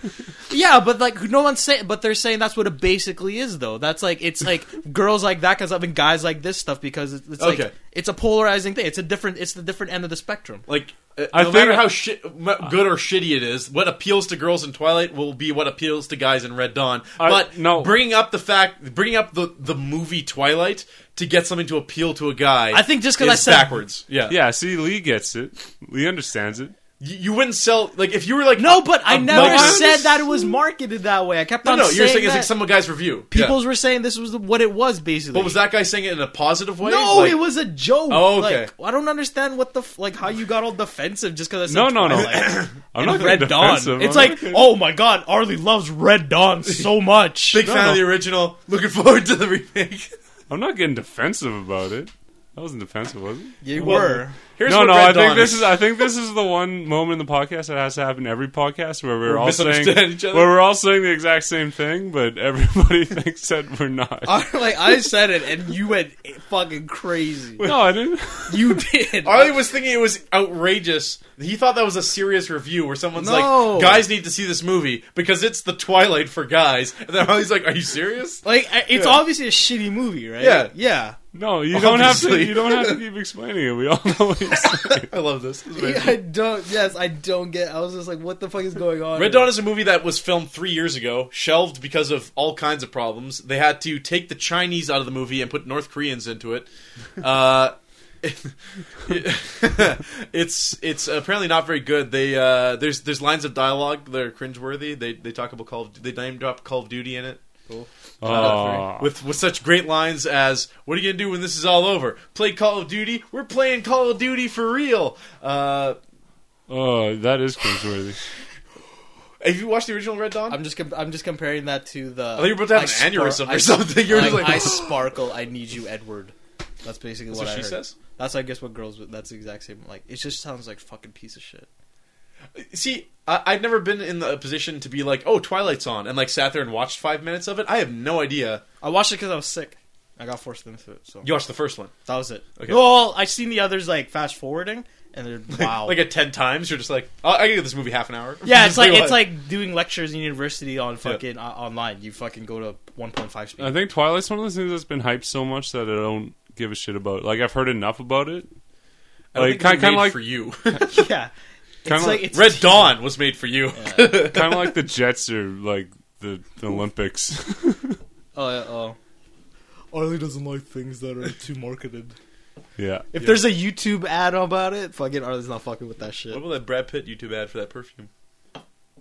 [SPEAKER 3] Yeah, but like no one's saying. But they're saying that's what it basically is, though. That's like it's like girls like that kind of stuff and guys like this stuff because it's, it's like
[SPEAKER 2] Okay.
[SPEAKER 3] it's a polarizing thing. It's a different. It's the different end of the spectrum.
[SPEAKER 2] Like uh,
[SPEAKER 4] I
[SPEAKER 2] no
[SPEAKER 4] think-
[SPEAKER 2] matter how shi- m- good or shitty it is, what appeals to girls in Twilight will be what appeals to guys in Red Dawn.
[SPEAKER 4] I-
[SPEAKER 2] but
[SPEAKER 4] no.
[SPEAKER 2] bringing up the fact, bringing up the, the movie Twilight to get something to appeal to a guy,
[SPEAKER 3] I think just 'cause I
[SPEAKER 2] is
[SPEAKER 3] said-
[SPEAKER 2] backwards, yeah,
[SPEAKER 4] Yeah, see, Lee gets it. Lee understands it.
[SPEAKER 2] You, you wouldn't sell like if you were like
[SPEAKER 3] No, but I
[SPEAKER 2] a
[SPEAKER 3] never
[SPEAKER 2] mug-
[SPEAKER 3] said that it was marketed that way. I kept
[SPEAKER 2] No,
[SPEAKER 3] on
[SPEAKER 2] no,
[SPEAKER 3] saying
[SPEAKER 2] you're saying it's
[SPEAKER 3] that.
[SPEAKER 2] like some guy's review. Yeah.
[SPEAKER 3] People were saying this was the, what it was basically.
[SPEAKER 2] But was that guy saying it in a positive way?
[SPEAKER 3] No,
[SPEAKER 2] Like-
[SPEAKER 3] it was a joke.
[SPEAKER 2] Oh, okay.
[SPEAKER 3] Like, I don't understand what the f- like how you got all defensive just because I said
[SPEAKER 4] No, no, no.
[SPEAKER 3] Twilight.
[SPEAKER 4] I'm
[SPEAKER 3] And
[SPEAKER 4] not
[SPEAKER 3] Red Dawn.
[SPEAKER 4] defensive.
[SPEAKER 3] It's
[SPEAKER 4] I'm
[SPEAKER 3] like,
[SPEAKER 4] not gonna-
[SPEAKER 3] oh my god, Arlie loves Red Dawn so much.
[SPEAKER 2] big fan of the original. Looking forward to the remake.
[SPEAKER 4] I'm not getting defensive about it. I wasn't defensive, was it?
[SPEAKER 3] you
[SPEAKER 2] Well,
[SPEAKER 3] were.
[SPEAKER 2] Here's
[SPEAKER 4] no,
[SPEAKER 2] what
[SPEAKER 4] no.
[SPEAKER 2] Red
[SPEAKER 4] I think
[SPEAKER 2] Dawn
[SPEAKER 4] this is. I think this is the one moment in the podcast that has to happen every podcast where we're, all saying
[SPEAKER 2] misunderstand each other.
[SPEAKER 4] where we're all saying the exact same thing, but everybody thinks that we're not.
[SPEAKER 3] like I said it, and you went fucking crazy.
[SPEAKER 4] no, I didn't.
[SPEAKER 3] You did.
[SPEAKER 2] Arlie was thinking it was outrageous. He thought that was a serious review where someone's
[SPEAKER 3] No.
[SPEAKER 2] like, "Guys need to see this movie because it's the Twilight for guys." And then Arlie's like, "Are you serious?"
[SPEAKER 3] like I- it's
[SPEAKER 2] Yeah.
[SPEAKER 3] obviously a shitty movie, right?
[SPEAKER 2] Yeah.
[SPEAKER 3] yeah.
[SPEAKER 4] No, you don't have to.
[SPEAKER 2] Obviously.
[SPEAKER 4] You don't have to keep explaining it. We all know. What you're saying.
[SPEAKER 2] I love this. This is amazing.
[SPEAKER 3] I don't. Yes, I don't get. I was just like, what the fuck is going on?
[SPEAKER 2] Red Dawn is a movie that was filmed three years ago, shelved because of all kinds of problems. They had to take the Chinese out of the movie and put North Koreans into it. Uh, it's it's apparently not very good. They uh, there's there's lines of dialogue that are cringeworthy. They they talk about Call of, they name drop Call of Duty in it. Uh,
[SPEAKER 4] Aw.
[SPEAKER 2] with with such great lines as "What are you gonna do when this is all over? Play Call of Duty? We're playing Call of Duty for real." Uh,
[SPEAKER 4] oh, that is cringeworthy.
[SPEAKER 2] Have you watched the original Red Dawn?
[SPEAKER 3] I'm just com- I'm just comparing that to the. I
[SPEAKER 2] thought you were about to have an aneurysm or something. You were just like-
[SPEAKER 3] I sparkle. I need you, Edward. That's basically
[SPEAKER 2] That's
[SPEAKER 3] what,
[SPEAKER 2] what
[SPEAKER 3] I
[SPEAKER 2] she
[SPEAKER 3] heard.
[SPEAKER 2] says?
[SPEAKER 3] That's I guess what girls. would- That's the exact same. Like it just sounds like fucking piece of shit.
[SPEAKER 2] See, I, I've never been in the position to be like, oh, Twilight's on, and like sat there and watched five minutes of it. I have no idea.
[SPEAKER 3] I watched it because I was sick. I got forced into it, so
[SPEAKER 2] You watched the first one
[SPEAKER 3] that was it.
[SPEAKER 2] Okay.
[SPEAKER 3] Well, I seen the others like fast forwarding, and they're wow.
[SPEAKER 2] like at ten times. You're just like, oh, I can give this movie half an hour.
[SPEAKER 3] yeah, it's
[SPEAKER 2] Just
[SPEAKER 3] like
[SPEAKER 2] realize-
[SPEAKER 3] it's like doing lectures in university on fucking uh, online. You fucking go to 1.5 speed.
[SPEAKER 4] I think Twilight's one of those things that's been hyped so much that I don't give a shit about. it. Like I've heard enough about it.
[SPEAKER 2] I don't
[SPEAKER 4] Like
[SPEAKER 2] think it was
[SPEAKER 4] kind of
[SPEAKER 2] made
[SPEAKER 4] like
[SPEAKER 2] for you.
[SPEAKER 3] yeah,
[SPEAKER 4] Kinda
[SPEAKER 3] it's
[SPEAKER 4] like-
[SPEAKER 3] like it's
[SPEAKER 2] Red Dawn was made for you.
[SPEAKER 4] kind of like the Jets are like the, the Olympics.
[SPEAKER 3] Oh, yeah, oh. Arlie doesn't like things that are too marketed.
[SPEAKER 4] yeah,
[SPEAKER 3] If there's a YouTube ad about it, fucking Arlie's not fucking with that
[SPEAKER 2] What
[SPEAKER 3] shit.
[SPEAKER 2] about that Brad Pitt YouTube ad for that perfume?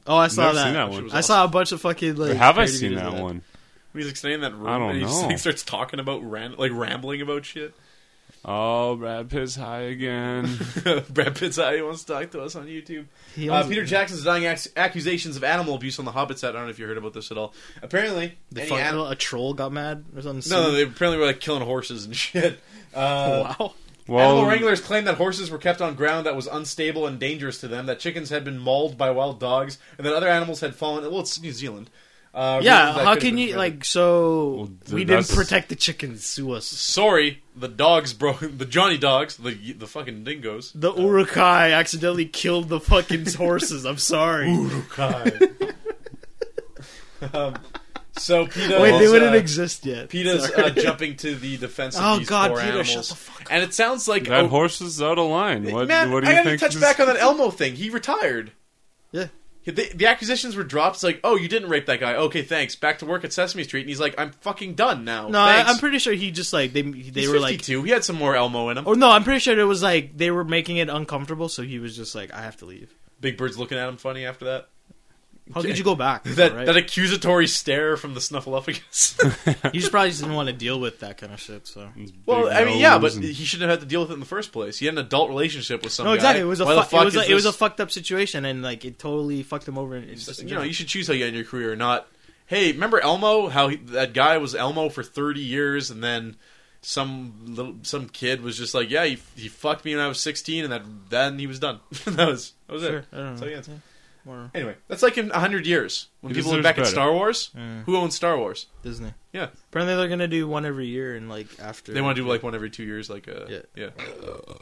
[SPEAKER 3] Oh, I saw
[SPEAKER 4] never
[SPEAKER 3] that.
[SPEAKER 4] seen that one.
[SPEAKER 3] I saw a bunch of fucking like.
[SPEAKER 4] Or have I
[SPEAKER 3] parody
[SPEAKER 4] seen
[SPEAKER 3] videos of
[SPEAKER 4] that one?
[SPEAKER 2] When he's like staying in that room
[SPEAKER 4] I don't
[SPEAKER 2] and he just,
[SPEAKER 4] know.
[SPEAKER 2] like, starts talking about ran- like rambling about shit.
[SPEAKER 4] Oh, Brad Pitt's high again.
[SPEAKER 2] Brad Pitt's how he wants to talk to us on YouTube.
[SPEAKER 3] He
[SPEAKER 2] Uh,
[SPEAKER 3] owns-
[SPEAKER 2] Peter Jackson's dying ac- accusations of animal abuse on the Hobbit set. I don't know if you heard about this at all. Apparently,
[SPEAKER 3] The
[SPEAKER 2] any
[SPEAKER 3] fuck-
[SPEAKER 2] animal.
[SPEAKER 3] a troll got mad or something.
[SPEAKER 2] No, they apparently were like killing horses and shit. Uh,
[SPEAKER 3] wow.
[SPEAKER 2] Animal
[SPEAKER 4] Well,
[SPEAKER 2] wranglers claimed that horses were kept on ground that was unstable and dangerous to them, that chickens had been mauled by wild dogs, and that other animals had fallen. Well, it's New Zealand. Uh, reasons
[SPEAKER 3] Yeah,
[SPEAKER 2] that
[SPEAKER 3] how
[SPEAKER 2] could have
[SPEAKER 3] can
[SPEAKER 2] been
[SPEAKER 3] you
[SPEAKER 2] prevented.
[SPEAKER 3] like? So
[SPEAKER 4] Well, th-
[SPEAKER 3] we didn't
[SPEAKER 4] that's-
[SPEAKER 3] protect the chickens. Sue us.
[SPEAKER 2] Sorry, the dogs broke. The Johnny dogs, the the fucking dingoes.
[SPEAKER 3] The Urukai accidentally killed the fucking horses. I'm sorry.
[SPEAKER 2] um, so PETA.
[SPEAKER 3] Wait, they
[SPEAKER 2] is,
[SPEAKER 3] wouldn't
[SPEAKER 2] uh,
[SPEAKER 3] exist yet.
[SPEAKER 2] PETA's
[SPEAKER 3] Sorry.
[SPEAKER 2] uh, jumping to the defense of
[SPEAKER 3] Oh,
[SPEAKER 2] these
[SPEAKER 3] God,
[SPEAKER 2] poor
[SPEAKER 3] PETA,
[SPEAKER 2] animals,
[SPEAKER 3] shut the fuck up.
[SPEAKER 2] and it sounds like
[SPEAKER 4] that
[SPEAKER 2] oh,
[SPEAKER 4] horse is out of line. What,
[SPEAKER 2] man,
[SPEAKER 4] what do
[SPEAKER 2] I
[SPEAKER 4] you
[SPEAKER 2] gotta
[SPEAKER 4] think?
[SPEAKER 2] touch
[SPEAKER 4] is-
[SPEAKER 2] back on that Elmo thing. He retired.
[SPEAKER 3] Yeah.
[SPEAKER 2] The, the accusations were dropped. It's like, oh, you didn't rape that guy. Okay, thanks. Back to work at Sesame Street. And he's like, I'm fucking done now.
[SPEAKER 3] No, I,
[SPEAKER 2] Thanks.
[SPEAKER 3] I'm pretty sure he just like they they
[SPEAKER 2] He's
[SPEAKER 3] were like
[SPEAKER 2] 52. He had some more Elmo in him.
[SPEAKER 3] Oh no, I'm pretty sure it was like they were making it uncomfortable, so he was just like, "I have to leave."
[SPEAKER 2] Big Bird's looking at him funny after that.
[SPEAKER 3] How could you go back?
[SPEAKER 2] That
[SPEAKER 3] right?
[SPEAKER 2] that accusatory stare from the Snuffleupagus.
[SPEAKER 3] he just probably just didn't want to deal with that kind of shit. So
[SPEAKER 2] well,
[SPEAKER 4] Big
[SPEAKER 2] I mean, yeah,
[SPEAKER 4] nose
[SPEAKER 2] but
[SPEAKER 4] and-
[SPEAKER 2] he shouldn't have had to deal with it in the first place. He had an adult relationship with some
[SPEAKER 3] no,
[SPEAKER 2] guy.
[SPEAKER 3] exactly. It was a
[SPEAKER 2] Why the
[SPEAKER 3] fu- it was
[SPEAKER 2] is
[SPEAKER 3] a, it was a
[SPEAKER 2] this-
[SPEAKER 3] fucked up situation, and like it totally fucked him over. And it's just
[SPEAKER 2] you know, you should choose how you end your career, not. Hey, remember Elmo? How he, that guy was Elmo for thirty years, and then some little some kid was just like, "Yeah, he, he fucked me when I was sixteen, and that then he was done." that was that was
[SPEAKER 3] Sure,
[SPEAKER 2] it.
[SPEAKER 3] I don't
[SPEAKER 2] So
[SPEAKER 3] know.
[SPEAKER 2] yeah, it's-
[SPEAKER 3] More
[SPEAKER 2] anyway, that's like in hundred years when
[SPEAKER 4] He
[SPEAKER 2] people look
[SPEAKER 4] deserves
[SPEAKER 2] back at
[SPEAKER 4] better.
[SPEAKER 2] Star Wars.
[SPEAKER 3] Mm.
[SPEAKER 2] Who owns Star Wars?
[SPEAKER 3] Disney.
[SPEAKER 2] Yeah,
[SPEAKER 3] Apparently, they're gonna do one every year, and like after
[SPEAKER 2] they want to do like one every two years, like uh, yeah,
[SPEAKER 3] Yeah.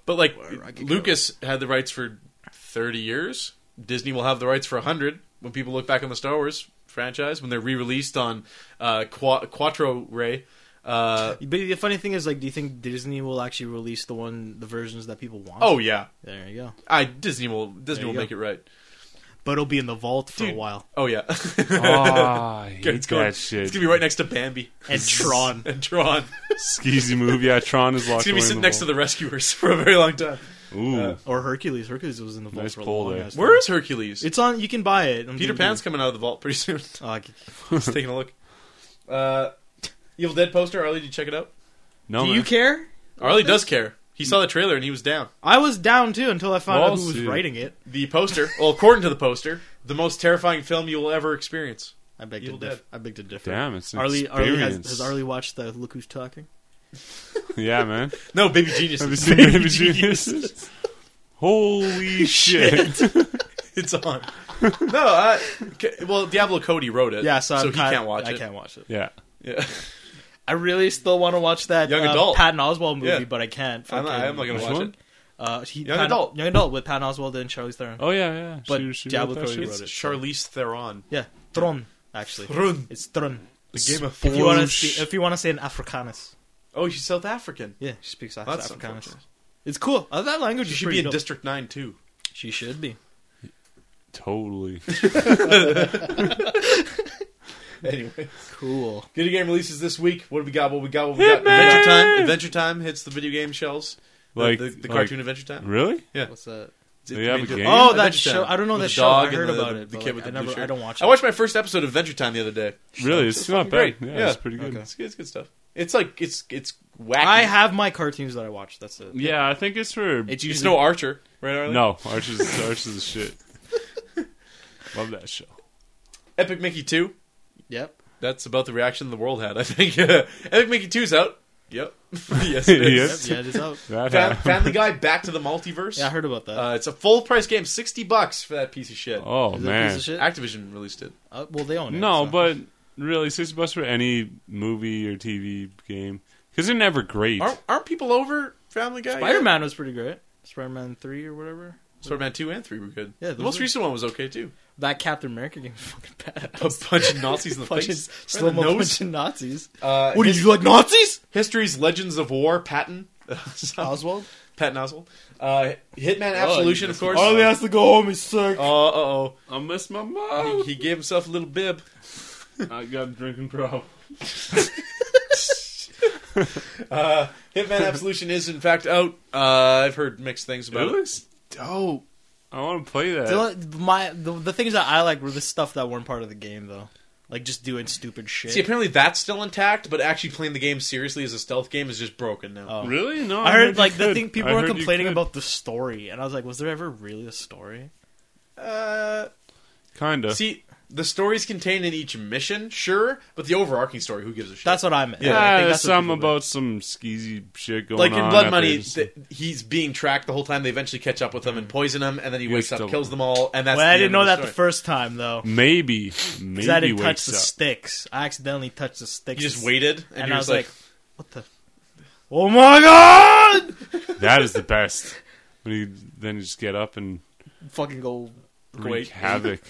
[SPEAKER 2] But like
[SPEAKER 3] Rocky
[SPEAKER 2] Lucas had the rights for thirty years. Disney will have the rights for hundred when people look back on the Star Wars franchise when they're re-released on uh, Qua- Quattro Ray. Uh,
[SPEAKER 3] But the funny thing is, like, do you think Disney will actually release the one the versions that people want?
[SPEAKER 2] oh yeah,
[SPEAKER 3] there you go.
[SPEAKER 2] I Disney will Disney
[SPEAKER 3] There you
[SPEAKER 2] will
[SPEAKER 3] go.
[SPEAKER 2] make it right.
[SPEAKER 3] But it'll be in the vault for a
[SPEAKER 2] Dude.
[SPEAKER 3] while.
[SPEAKER 2] Oh yeah,
[SPEAKER 4] Ah, I hate
[SPEAKER 2] it's going.
[SPEAKER 4] that shit.
[SPEAKER 2] It's gonna be right next to Bambi
[SPEAKER 3] And Tron.
[SPEAKER 2] and Tron.
[SPEAKER 4] Skeezy move. Yeah, Tron is locked
[SPEAKER 2] It's gonna be
[SPEAKER 4] away in
[SPEAKER 2] sitting next to the Rescuers for a very long time.
[SPEAKER 4] vault. Ooh,
[SPEAKER 2] uh,
[SPEAKER 3] Or Hercules. Hercules was in the vault
[SPEAKER 4] Nice
[SPEAKER 3] for a
[SPEAKER 4] pull
[SPEAKER 3] long
[SPEAKER 4] there.
[SPEAKER 3] ass time.
[SPEAKER 2] Where is Hercules?
[SPEAKER 3] It's on. You can buy it. on
[SPEAKER 2] Peter
[SPEAKER 3] DVD.
[SPEAKER 2] Pan's coming out of the vault pretty soon.
[SPEAKER 3] Oh, I can-
[SPEAKER 2] Just taking a look. Uh, Evil Dead poster. Arlie, did you check it out? Oh,
[SPEAKER 4] no
[SPEAKER 3] Do
[SPEAKER 4] man.
[SPEAKER 3] you care?
[SPEAKER 2] Arlie does care. He saw the trailer and he was down.
[SPEAKER 3] I was down too until I found out who was
[SPEAKER 4] Lawsuit.
[SPEAKER 3] writing it.
[SPEAKER 2] The poster, well, according to the poster, the most terrifying film you will ever experience.
[SPEAKER 3] I beg
[SPEAKER 2] Evil
[SPEAKER 3] to
[SPEAKER 2] Dead.
[SPEAKER 3] differ. I beg to differ.
[SPEAKER 4] Damn, it's an
[SPEAKER 3] Arlie, Arlie has,
[SPEAKER 4] experience.
[SPEAKER 3] has Arlie watched the Look Who's Talking?
[SPEAKER 4] yeah, man.
[SPEAKER 2] No, Baby
[SPEAKER 4] Have you
[SPEAKER 2] Genius.
[SPEAKER 4] seen Baby Genius? Holy shit!
[SPEAKER 2] it's on. No, uh, c- well, Diablo Cody wrote it.
[SPEAKER 3] Yeah, Uh, so, I'm
[SPEAKER 2] he
[SPEAKER 3] kinda-
[SPEAKER 2] can't watch
[SPEAKER 3] I
[SPEAKER 2] it.
[SPEAKER 3] can't watch it.
[SPEAKER 4] yeah,
[SPEAKER 2] Yeah.
[SPEAKER 3] I really still want to watch that
[SPEAKER 2] Young
[SPEAKER 3] uh,
[SPEAKER 2] adult.
[SPEAKER 3] Patton Oswald movie,
[SPEAKER 2] Yeah.
[SPEAKER 3] but I can't.
[SPEAKER 2] I'm not, I'm not
[SPEAKER 3] Fucking-
[SPEAKER 2] gonna
[SPEAKER 4] Which
[SPEAKER 2] watch
[SPEAKER 4] one?
[SPEAKER 2] it.
[SPEAKER 3] Uh, he,
[SPEAKER 2] Young
[SPEAKER 3] Patton-
[SPEAKER 2] Adult.
[SPEAKER 3] Young adult with Patton Oswald and Charlize Theron.
[SPEAKER 4] oh yeah, yeah.
[SPEAKER 3] But
[SPEAKER 4] She- she
[SPEAKER 3] Diablo
[SPEAKER 4] wrote that
[SPEAKER 3] Cody
[SPEAKER 4] shit.
[SPEAKER 2] It's
[SPEAKER 3] wrote it.
[SPEAKER 2] Charlize Theron.
[SPEAKER 3] Yeah, Tron actually.
[SPEAKER 2] Thrun.
[SPEAKER 3] It's Tron.
[SPEAKER 2] The Game of
[SPEAKER 3] If you want to,
[SPEAKER 4] Bullsh-
[SPEAKER 3] if you want to say an Africanus,
[SPEAKER 2] Oh, she's South African.
[SPEAKER 3] yeah, she speaks
[SPEAKER 2] That's
[SPEAKER 3] Africanus.
[SPEAKER 2] unfortunate.
[SPEAKER 3] It's cool. Uh, that language
[SPEAKER 2] She
[SPEAKER 3] is
[SPEAKER 2] should
[SPEAKER 3] pretty
[SPEAKER 2] be in
[SPEAKER 3] dope.
[SPEAKER 2] District 9 too.
[SPEAKER 3] She should be.
[SPEAKER 4] Totally.
[SPEAKER 2] Anyway.
[SPEAKER 3] Cool.
[SPEAKER 2] Video game releases this week. What do we got? What we got? What we got? Adventure Time. Adventure Time hits the video game shelves. The-
[SPEAKER 4] Like-
[SPEAKER 2] the, the
[SPEAKER 4] like-
[SPEAKER 2] cartoon Adventure Time.
[SPEAKER 4] Really?
[SPEAKER 3] What's that?
[SPEAKER 2] It's-
[SPEAKER 4] They have
[SPEAKER 2] made
[SPEAKER 4] a
[SPEAKER 2] to-
[SPEAKER 4] game?
[SPEAKER 3] Oh, that
[SPEAKER 2] Adventure
[SPEAKER 3] show.
[SPEAKER 2] Time.
[SPEAKER 3] I don't know
[SPEAKER 2] With
[SPEAKER 3] that
[SPEAKER 2] the
[SPEAKER 3] show. I
[SPEAKER 2] dog and
[SPEAKER 3] heard
[SPEAKER 2] the-
[SPEAKER 3] about
[SPEAKER 2] the-
[SPEAKER 3] it.
[SPEAKER 2] The
[SPEAKER 3] but,
[SPEAKER 2] kid
[SPEAKER 3] like,
[SPEAKER 2] with
[SPEAKER 3] I
[SPEAKER 2] the
[SPEAKER 3] never.
[SPEAKER 2] blue shirt.
[SPEAKER 3] I don't watch.
[SPEAKER 2] I
[SPEAKER 3] it.
[SPEAKER 2] watched my first episode of Adventure Time the other day.
[SPEAKER 4] Really? It's not bad.
[SPEAKER 2] Great.
[SPEAKER 4] Yeah,
[SPEAKER 2] Yeah.
[SPEAKER 4] it's pretty good.
[SPEAKER 3] Okay.
[SPEAKER 2] It's good, it's good stuff. It's like it's it's wacky.
[SPEAKER 3] I have my cartoons that I watch. That's it.
[SPEAKER 4] Yeah, I think it's for
[SPEAKER 3] It's
[SPEAKER 2] It's
[SPEAKER 3] usually
[SPEAKER 2] no Archer, right? Arlie?
[SPEAKER 4] no Archer's Archer's the shit. Love that show.
[SPEAKER 2] Epic Mickey 2.
[SPEAKER 3] Yep.
[SPEAKER 2] That's about the reaction the world had, I think. Epic Mickey 2's out. Yep. yes, it
[SPEAKER 4] It
[SPEAKER 2] is.
[SPEAKER 3] Yep, yeah, it is out.
[SPEAKER 4] That
[SPEAKER 2] Fam-
[SPEAKER 4] happened.
[SPEAKER 2] Family Guy Back to the Multiverse.
[SPEAKER 3] Yeah, I heard about that.
[SPEAKER 2] Uh, it's a full price game, sixty bucks for that piece of shit.
[SPEAKER 4] Oh
[SPEAKER 3] Is it a piece
[SPEAKER 4] man,
[SPEAKER 3] of shit?
[SPEAKER 2] Activision released it.
[SPEAKER 3] Uh, well, they own it.
[SPEAKER 4] no,
[SPEAKER 3] so.
[SPEAKER 4] but really, sixty bucks for any movie or TV game because they're never great.
[SPEAKER 2] Aren't aren't people over Family Guy?
[SPEAKER 3] Spider Man was pretty great. Spider Man Three or whatever.
[SPEAKER 2] Spider Man two and three were good.
[SPEAKER 3] Yeah,
[SPEAKER 2] the
[SPEAKER 3] those
[SPEAKER 2] most
[SPEAKER 3] are-
[SPEAKER 2] recent one was okay too.
[SPEAKER 3] That Captain America game was fucking bad.
[SPEAKER 2] A bunch of Nazis in the
[SPEAKER 3] Punching
[SPEAKER 2] face,
[SPEAKER 3] slow
[SPEAKER 2] Right in the
[SPEAKER 3] mo
[SPEAKER 2] nose.
[SPEAKER 3] punching Nazis.
[SPEAKER 2] Uh,
[SPEAKER 3] What do you like Nazis?
[SPEAKER 2] History's Legends of War, Patton, So-
[SPEAKER 3] Oswald.
[SPEAKER 2] Patton Oswald, uh,
[SPEAKER 3] Oh,
[SPEAKER 2] Hitman Absolution, of course.
[SPEAKER 3] Harley has to go home. He's sick.
[SPEAKER 2] Oh,
[SPEAKER 4] I miss my
[SPEAKER 2] uh
[SPEAKER 4] mom.
[SPEAKER 2] oh, he gave himself a little bib.
[SPEAKER 4] I got a drinking problem.
[SPEAKER 2] Hitman Absolution is in fact out. Uh, I've heard mixed things about
[SPEAKER 4] It
[SPEAKER 2] it.
[SPEAKER 4] looks dope. I want to play that.
[SPEAKER 3] The, only- my the, the things that I like were the stuff that weren't part of the game though, like just doing stupid shit.
[SPEAKER 2] See, apparently that's still intact, but actually playing the game seriously as a stealth game is just broken now.
[SPEAKER 3] Oh.
[SPEAKER 4] Really? No.
[SPEAKER 3] I heard like
[SPEAKER 4] you
[SPEAKER 3] the
[SPEAKER 4] could.
[SPEAKER 3] thing people
[SPEAKER 4] I
[SPEAKER 3] were
[SPEAKER 4] heard you
[SPEAKER 3] complaining
[SPEAKER 4] could.
[SPEAKER 3] about the story, and I was like, was there ever really a story?
[SPEAKER 2] Uh,
[SPEAKER 3] Oh.
[SPEAKER 4] Kinda.
[SPEAKER 2] See, the story's contained in each mission, sure, but the overarching story, who gives a shit?
[SPEAKER 3] That's what I meant.
[SPEAKER 4] yeah,
[SPEAKER 3] I think
[SPEAKER 4] there's
[SPEAKER 3] that's what
[SPEAKER 4] some
[SPEAKER 3] people
[SPEAKER 4] about some skeezy shit going
[SPEAKER 2] like
[SPEAKER 4] on.
[SPEAKER 2] in Blood
[SPEAKER 4] out
[SPEAKER 2] Money,
[SPEAKER 4] there. Just-
[SPEAKER 2] th- he's being tracked the whole time. They eventually catch up with him and poison him, and then he
[SPEAKER 4] He
[SPEAKER 2] wakes
[SPEAKER 4] wakes
[SPEAKER 2] up,
[SPEAKER 4] up.
[SPEAKER 2] kills them all, and
[SPEAKER 3] do.
[SPEAKER 2] that's.
[SPEAKER 3] Well,
[SPEAKER 2] the
[SPEAKER 3] I
[SPEAKER 2] end
[SPEAKER 3] didn't know
[SPEAKER 2] of the
[SPEAKER 3] that the
[SPEAKER 2] story.
[SPEAKER 3] first time though,
[SPEAKER 4] maybe,
[SPEAKER 3] because I
[SPEAKER 4] maybe
[SPEAKER 3] didn't touch
[SPEAKER 4] wakes
[SPEAKER 3] the
[SPEAKER 4] up.
[SPEAKER 3] sticks. I accidentally touched the sticks.
[SPEAKER 2] You just waited, and,
[SPEAKER 3] and,
[SPEAKER 2] you're
[SPEAKER 3] I
[SPEAKER 2] just
[SPEAKER 3] was
[SPEAKER 2] like,
[SPEAKER 3] like, what the? Oh my god!
[SPEAKER 4] that is the best. When you then you just get up and
[SPEAKER 3] Fucking go.
[SPEAKER 4] wreak
[SPEAKER 2] Wait.
[SPEAKER 4] havoc.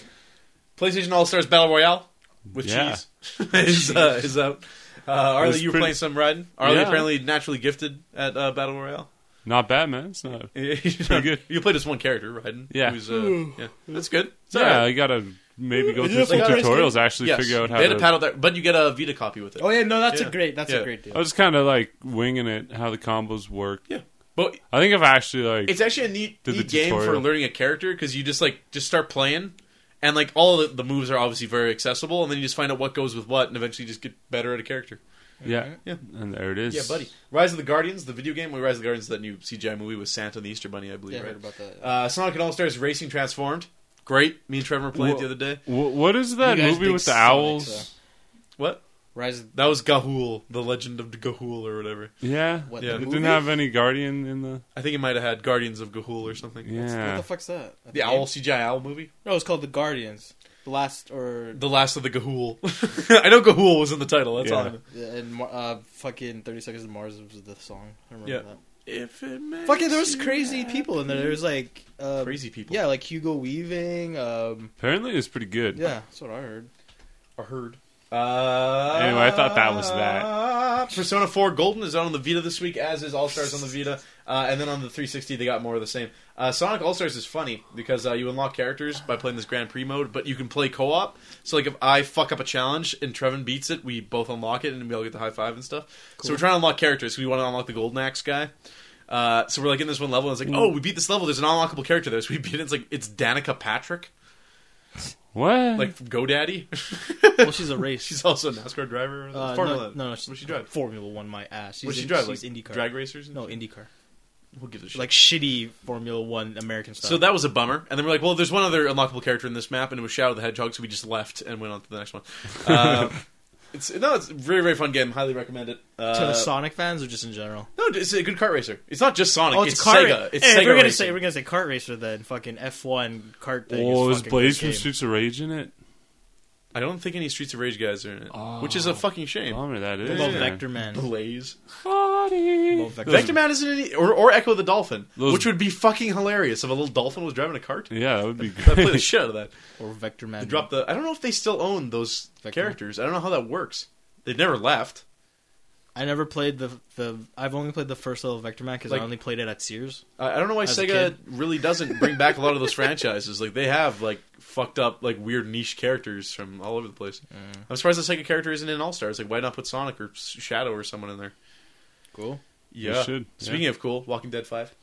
[SPEAKER 2] PlayStation All Stars Battle Royale with
[SPEAKER 4] Yeah.
[SPEAKER 2] cheese is uh, is out. Uh, Arlie,
[SPEAKER 4] was
[SPEAKER 2] you were
[SPEAKER 4] pretty-
[SPEAKER 2] playing some Raiden. Arlie
[SPEAKER 4] Yeah.
[SPEAKER 2] apparently naturally gifted at uh, Battle Royale.
[SPEAKER 4] Not bad, man. It's not.
[SPEAKER 2] pretty
[SPEAKER 4] good.
[SPEAKER 2] You played as one character, Raiden.
[SPEAKER 4] Yeah.
[SPEAKER 2] who's, uh, yeah, that's good. It's
[SPEAKER 4] yeah,
[SPEAKER 2] alright.
[SPEAKER 4] you gotta maybe go
[SPEAKER 3] Is it
[SPEAKER 4] through
[SPEAKER 3] a
[SPEAKER 4] some
[SPEAKER 3] full-price
[SPEAKER 4] tutorials.
[SPEAKER 3] game?
[SPEAKER 4] Actually,
[SPEAKER 2] Yes.
[SPEAKER 4] figure out how
[SPEAKER 2] they had
[SPEAKER 4] to.
[SPEAKER 2] a paddle that, but you get a Vita copy with it.
[SPEAKER 3] Oh yeah, no, that's
[SPEAKER 2] Yeah.
[SPEAKER 3] a great. That's
[SPEAKER 2] Yeah. Oh,
[SPEAKER 3] a great deal.
[SPEAKER 4] I was kind of like winging it, how the combos work.
[SPEAKER 2] Yeah. But
[SPEAKER 4] I think I've actually like
[SPEAKER 2] it's actually a neat,
[SPEAKER 4] Did the
[SPEAKER 2] neat game for
[SPEAKER 4] tutorial.
[SPEAKER 2] learning a character because you just like just start playing and like all the, the moves are obviously very accessible and then you just find out what goes with what and eventually just get better at a character
[SPEAKER 4] yeah,
[SPEAKER 2] Yeah.
[SPEAKER 4] and there it is.
[SPEAKER 2] yeah buddy rise of the guardians the video game we rise of the guardians is that new cgi movie with santa and the easter bunny i believe
[SPEAKER 3] Yeah, I
[SPEAKER 2] right
[SPEAKER 3] heard about that.
[SPEAKER 2] uh, sonic and all stars racing transformed great me and trevor were playing it
[SPEAKER 4] Wha-
[SPEAKER 2] the other day
[SPEAKER 4] Wh- what is that
[SPEAKER 3] You guys
[SPEAKER 4] Uh, movie
[SPEAKER 3] big
[SPEAKER 4] with the
[SPEAKER 3] Sonic,
[SPEAKER 4] owls?
[SPEAKER 2] uh,
[SPEAKER 3] so-
[SPEAKER 2] what
[SPEAKER 3] Uh, Rise of
[SPEAKER 2] that was Gahul, the legend of Gahul or whatever.
[SPEAKER 4] Yeah,
[SPEAKER 3] What,
[SPEAKER 2] Yeah.
[SPEAKER 4] it
[SPEAKER 2] the
[SPEAKER 4] didn't
[SPEAKER 3] movie?
[SPEAKER 4] have any guardian in the.
[SPEAKER 2] I think it might have had Guardians of Gahul or something.
[SPEAKER 3] What
[SPEAKER 4] Yeah,
[SPEAKER 3] the fuck's that? A
[SPEAKER 2] The
[SPEAKER 3] game?
[SPEAKER 2] owl CGI owl movie,
[SPEAKER 3] No, it's called The Guardians. The last or
[SPEAKER 2] the last of the Gahul. I know Gahul was in the title. That's all. I
[SPEAKER 4] Yeah.
[SPEAKER 2] know.
[SPEAKER 3] and uh, fucking Thirty Seconds to Mars was the song. I remember
[SPEAKER 2] Yeah.
[SPEAKER 3] that.
[SPEAKER 2] If it makes
[SPEAKER 3] Fucking, there was
[SPEAKER 2] you
[SPEAKER 3] crazy people in there. There was like uh,
[SPEAKER 2] crazy people.
[SPEAKER 3] Yeah, like Hugo Weaving. Um,
[SPEAKER 4] apparently it's pretty good.
[SPEAKER 3] yeah, that's what I heard.
[SPEAKER 2] I heard. Uh,
[SPEAKER 4] Anyway, I thought that was that.
[SPEAKER 2] Persona 4 Golden is out on the Vita this week, as is All Stars on the Vita. Uh, and then on the 360, they got more of the same. Uh, Sonic All Stars is funny because uh, you unlock characters by playing this Grand Prix mode, but you can play co op. So, like, if I fuck up a challenge and Trevin beats it, we both unlock it and we all get the high five and stuff. So, we're trying to unlock characters. We want to unlock the Golden Axe guy. Uh, so, we're like in this one level, and it's like, oh, we beat this level. There's an unlockable character there. So, we beat it. It's like, it's Danica Patrick,
[SPEAKER 4] What?
[SPEAKER 2] like from GoDaddy.
[SPEAKER 3] Well, she's a race.
[SPEAKER 2] She's also a NASCAR driver. or
[SPEAKER 3] uh,
[SPEAKER 2] Formula.
[SPEAKER 3] No, no, no,
[SPEAKER 2] What'd she drive?
[SPEAKER 3] Formula One. My ass. She's
[SPEAKER 2] What'd she
[SPEAKER 3] in-
[SPEAKER 2] drive?
[SPEAKER 3] She's
[SPEAKER 2] like
[SPEAKER 3] IndyCar.
[SPEAKER 2] drag racers? and
[SPEAKER 3] No,
[SPEAKER 2] shit?
[SPEAKER 3] IndyCar.
[SPEAKER 2] Who gives a shit?
[SPEAKER 3] Like shitty Formula One American stuff.
[SPEAKER 2] so that was a bummer. And then we're like, well, there's one other unlockable character in this map, and it was Shadow the Hedgehog, so we just left and went on to the next one. Uh, it's no, it's a very very fun game. Highly recommend it. Uh,
[SPEAKER 3] to the Sonic fans or just in general?
[SPEAKER 2] no, it's a good kart racer. It's not just Sonic.
[SPEAKER 3] Oh,
[SPEAKER 2] it's,
[SPEAKER 3] it's, a kart.
[SPEAKER 2] Sega.
[SPEAKER 3] ra-
[SPEAKER 2] It's
[SPEAKER 3] hey,
[SPEAKER 2] Sega.
[SPEAKER 3] if we're gonna
[SPEAKER 2] racing.
[SPEAKER 3] say we're gonna say kart racer then fucking F one kart thing.
[SPEAKER 4] oh,
[SPEAKER 3] is
[SPEAKER 4] is
[SPEAKER 3] fucking
[SPEAKER 4] Blaze
[SPEAKER 3] good
[SPEAKER 4] from
[SPEAKER 3] game.
[SPEAKER 4] Streets of Rage in it?
[SPEAKER 2] I don't think any Streets of Rage guys are in it,
[SPEAKER 4] Oh.
[SPEAKER 2] which is a fucking shame.
[SPEAKER 3] oh,
[SPEAKER 4] Bummer that is.
[SPEAKER 3] Love
[SPEAKER 4] man.
[SPEAKER 3] Vector Man.
[SPEAKER 2] Blaze,
[SPEAKER 4] Body.
[SPEAKER 3] Love Vector.
[SPEAKER 2] Vector Man isn't any, or, or Echo the Dolphin,
[SPEAKER 4] Those-
[SPEAKER 2] which would be fucking hilarious if a little dolphin was driving a cart.
[SPEAKER 4] Yeah, that would be
[SPEAKER 2] I'd play the
[SPEAKER 4] great.
[SPEAKER 2] shit out of that.
[SPEAKER 3] Or Vector Man.
[SPEAKER 2] They dropped the. I don't know if they still own those
[SPEAKER 3] Vector.
[SPEAKER 2] characters. I don't know how that works. They've never left.
[SPEAKER 3] I never played the the. I've only played the first level of Vector Man because
[SPEAKER 2] Like-
[SPEAKER 3] I only played it at Sears.
[SPEAKER 2] I I don't know why
[SPEAKER 3] As a
[SPEAKER 2] Sega
[SPEAKER 3] kid.
[SPEAKER 2] really doesn't bring back a lot of those franchises. Like they have like fucked up like weird niche characters from all over the place. I'm surprised the Sega character isn't in All Stars. Like why not put Sonic or S- Shadow or someone in there?
[SPEAKER 3] Cool.
[SPEAKER 2] Yeah.
[SPEAKER 4] should, yeah.
[SPEAKER 2] Speaking of cool, Walking Dead Five.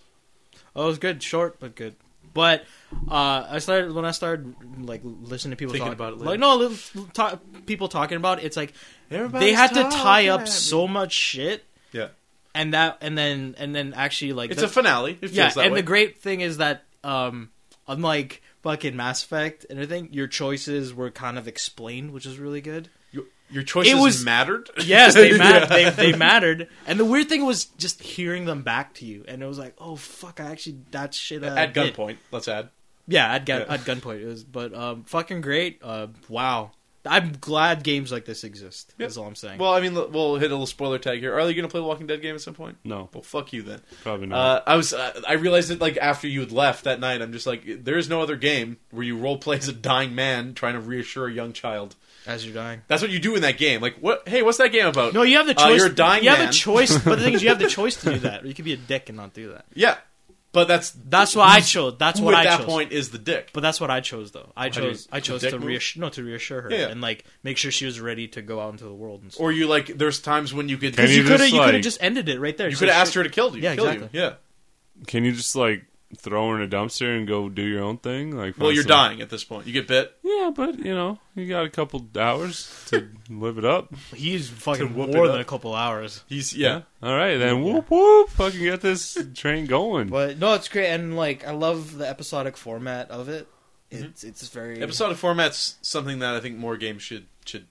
[SPEAKER 3] Oh, it was good, short but good. But uh, I started when I started like listening to people
[SPEAKER 2] Thinking
[SPEAKER 3] talk
[SPEAKER 2] about it later.
[SPEAKER 3] Like no, li- talk, people talking about it, it's like they
[SPEAKER 2] Everybody's
[SPEAKER 3] had to tie
[SPEAKER 2] talking
[SPEAKER 3] up
[SPEAKER 2] about it.
[SPEAKER 3] so much shit,
[SPEAKER 2] Yeah,
[SPEAKER 3] and that and then and then actually like
[SPEAKER 2] it's
[SPEAKER 3] the-
[SPEAKER 2] a finale. It feels
[SPEAKER 3] yeah,
[SPEAKER 2] that
[SPEAKER 3] and
[SPEAKER 2] way.
[SPEAKER 3] the great thing is that um, unlike fucking Mass Effect and everything, your choices were kind of explained, which is really good.
[SPEAKER 2] Your, your choices
[SPEAKER 3] It was-
[SPEAKER 2] mattered.
[SPEAKER 3] Yes, they mattered.
[SPEAKER 2] Yeah.
[SPEAKER 3] They, they mattered. And the weird thing was just hearing them back to you, and it was like, oh fuck, I actually that shit. I
[SPEAKER 2] At
[SPEAKER 3] did.
[SPEAKER 2] gunpoint, let's add.
[SPEAKER 3] Yeah, at, gun,
[SPEAKER 2] Yeah.
[SPEAKER 3] at gunpoint. It was, but um, fucking great. Uh, wow, I'm glad games like this exist. Is all I'm saying.
[SPEAKER 2] Well, I mean, l- we'll hit a little spoiler tag here. Are you going to play the Walking Dead game at some point?
[SPEAKER 4] No,
[SPEAKER 2] Well, fuck you then.
[SPEAKER 4] probably not.
[SPEAKER 2] Uh, I was. Uh, I realized it like after you had left that night. I'm just like, there is no other game where you role play as a dying man trying to reassure a young child.
[SPEAKER 3] as you're dying.
[SPEAKER 2] That's what you do in that game. Like, what? Hey, what's that game about?
[SPEAKER 3] No, you have the
[SPEAKER 2] Uh,
[SPEAKER 3] choice.
[SPEAKER 2] you're a dying
[SPEAKER 3] You have
[SPEAKER 2] man.
[SPEAKER 3] a choice, but the thing is, you have the choice to do that. Or you could be a dick and not do that.
[SPEAKER 2] yeah, but that's
[SPEAKER 3] That's what I chose. That's
[SPEAKER 2] who
[SPEAKER 3] what
[SPEAKER 2] at
[SPEAKER 3] I
[SPEAKER 2] that
[SPEAKER 3] chose.
[SPEAKER 2] point is the dick.
[SPEAKER 3] But that's what I chose, though. I
[SPEAKER 2] do you-
[SPEAKER 3] chose. I
[SPEAKER 2] the
[SPEAKER 3] chose
[SPEAKER 2] dick
[SPEAKER 3] to
[SPEAKER 2] move?
[SPEAKER 3] reassure, no, to reassure her
[SPEAKER 2] Yeah.
[SPEAKER 3] and like make sure she was ready to go out into the world and stuff.
[SPEAKER 2] Or you like? There's times when you could.
[SPEAKER 4] Can
[SPEAKER 2] you,
[SPEAKER 4] you-
[SPEAKER 3] you could have.
[SPEAKER 4] just,
[SPEAKER 3] You could
[SPEAKER 4] like-
[SPEAKER 3] have just ended it right there. So
[SPEAKER 2] could have
[SPEAKER 3] she-
[SPEAKER 2] asked her to kill you.
[SPEAKER 3] Yeah,
[SPEAKER 2] kill
[SPEAKER 3] exactly.
[SPEAKER 2] You. Yeah.
[SPEAKER 4] Can you just like throw her in a dumpster and go do your own thing? Like,
[SPEAKER 2] Well,
[SPEAKER 4] find
[SPEAKER 2] you're
[SPEAKER 4] some-
[SPEAKER 2] dying at this point. You get bit.
[SPEAKER 4] Yeah, but you know, you got a couple hours to live it up.
[SPEAKER 3] He's fucking
[SPEAKER 2] To whoop
[SPEAKER 3] more
[SPEAKER 2] it
[SPEAKER 3] than
[SPEAKER 2] up.
[SPEAKER 3] a couple hours.
[SPEAKER 2] He's yeah.
[SPEAKER 4] All right, then whoop whoop, fucking get this train going.
[SPEAKER 3] But no, it's great, and like I love the episodic format of it. It's it's very
[SPEAKER 2] Episodic format's something that I think more games should should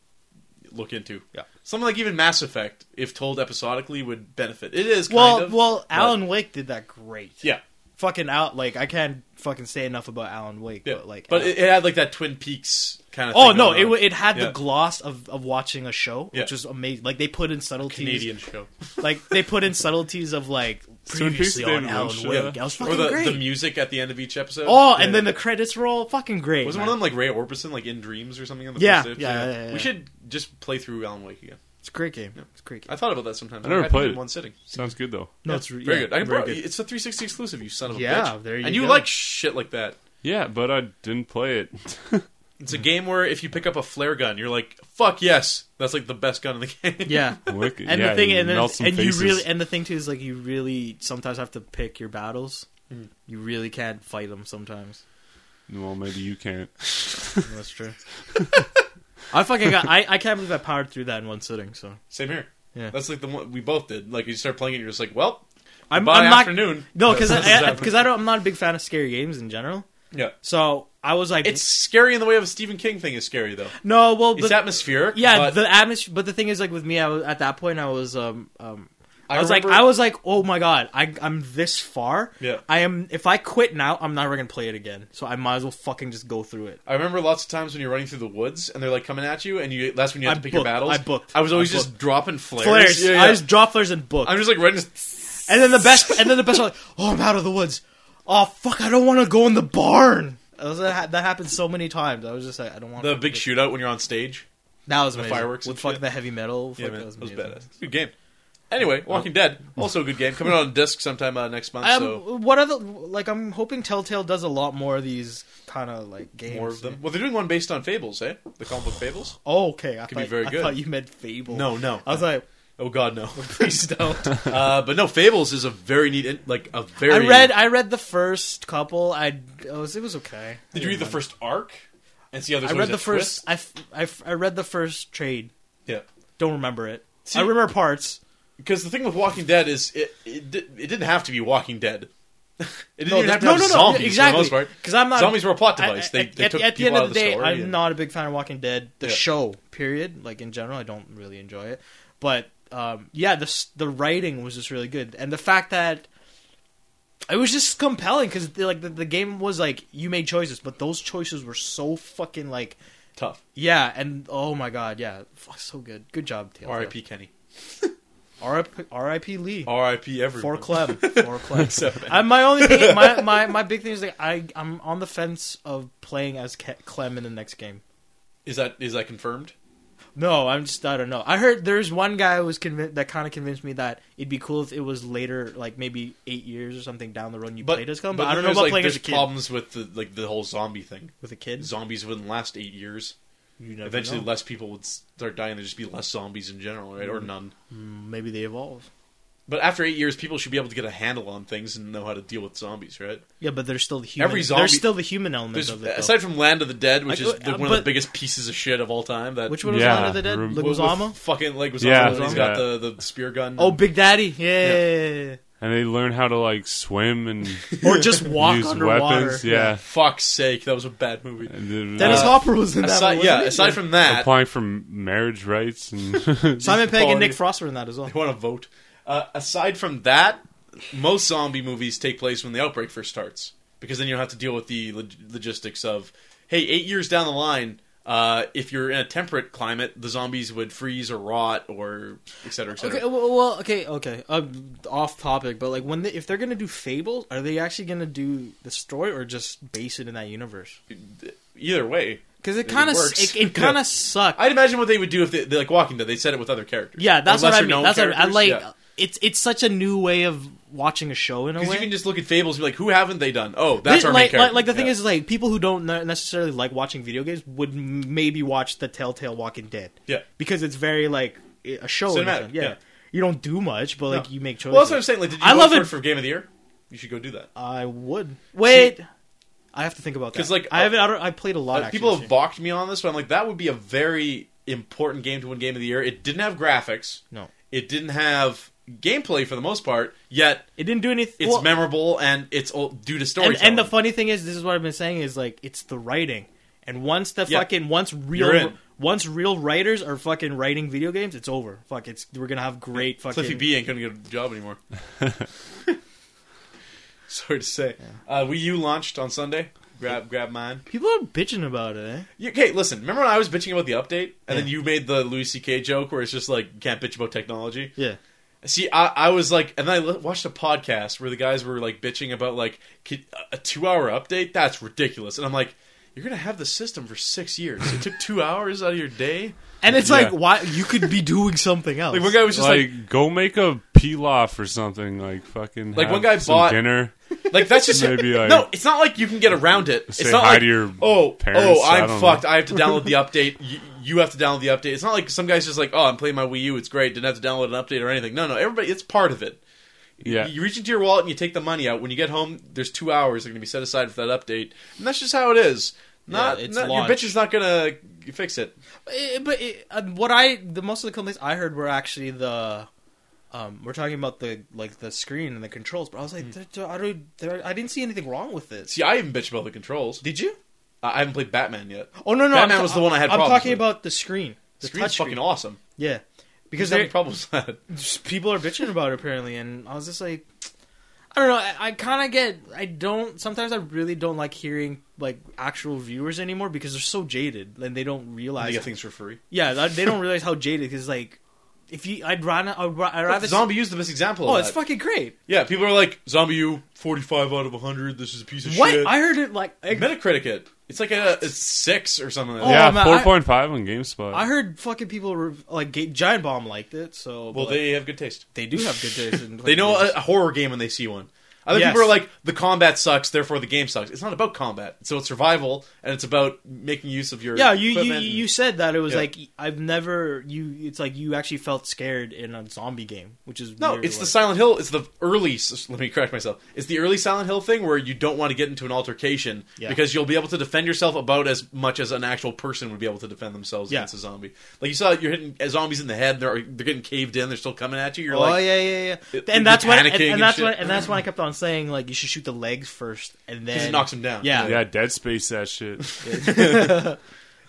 [SPEAKER 2] look into.
[SPEAKER 3] Yeah.
[SPEAKER 2] Something like even Mass Effect, if told episodically, would benefit. It is kind
[SPEAKER 3] Well,
[SPEAKER 2] of.
[SPEAKER 3] well, Alan Wake did that great.
[SPEAKER 2] yeah.
[SPEAKER 3] fucking out. Like I can't fucking say enough about Alan Wake,
[SPEAKER 2] Yeah,
[SPEAKER 3] but like,
[SPEAKER 2] but it, it had like that Twin Peaks kind of.
[SPEAKER 3] oh
[SPEAKER 2] thing
[SPEAKER 3] no,
[SPEAKER 2] going
[SPEAKER 3] it
[SPEAKER 2] on.
[SPEAKER 3] w- it had
[SPEAKER 2] Yeah.
[SPEAKER 3] the gloss of, of watching a show,
[SPEAKER 2] Yeah.
[SPEAKER 3] which is amazing. Like they put in subtleties,
[SPEAKER 2] Canadian show
[SPEAKER 3] like they put in subtleties of like
[SPEAKER 4] Twin Peaks
[SPEAKER 3] previously
[SPEAKER 4] did
[SPEAKER 3] on
[SPEAKER 4] one
[SPEAKER 3] Alan
[SPEAKER 4] show.
[SPEAKER 3] Wake. That was fucking
[SPEAKER 2] or the,
[SPEAKER 3] great.
[SPEAKER 2] the music at the end of each episode.
[SPEAKER 3] oh,
[SPEAKER 2] Yeah.
[SPEAKER 3] and then the credits roll, fucking great.
[SPEAKER 2] was
[SPEAKER 3] man.
[SPEAKER 2] one of them like Ray Orbison, like in Dreams or something on the
[SPEAKER 3] Yeah,
[SPEAKER 2] first episode?
[SPEAKER 3] yeah, yeah, yeah, yeah.
[SPEAKER 2] We should just play through Alan Wake again.
[SPEAKER 3] It's a great game. It's a great game.
[SPEAKER 2] I thought about that sometimes.
[SPEAKER 4] I never
[SPEAKER 2] I did
[SPEAKER 4] played
[SPEAKER 2] in
[SPEAKER 4] it.
[SPEAKER 2] one sitting.
[SPEAKER 4] Sounds good though.
[SPEAKER 3] No, it's re-
[SPEAKER 2] Very
[SPEAKER 3] yeah,
[SPEAKER 2] good. I can
[SPEAKER 3] very
[SPEAKER 2] borrow-
[SPEAKER 3] good.
[SPEAKER 2] It's a 360 exclusive. You son of a
[SPEAKER 3] Yeah,
[SPEAKER 2] bitch.
[SPEAKER 3] there you
[SPEAKER 2] and you
[SPEAKER 3] go.
[SPEAKER 2] like shit like that.
[SPEAKER 4] Yeah, but I didn't play it.
[SPEAKER 2] It's a game where if you pick up a flare gun, you're like, "Fuck yes, that's like the best gun in the game."
[SPEAKER 3] Yeah.
[SPEAKER 4] Look,
[SPEAKER 3] And
[SPEAKER 4] yeah,
[SPEAKER 3] the thing,
[SPEAKER 4] you
[SPEAKER 3] and, then,
[SPEAKER 4] melt some
[SPEAKER 3] and you
[SPEAKER 4] faces.
[SPEAKER 3] really, and the thing too is like you really sometimes have to pick your battles. You really can't fight them sometimes.
[SPEAKER 4] well, maybe you can't.
[SPEAKER 3] That's true. I fucking got. I, I can't believe I powered through that in one sitting. So
[SPEAKER 2] Same here.
[SPEAKER 3] Yeah.
[SPEAKER 2] that's like the one we both did. Like you start playing it, you're just like, "Well,
[SPEAKER 3] I'm,
[SPEAKER 2] by
[SPEAKER 3] I'm not.
[SPEAKER 2] afternoon."
[SPEAKER 3] No, because
[SPEAKER 2] That's
[SPEAKER 3] I
[SPEAKER 2] exactly-
[SPEAKER 3] because I don't. I'm not a big fan of scary games in general.
[SPEAKER 2] yeah,
[SPEAKER 3] So I was like,
[SPEAKER 2] it's scary in the way of a Stephen King thing is scary though.
[SPEAKER 3] no. Well,
[SPEAKER 2] It's
[SPEAKER 3] the-
[SPEAKER 2] atmospheric.
[SPEAKER 3] yeah,
[SPEAKER 2] but
[SPEAKER 3] the atmosphere. But the thing is, like with me, I was, at that point, I was um um. I, was like,
[SPEAKER 2] remember-
[SPEAKER 3] I was like, oh my god, I, I'm this far.
[SPEAKER 2] Yeah.
[SPEAKER 3] I am. If I quit now, I'm never gonna play it again. So I might as well fucking just go through it.
[SPEAKER 2] I remember lots of times when you're running through the woods and they're like coming at you, and you that's when you have
[SPEAKER 3] I
[SPEAKER 2] to pick
[SPEAKER 3] booked.
[SPEAKER 2] your battles.
[SPEAKER 3] I booked.
[SPEAKER 2] I was always
[SPEAKER 3] I
[SPEAKER 2] just dropping flares.
[SPEAKER 3] Flares.
[SPEAKER 2] Yeah, yeah.
[SPEAKER 3] I just drop flares and book.
[SPEAKER 2] I'm just like running.
[SPEAKER 3] And then the best, and then the best, like, oh, I'm out of the woods. Oh fuck, I don't want to go in the barn. That, was- that ha- that happened so many times. I was just like, I don't want
[SPEAKER 2] The big shootout when you're on stage.
[SPEAKER 3] That was amazing.
[SPEAKER 2] fireworks
[SPEAKER 3] with
[SPEAKER 2] and
[SPEAKER 3] fuck
[SPEAKER 2] shit.
[SPEAKER 3] the heavy metal. Fuck,
[SPEAKER 2] Yeah, man,
[SPEAKER 3] that
[SPEAKER 2] that
[SPEAKER 3] was,
[SPEAKER 2] was,
[SPEAKER 3] amazing.
[SPEAKER 2] badass. Good game. Anyway, Walking Dead also a good game coming out on disc sometime uh, next month.
[SPEAKER 3] Um,
[SPEAKER 2] so
[SPEAKER 3] what other like I'm hoping Telltale does a lot more of these kind of like games.
[SPEAKER 2] more of them. Well, they're doing one based on Fables, eh? The comic book Fables.
[SPEAKER 3] Oh, okay. I
[SPEAKER 2] Could
[SPEAKER 3] thought,
[SPEAKER 2] be very
[SPEAKER 3] I
[SPEAKER 2] good.
[SPEAKER 3] thought you meant Fable.
[SPEAKER 2] No, no.
[SPEAKER 3] I was like,
[SPEAKER 2] Oh God, no.
[SPEAKER 3] please don't.
[SPEAKER 2] uh, but no, Fables is a very neat, in- like a very.
[SPEAKER 3] I read I read the first couple. I it was, it was okay.
[SPEAKER 2] Did you read the first arc? And see how there's
[SPEAKER 3] I
[SPEAKER 2] always
[SPEAKER 3] read
[SPEAKER 2] a
[SPEAKER 3] the first.
[SPEAKER 2] twist?
[SPEAKER 3] I, f- I, f- I read the first trade.
[SPEAKER 2] Yeah.
[SPEAKER 3] Don't remember it.
[SPEAKER 2] See-
[SPEAKER 3] I remember parts.
[SPEAKER 2] Because the thing with Walking Dead is it it, di- it didn't have to be Walking Dead. It didn't even
[SPEAKER 3] th-
[SPEAKER 2] have to have zombies for the most part.
[SPEAKER 3] Because I'm not
[SPEAKER 2] Zombies were a plot
[SPEAKER 3] I- I-
[SPEAKER 2] device. they
[SPEAKER 3] at,
[SPEAKER 2] they
[SPEAKER 3] at-
[SPEAKER 2] took
[SPEAKER 3] at the
[SPEAKER 2] people
[SPEAKER 3] end
[SPEAKER 2] out
[SPEAKER 3] of the day,
[SPEAKER 2] story.
[SPEAKER 3] I'm
[SPEAKER 2] and-
[SPEAKER 3] not a big fan of Walking Dead. The
[SPEAKER 2] Yeah.
[SPEAKER 3] show, period. Like in general, I don't really enjoy it. But um, yeah, the s- the writing was just really good, and the fact that it was just compelling because like the, the game was like you made choices, but those choices were so fucking like
[SPEAKER 2] tough.
[SPEAKER 3] yeah, and oh my god, yeah, Fuck, so good. Good job, Taylor.
[SPEAKER 2] R.I.P. Kenny.
[SPEAKER 3] R.I.P. R.I.P. Lee.
[SPEAKER 2] R.I.P. Everyone.
[SPEAKER 3] Four club, four club.
[SPEAKER 2] Except
[SPEAKER 3] I, my only thing, my, my my big thing is like I I'm on the fence of playing as Ke- Clem in the next game.
[SPEAKER 2] Is that is that confirmed?
[SPEAKER 3] No, I'm just I don't know. I heard there's one guy who was convinced that kind of convinced me that it'd be cool if it was later, like maybe eight years or something down the road, and you played as Clem. But, I don't know
[SPEAKER 2] there's,
[SPEAKER 3] about
[SPEAKER 2] like,
[SPEAKER 3] playing
[SPEAKER 2] there's
[SPEAKER 3] as a kid
[SPEAKER 2] problems with the like the whole zombie thing.
[SPEAKER 3] with a kid.
[SPEAKER 2] Zombies wouldn't last eight years.
[SPEAKER 3] You never
[SPEAKER 2] Eventually,
[SPEAKER 3] know.
[SPEAKER 2] less people would start dying. There'd just be less zombies in general, right, or none.
[SPEAKER 3] Mm, maybe they evolve.
[SPEAKER 2] But after eight years, people should be able to get a handle on things and know how to deal with zombies, right?
[SPEAKER 3] Yeah, but there's still the human.
[SPEAKER 2] Every
[SPEAKER 3] there's
[SPEAKER 2] zombie-
[SPEAKER 3] still the human element
[SPEAKER 2] There's,
[SPEAKER 3] of it. though.
[SPEAKER 2] aside from Land of the Dead, which
[SPEAKER 3] I-
[SPEAKER 2] is the,
[SPEAKER 3] uh,
[SPEAKER 2] one of
[SPEAKER 3] but-
[SPEAKER 2] the biggest pieces of shit of all time. That
[SPEAKER 3] Which one was
[SPEAKER 4] Yeah,
[SPEAKER 3] Dawn of the Dead?
[SPEAKER 4] rem-
[SPEAKER 2] with- with
[SPEAKER 3] Leguizamo.
[SPEAKER 2] fucking like was yeah,
[SPEAKER 4] Yeah,
[SPEAKER 2] he's
[SPEAKER 4] Leguizamo.
[SPEAKER 2] got the, the spear gun.
[SPEAKER 3] Oh, Big Daddy. Yeah. yeah, yeah, yeah.
[SPEAKER 4] and they learn how to like swim and
[SPEAKER 3] or just walk
[SPEAKER 4] use
[SPEAKER 3] underwater.
[SPEAKER 4] weapons. Yeah.
[SPEAKER 2] Fuck's sake, that was a bad movie.
[SPEAKER 4] And then,
[SPEAKER 3] Dennis
[SPEAKER 4] uh,
[SPEAKER 3] Hopper was in that.
[SPEAKER 2] Aside,
[SPEAKER 3] one,
[SPEAKER 2] yeah,
[SPEAKER 3] wasn't he?
[SPEAKER 2] aside from that,
[SPEAKER 4] applying for marriage rights and
[SPEAKER 3] Simon Pegg and
[SPEAKER 2] quality.
[SPEAKER 3] Nick Frost were in that as well.
[SPEAKER 2] I want to vote. Uh, aside from that, most zombie movies take place when the outbreak first starts because then you don't have to deal with the log- logistics of hey, eight years down the line. Uh, if you're in a temperate climate, the zombies would freeze or rot or et cetera, et cetera.
[SPEAKER 3] Okay, oh. well, well, okay, okay. Um, off topic, but like when they, if they're gonna do Fable, are they actually gonna do the story or just base it in that universe?
[SPEAKER 2] Either way,
[SPEAKER 3] Because it
[SPEAKER 2] It
[SPEAKER 3] kind of
[SPEAKER 2] works.
[SPEAKER 3] it, it kind
[SPEAKER 2] Yeah.
[SPEAKER 3] of sucked.
[SPEAKER 2] I'd imagine what they would do if they, they like Walking Dead. They said it with other characters.
[SPEAKER 3] yeah, that's
[SPEAKER 2] Or
[SPEAKER 3] what I
[SPEAKER 2] lesser-known
[SPEAKER 3] mean. That's what I, I
[SPEAKER 2] characters,
[SPEAKER 3] like.
[SPEAKER 2] yeah.
[SPEAKER 3] It's it's such a new way of watching a show in a way.
[SPEAKER 2] Because you can just look at Fables and be like, who haven't they done? Oh, that's
[SPEAKER 3] Thi-
[SPEAKER 2] our main
[SPEAKER 3] like,
[SPEAKER 2] character.
[SPEAKER 3] like, like the thing
[SPEAKER 2] Yeah.
[SPEAKER 3] is, like people who don't ne- necessarily like watching video games would m- maybe watch the Telltale Walking Dead.
[SPEAKER 2] Yeah.
[SPEAKER 3] because it's very like i- a show. in a
[SPEAKER 2] Cinematic,
[SPEAKER 3] sense. Yeah.
[SPEAKER 2] yeah.
[SPEAKER 3] you don't do much, but like you make choices.
[SPEAKER 2] Well, that's what I'm saying. Like, did you
[SPEAKER 3] I
[SPEAKER 2] vote
[SPEAKER 3] love
[SPEAKER 2] for
[SPEAKER 3] it-
[SPEAKER 2] it for Game of the Year? You should go do that.
[SPEAKER 3] I would wait. I have to think about that
[SPEAKER 2] 'Cause, like,
[SPEAKER 3] I
[SPEAKER 2] uh,
[SPEAKER 3] haven't. I, don't, I played a lot.
[SPEAKER 2] Uh,
[SPEAKER 3] actually,
[SPEAKER 2] people
[SPEAKER 3] this
[SPEAKER 2] have
[SPEAKER 3] year.
[SPEAKER 2] balked me on this, but I'm like, that would be a very important game to win Game of the Year. It didn't have graphics.
[SPEAKER 3] No.
[SPEAKER 2] It didn't have gameplay for the most part. Yet
[SPEAKER 3] It didn't do anything.
[SPEAKER 2] it's memorable and it's all due to
[SPEAKER 3] and,
[SPEAKER 2] storytelling.
[SPEAKER 3] and the funny thing is, this is what I've been saying is like it's the writing. And once the
[SPEAKER 2] Yeah.
[SPEAKER 3] fucking once
[SPEAKER 2] You're
[SPEAKER 3] real
[SPEAKER 2] in.
[SPEAKER 3] once real writers are fucking writing video games, it's over. Fuck, it's we're gonna have great fucking.
[SPEAKER 2] Cliffy B ain't gonna get a job anymore. Sorry to say. Uh, Wii U launched on Sunday. Grab, grab mine.
[SPEAKER 3] People are bitching about it. Eh?
[SPEAKER 2] You- Okay, listen. Remember when I was bitching about the update, and then you made the Louis C.K. joke where it's just like you can't bitch about technology.
[SPEAKER 3] Yeah.
[SPEAKER 2] See, I, I was like, and then I li- watched a podcast where the guys were like bitching about like "Could- a two-hour update. That's ridiculous. And I'm like, you're gonna have the system for six years. It took two hours out of your day.
[SPEAKER 3] And it's
[SPEAKER 4] Yeah.
[SPEAKER 3] like, why you could be doing something else.
[SPEAKER 2] Like one guy was just like,
[SPEAKER 4] like, go make a pilaf or something like fucking
[SPEAKER 2] Like,
[SPEAKER 4] have
[SPEAKER 2] one guy
[SPEAKER 4] some
[SPEAKER 2] bought-
[SPEAKER 4] dinner
[SPEAKER 2] like, that's just
[SPEAKER 4] Maybe, like-
[SPEAKER 2] no. It's not like you can get around it.
[SPEAKER 4] Say
[SPEAKER 2] it's not
[SPEAKER 4] hi
[SPEAKER 2] like
[SPEAKER 4] to your
[SPEAKER 2] oh
[SPEAKER 4] parents,
[SPEAKER 2] oh
[SPEAKER 4] I
[SPEAKER 2] I'm
[SPEAKER 4] don't
[SPEAKER 2] fucked.
[SPEAKER 4] know."
[SPEAKER 2] I have to download the update. You, you have to download the update. It's not like some guys just like oh I'm playing my Wii U. It's great. Didn't have to download an update or anything. No, no. Everybody, it's part of it.
[SPEAKER 4] yeah
[SPEAKER 2] You reach into your wallet and you take the money out. When you get home, there's two hours that are going to be set aside for that update, and that's just how it is. Not,
[SPEAKER 3] Yeah, it's
[SPEAKER 2] not- your
[SPEAKER 3] launch.
[SPEAKER 2] bitch is not going to fix it.
[SPEAKER 3] Eh, but it, uh, what I the most of the complaints I heard were actually the. Um, we're talking about the like the screen and the controls, but I was
[SPEAKER 2] Hmm.
[SPEAKER 3] like, "There- there- I don't, there, I didn't see anything wrong with it.
[SPEAKER 2] See, I even bitch about the controls.
[SPEAKER 3] Did you?
[SPEAKER 2] I I haven't played Batman yet.
[SPEAKER 3] Oh no, no,
[SPEAKER 2] Batman
[SPEAKER 3] I'm ta-
[SPEAKER 2] was the one I had
[SPEAKER 3] I'm
[SPEAKER 2] problems
[SPEAKER 3] talking
[SPEAKER 2] with.
[SPEAKER 3] about the screen, the
[SPEAKER 2] The screen's
[SPEAKER 3] touch
[SPEAKER 2] fucking
[SPEAKER 3] screen.
[SPEAKER 2] awesome.
[SPEAKER 3] Yeah,
[SPEAKER 2] Because
[SPEAKER 3] because there,
[SPEAKER 2] having problems with that.
[SPEAKER 3] just people are bitching about it apparently, and I was just like, I don't know. I, I kind of get. I don't. Sometimes I really don't like hearing like actual viewers anymore because they're so jaded and they don't
[SPEAKER 2] You
[SPEAKER 3] realize.
[SPEAKER 2] get things for free.
[SPEAKER 3] yeah, that- they don't realize how jaded because like, if you, I'd rather, I'd ra- I'd rather.
[SPEAKER 2] Zombie used the best example.
[SPEAKER 3] oh,
[SPEAKER 2] of
[SPEAKER 3] it's
[SPEAKER 2] that.
[SPEAKER 3] fucking great.
[SPEAKER 2] Yeah, people are like Zombie U, 45 out of 100. This is a piece of
[SPEAKER 3] What
[SPEAKER 2] shit.
[SPEAKER 3] I heard it like. I,
[SPEAKER 2] Metacritic it. It's like a, a six or something. Like that.
[SPEAKER 3] Oh,
[SPEAKER 4] yeah
[SPEAKER 3] man,
[SPEAKER 4] four
[SPEAKER 3] I-
[SPEAKER 4] point five on GameSpot.
[SPEAKER 3] I heard fucking people were like Ga- Giant Bomb liked it, so
[SPEAKER 2] Well,
[SPEAKER 3] but, like,
[SPEAKER 2] they have good taste.
[SPEAKER 3] they do have good days. and
[SPEAKER 2] They know uh,
[SPEAKER 3] plenty
[SPEAKER 2] a,
[SPEAKER 3] of
[SPEAKER 2] a horror game when they see one. Other
[SPEAKER 3] Yes.
[SPEAKER 2] people are like, the combat sucks, therefore the game sucks. It's not about combat. So it's survival, and it's about making use of your
[SPEAKER 3] yeah you, you
[SPEAKER 2] equipment and-
[SPEAKER 3] you said that it was
[SPEAKER 2] Yeah.
[SPEAKER 3] like i've never you it's like you actually felt scared in a zombie game which is
[SPEAKER 2] no,
[SPEAKER 3] weird,
[SPEAKER 2] it's the
[SPEAKER 3] like-
[SPEAKER 2] Silent Hill. It's the early. s- Let me correct myself. It's the early Silent Hill thing where you don't want to get into an altercation
[SPEAKER 3] Yeah.
[SPEAKER 2] because you'll be able to defend yourself about as much as an actual person would be able to defend themselves
[SPEAKER 3] Yeah.
[SPEAKER 2] against a zombie. Like you saw, you're hitting uh, zombies in the head. They're they're getting caved in. They're still coming at you. You're
[SPEAKER 3] oh
[SPEAKER 2] like,
[SPEAKER 3] yeah yeah yeah
[SPEAKER 2] it-
[SPEAKER 3] and
[SPEAKER 2] you're
[SPEAKER 3] that's why and,
[SPEAKER 2] panicking
[SPEAKER 3] and
[SPEAKER 2] and
[SPEAKER 3] that's
[SPEAKER 2] shit.
[SPEAKER 3] why and that's why i kept on saying like you should shoot the legs first and then
[SPEAKER 2] it knocks 'em down.
[SPEAKER 3] yeah,
[SPEAKER 4] yeah Dead Space that shit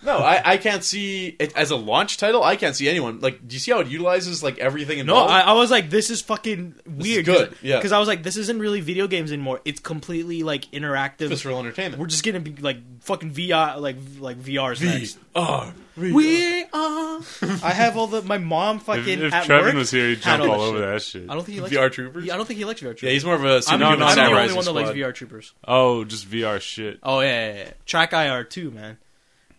[SPEAKER 2] no, I, I can't see it as a launch title. I can't see anyone like. Do you see how it utilizes like everything
[SPEAKER 3] No,
[SPEAKER 2] involved?
[SPEAKER 3] I, I was like, this is fucking weird.
[SPEAKER 2] good,
[SPEAKER 3] Cause,
[SPEAKER 2] yeah.
[SPEAKER 3] 'cause I was like, this isn't really video games anymore. It's completely like interactive.
[SPEAKER 2] visceral entertainment.
[SPEAKER 3] We're just gonna be like fucking VR, like like VR's next.
[SPEAKER 2] R
[SPEAKER 3] We are. I have all the my mom
[SPEAKER 4] if,
[SPEAKER 3] fucking.
[SPEAKER 4] if
[SPEAKER 3] at
[SPEAKER 4] Trevin
[SPEAKER 3] work
[SPEAKER 4] was here he'd
[SPEAKER 3] had
[SPEAKER 4] jump all
[SPEAKER 3] that
[SPEAKER 4] over
[SPEAKER 3] shit.
[SPEAKER 4] that shit
[SPEAKER 3] I don't think he likes
[SPEAKER 2] VR troopers.
[SPEAKER 3] Yeah, I don't think he likes VR troopers.
[SPEAKER 2] Yeah, he's more of a
[SPEAKER 3] I'm,
[SPEAKER 2] superhuman
[SPEAKER 4] no,
[SPEAKER 3] I'm the
[SPEAKER 2] samurai.
[SPEAKER 3] only one that likes
[SPEAKER 2] squad.
[SPEAKER 3] VR troopers.
[SPEAKER 4] oh just VR shit
[SPEAKER 3] Oh yeah, yeah, yeah. track IR too, man.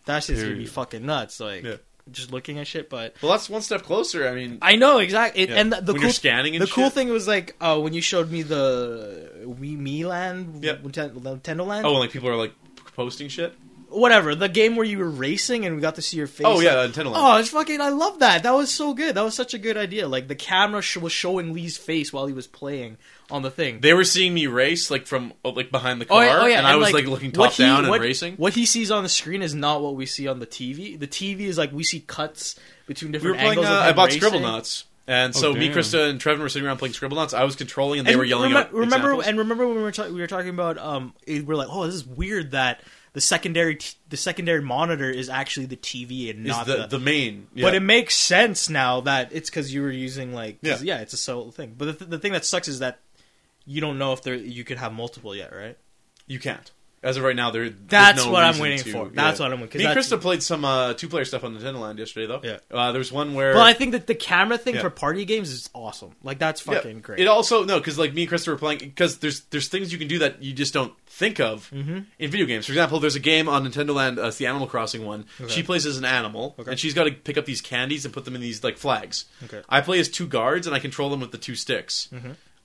[SPEAKER 3] That shit's gonna be
[SPEAKER 4] Period.
[SPEAKER 3] fucking nuts. Like
[SPEAKER 2] Yeah.
[SPEAKER 3] just looking at shit, but
[SPEAKER 2] Well, that's one step closer. I mean,
[SPEAKER 3] I know exactly. It,
[SPEAKER 2] Yeah.
[SPEAKER 3] And the, the
[SPEAKER 2] When
[SPEAKER 3] cool
[SPEAKER 2] you're scanning and
[SPEAKER 3] the cool
[SPEAKER 2] shit.
[SPEAKER 3] thing was like uh, when you showed me the Wii Me Land,
[SPEAKER 2] Yep.
[SPEAKER 3] Nintendo Nintendo Land,
[SPEAKER 2] oh, and like people are like posting shit.
[SPEAKER 3] whatever the game where you were racing and we got to see your face.
[SPEAKER 2] Oh yeah,
[SPEAKER 3] like-
[SPEAKER 2] Nintendo. Land.
[SPEAKER 3] Oh, it's fucking! I love that. That was so good. That was such a good idea. Like the camera sh- was showing Lee's face while he was playing on the thing.
[SPEAKER 2] They were seeing me race like from oh, like behind the
[SPEAKER 3] Oh,
[SPEAKER 2] car,
[SPEAKER 3] yeah, oh, yeah.
[SPEAKER 2] and, I was like, looking top
[SPEAKER 3] what he-
[SPEAKER 2] down
[SPEAKER 3] what-
[SPEAKER 2] and racing.
[SPEAKER 3] What he sees on the screen is not what we see on the TV. The TV is like we see cuts between
[SPEAKER 2] we were
[SPEAKER 3] different
[SPEAKER 2] playing.
[SPEAKER 3] angles.
[SPEAKER 2] Uh,
[SPEAKER 3] of him
[SPEAKER 2] I bought
[SPEAKER 3] racing. Oh,
[SPEAKER 2] Scribble Knots. And so me,
[SPEAKER 4] damn.
[SPEAKER 2] Krista, and Trevin were sitting around playing Scribble Knots. I was controlling, and they
[SPEAKER 3] And
[SPEAKER 2] were yelling.
[SPEAKER 3] remem-
[SPEAKER 2] out
[SPEAKER 3] remember
[SPEAKER 2] examples.
[SPEAKER 3] and remember when we were ta- we were talking about um it, we're like oh this is weird that the secondary t- the secondary monitor is actually the TV and
[SPEAKER 2] is
[SPEAKER 3] not
[SPEAKER 2] the, the main. Yeah.
[SPEAKER 3] But it makes sense now that it's because you were using like 'cause,
[SPEAKER 2] Yeah.
[SPEAKER 3] yeah. it's a solo thing. But the, th- the thing that sucks is that you don't know if there you could have multiple yet, right?
[SPEAKER 2] you can't. As of right now, there. there's
[SPEAKER 3] That's
[SPEAKER 2] no
[SPEAKER 3] what I'm
[SPEAKER 2] reason
[SPEAKER 3] waiting
[SPEAKER 2] to-
[SPEAKER 3] for. That's what I'm waiting- 'cause
[SPEAKER 2] Me and
[SPEAKER 3] that's-
[SPEAKER 2] Krista played some uh, two-player stuff on Nintendo Land yesterday, though.
[SPEAKER 3] Yeah.
[SPEAKER 2] Uh, there was one where.
[SPEAKER 3] Well, I think that the camera thing
[SPEAKER 2] Yeah.
[SPEAKER 3] for party games is awesome. Like that's
[SPEAKER 2] Yeah.
[SPEAKER 3] fucking great.
[SPEAKER 2] It also no, because like me and Krista were playing because there's there's things you can do that you just don't think of
[SPEAKER 3] Mm-hmm.
[SPEAKER 2] in video games. For example, there's a game on Nintendo Land, uh, it's the Animal Crossing one.
[SPEAKER 3] Okay.
[SPEAKER 2] She plays as an animal,
[SPEAKER 3] Okay.
[SPEAKER 2] and she's got to pick up these candies and put them in these like flags.
[SPEAKER 3] Okay. Mm-hmm.
[SPEAKER 2] I play as two guards, and I control them with the two sticks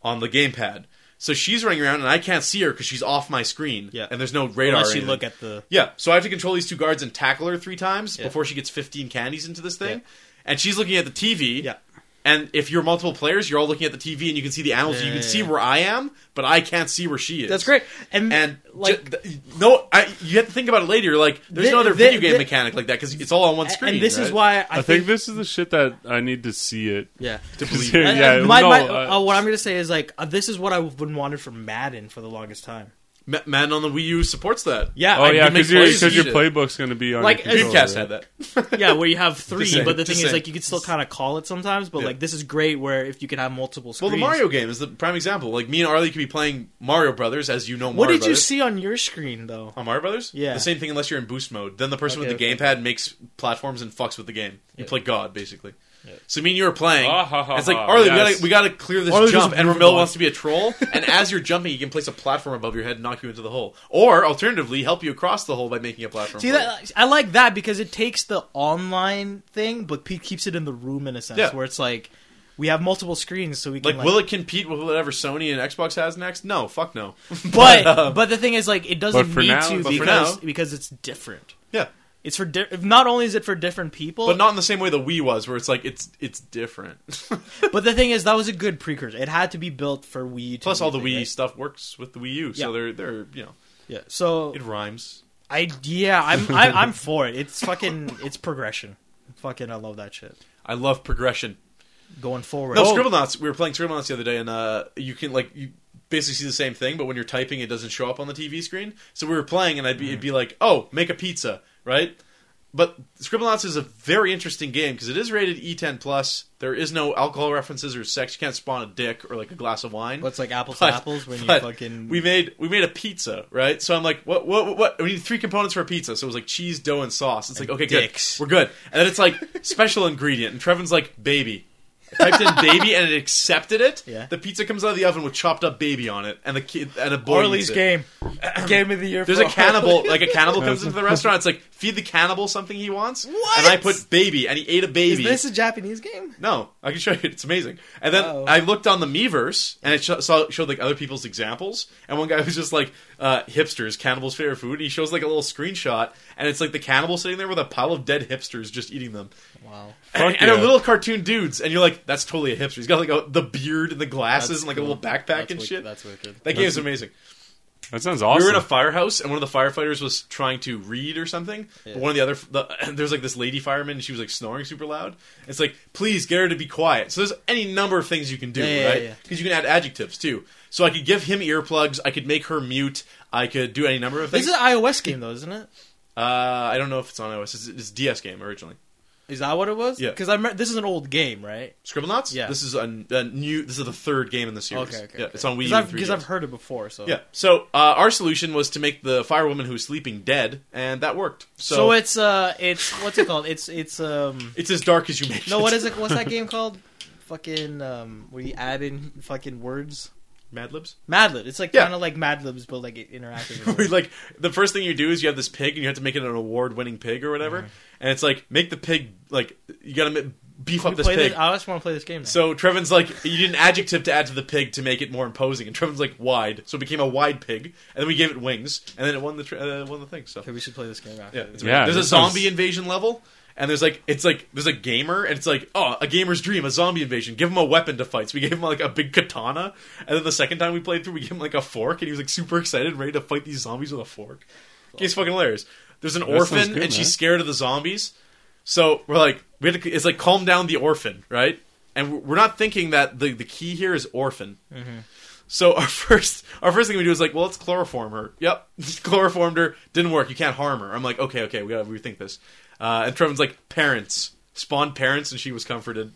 [SPEAKER 2] on the gamepad. So she's running around, and I can't see her because she's off my screen.
[SPEAKER 3] Yeah.
[SPEAKER 2] and there's no radar.
[SPEAKER 3] Unless
[SPEAKER 2] or
[SPEAKER 3] you
[SPEAKER 2] anything.
[SPEAKER 3] look at the
[SPEAKER 2] Yeah, so I have to control these two guards and tackle her three times
[SPEAKER 3] Yeah.
[SPEAKER 2] before she gets 15 candies into this thing.
[SPEAKER 3] Yeah.
[SPEAKER 2] And she's looking at the TV.
[SPEAKER 3] Yeah.
[SPEAKER 2] And if you're multiple players, you're all looking at the TV and you can see the animals. you
[SPEAKER 3] Yeah,
[SPEAKER 2] can
[SPEAKER 3] yeah,
[SPEAKER 2] see
[SPEAKER 3] yeah.
[SPEAKER 2] where I am, but I can't see where she is.
[SPEAKER 3] that's great. And,
[SPEAKER 2] And
[SPEAKER 3] like
[SPEAKER 2] like no, I, you have to think about it later. You're like, there's
[SPEAKER 3] Thi-
[SPEAKER 2] no other
[SPEAKER 3] thi-
[SPEAKER 2] video game
[SPEAKER 3] thi-
[SPEAKER 2] mechanic like that because it's all on one screen.
[SPEAKER 3] and this is
[SPEAKER 2] right?
[SPEAKER 3] why I,
[SPEAKER 4] I think this is the shit that I need to see it.
[SPEAKER 3] yeah.
[SPEAKER 2] to believe.
[SPEAKER 4] Yeah,
[SPEAKER 2] it.
[SPEAKER 3] And- and my,
[SPEAKER 4] no,
[SPEAKER 3] my-
[SPEAKER 4] uh,
[SPEAKER 3] uh, what I'm gonna say is like uh, this is what I've been wanted from Madden for the longest time.
[SPEAKER 2] Ma- Madden on the Wii U supports that.
[SPEAKER 3] Yeah,
[SPEAKER 4] Oh
[SPEAKER 3] I-
[SPEAKER 4] yeah,
[SPEAKER 2] make
[SPEAKER 4] because your
[SPEAKER 2] plays
[SPEAKER 4] because your
[SPEAKER 2] shit.
[SPEAKER 4] playbook's gonna be on
[SPEAKER 3] Like,
[SPEAKER 4] your controller,
[SPEAKER 2] Dreamcast
[SPEAKER 4] right?
[SPEAKER 2] had that.
[SPEAKER 3] yeah, where you have three,
[SPEAKER 2] saying,
[SPEAKER 3] but the
[SPEAKER 2] just
[SPEAKER 3] thing is,
[SPEAKER 2] saying.
[SPEAKER 3] like, you can still kind of call it sometimes. But
[SPEAKER 2] Yeah.
[SPEAKER 3] like, this is great where if you can have multiple
[SPEAKER 2] well,
[SPEAKER 3] screens.
[SPEAKER 2] the Mario game is the prime example. Like me and Arlie could be playing Mario Brothers, as you know. Mario
[SPEAKER 3] What did you
[SPEAKER 2] Brothers.
[SPEAKER 3] see on your screen though?
[SPEAKER 2] On Mario Brothers?
[SPEAKER 3] Yeah.
[SPEAKER 2] The same thing unless you're in boost mode. Then the person
[SPEAKER 3] Okay,
[SPEAKER 2] with the
[SPEAKER 3] okay.
[SPEAKER 2] gamepad makes platforms and fucks with the game. You
[SPEAKER 3] Yeah.
[SPEAKER 2] play God, basically. So me and you are playing.
[SPEAKER 4] Ah, ha, ha,
[SPEAKER 2] and it's like,
[SPEAKER 4] ha,
[SPEAKER 2] Arlie,
[SPEAKER 4] yes.
[SPEAKER 2] we, gotta, we gotta clear this
[SPEAKER 3] Arlie just
[SPEAKER 2] jump. And
[SPEAKER 3] moved
[SPEAKER 2] Ramil
[SPEAKER 3] on.
[SPEAKER 2] wants to be a troll. and as you're jumping, he can place a platform above your head and knock you into the hole. Or, alternatively, help you across the hole by making a platform.
[SPEAKER 3] See
[SPEAKER 2] for you.
[SPEAKER 3] that I like that because it takes the online thing, but Pete keeps it in the room in a sense
[SPEAKER 2] Yeah.
[SPEAKER 3] where it's like we have multiple screens, so we can
[SPEAKER 2] Like,
[SPEAKER 3] like,
[SPEAKER 2] will it compete with whatever Sony and Xbox has next? No, fuck no.
[SPEAKER 3] But
[SPEAKER 2] um,
[SPEAKER 3] but the thing is, like, it doesn't
[SPEAKER 4] But for
[SPEAKER 3] need
[SPEAKER 4] now-
[SPEAKER 3] to
[SPEAKER 4] but
[SPEAKER 2] for
[SPEAKER 3] because
[SPEAKER 2] now-
[SPEAKER 3] because it's different.
[SPEAKER 2] yeah.
[SPEAKER 3] It's for di- not only is it for different people,
[SPEAKER 2] But not in the same way the Wii was, where it's like, it's it's different.
[SPEAKER 3] but the thing is, that was a good precursor. It had to be built for Wii. To
[SPEAKER 2] Plus,
[SPEAKER 3] be
[SPEAKER 2] all the
[SPEAKER 3] thing,
[SPEAKER 2] Wii
[SPEAKER 3] right?
[SPEAKER 2] stuff works with the Wii U. So
[SPEAKER 3] Yeah.
[SPEAKER 2] they're, they're, you know,
[SPEAKER 3] Yeah. So
[SPEAKER 2] it rhymes.
[SPEAKER 3] I yeah, I'm I, I'm for it. It's fucking it's progression. Fucking I love that shit.
[SPEAKER 2] I love progression. Oh.
[SPEAKER 3] Going forward. Oh,
[SPEAKER 2] No, Scribble Knots. We were playing Scribble Knots the other day, and uh, you can like you basically see the same thing, but when you're typing, it doesn't show up on the TV screen. So we were playing, and I'd be it'd be like, "Oh, make a pizza," right? But Scribble Knots is a very interesting game because it is rated E10 plus. There is no alcohol references or sex. You can't spawn a dick or like a glass of wine.
[SPEAKER 3] What's like apples
[SPEAKER 2] But-
[SPEAKER 3] to apples when you
[SPEAKER 2] but
[SPEAKER 3] fucking
[SPEAKER 2] we made we made a pizza right so i'm like what what what, what? we need three components for a pizza so it was like cheese dough and sauce it's like okay
[SPEAKER 3] dicks.
[SPEAKER 2] good we're good and then it's like special ingredient and trevin's like baby I typed in baby and it accepted it
[SPEAKER 3] Yeah.
[SPEAKER 2] the pizza comes out of the oven with chopped up baby on it and the kid and a boy eats
[SPEAKER 3] Orly's
[SPEAKER 2] it.
[SPEAKER 3] game. game of the year.
[SPEAKER 2] there's
[SPEAKER 3] for
[SPEAKER 2] a cannibal
[SPEAKER 3] Orly.
[SPEAKER 2] like a cannibal comes into the restaurant it's like feed the cannibal something he wants
[SPEAKER 3] What?
[SPEAKER 2] and i put baby and he ate a
[SPEAKER 3] Is
[SPEAKER 2] baby
[SPEAKER 3] this a Japanese game?
[SPEAKER 2] no, I can show you. It's amazing. And then
[SPEAKER 3] Oh.
[SPEAKER 2] I looked on the Meverse, and it sh- saw, showed like other people's examples. And one guy was just like, uh, "Hipsters, cannibals' favorite food." And he shows like a little screenshot, and it's like the cannibal sitting there with a pile of dead hipsters just eating them,
[SPEAKER 3] Wow.
[SPEAKER 2] and,
[SPEAKER 4] Fuck
[SPEAKER 2] and
[SPEAKER 4] yeah.
[SPEAKER 2] are little cartoon dudes. And you're like, "That's totally a hipster." He's got like a, the beard and the glasses
[SPEAKER 3] That's
[SPEAKER 2] and like a
[SPEAKER 3] cool.
[SPEAKER 2] little backpack
[SPEAKER 3] That's
[SPEAKER 2] and
[SPEAKER 3] wicked-
[SPEAKER 2] shit.
[SPEAKER 3] That's wicked.
[SPEAKER 2] that game's amazing.
[SPEAKER 4] That sounds awesome.
[SPEAKER 2] We were in a firehouse, and one of the firefighters was trying to read or something.
[SPEAKER 3] Yeah.
[SPEAKER 2] But one of the other, the, there's like this lady fireman, and she was like snoring super loud. It's like, please get her to be quiet. So there's any number of things you can do,
[SPEAKER 3] Yeah, yeah,
[SPEAKER 2] right?
[SPEAKER 3] yeah.
[SPEAKER 2] Because you can add adjectives too. So I could give him earplugs. I could make her mute. I could do any number of
[SPEAKER 3] This
[SPEAKER 2] things.
[SPEAKER 3] is an iOS game though, isn't it?
[SPEAKER 2] uh, I don't know if it's on iOS. It's, it's a DS game originally.
[SPEAKER 3] Is that what it was?
[SPEAKER 2] Yeah.
[SPEAKER 3] Because I remember this is an old game, right?
[SPEAKER 2] Scribblenauts.
[SPEAKER 3] Yeah.
[SPEAKER 2] This is a, a new. This is the third game in the series.
[SPEAKER 3] Okay, okay.
[SPEAKER 2] Yeah,
[SPEAKER 3] okay.
[SPEAKER 2] it's on Wii U.
[SPEAKER 3] Because
[SPEAKER 2] and
[SPEAKER 3] I've, 'cause
[SPEAKER 2] 3DS.
[SPEAKER 3] I've heard it before. So
[SPEAKER 2] yeah. So uh, our solution was to make the firewoman who was sleeping dead, and that worked. So,
[SPEAKER 3] So, it's uh, it's what's it called? It's it's um.
[SPEAKER 2] it's as dark as you make.
[SPEAKER 3] No,
[SPEAKER 2] it.
[SPEAKER 3] what is it? What's that game called? Fucking um, where you add in fucking words.
[SPEAKER 2] Mad Libs?
[SPEAKER 3] Madlib. It's like
[SPEAKER 2] Yeah.
[SPEAKER 3] kind of like Madlibs, but like it interactive. with
[SPEAKER 2] We
[SPEAKER 3] words.
[SPEAKER 2] like the first thing you do is you have this pig and you have to make it an award-winning pig or whatever, and it's like make the pig like you got to beef
[SPEAKER 3] We
[SPEAKER 2] up this
[SPEAKER 3] play
[SPEAKER 2] pig.
[SPEAKER 3] this- I just want to play this game. Now.
[SPEAKER 2] so Trevin's like, you need an adjective to add to the pig to make it more imposing, and Trevin's like wide, so it became a wide pig, and then we gave it wings, and then it won the tr- uh, won the thing. So
[SPEAKER 3] okay, we should play this game after.
[SPEAKER 2] yeah, it's
[SPEAKER 4] Yeah,
[SPEAKER 2] amazing. there's a
[SPEAKER 4] that sounds-
[SPEAKER 2] zombie invasion level, and there's like it's like there's a gamer, and it's like oh a gamer's dream, a zombie invasion. Give him a weapon to fight. So we gave him like a big katana, and then the second time we played through, we gave him like a fork, and he was like super excited, ready to fight these zombies with a fork. It's fucking hilarious. There's an
[SPEAKER 4] sounds
[SPEAKER 2] orphan,
[SPEAKER 4] good,
[SPEAKER 2] and
[SPEAKER 4] man.
[SPEAKER 2] she's scared of the zombies. So we're like, we had to, it's like calm down the orphan, right? and we're not thinking that the the key here is orphan. So our first our first thing we do is like, well, let's chloroform her. Yep, chloroformed her. Didn't work. You can't harm her. I'm like, okay, okay, we gotta rethink this. Uh, and Trevin's like, parents spawned parents, and she was comforted.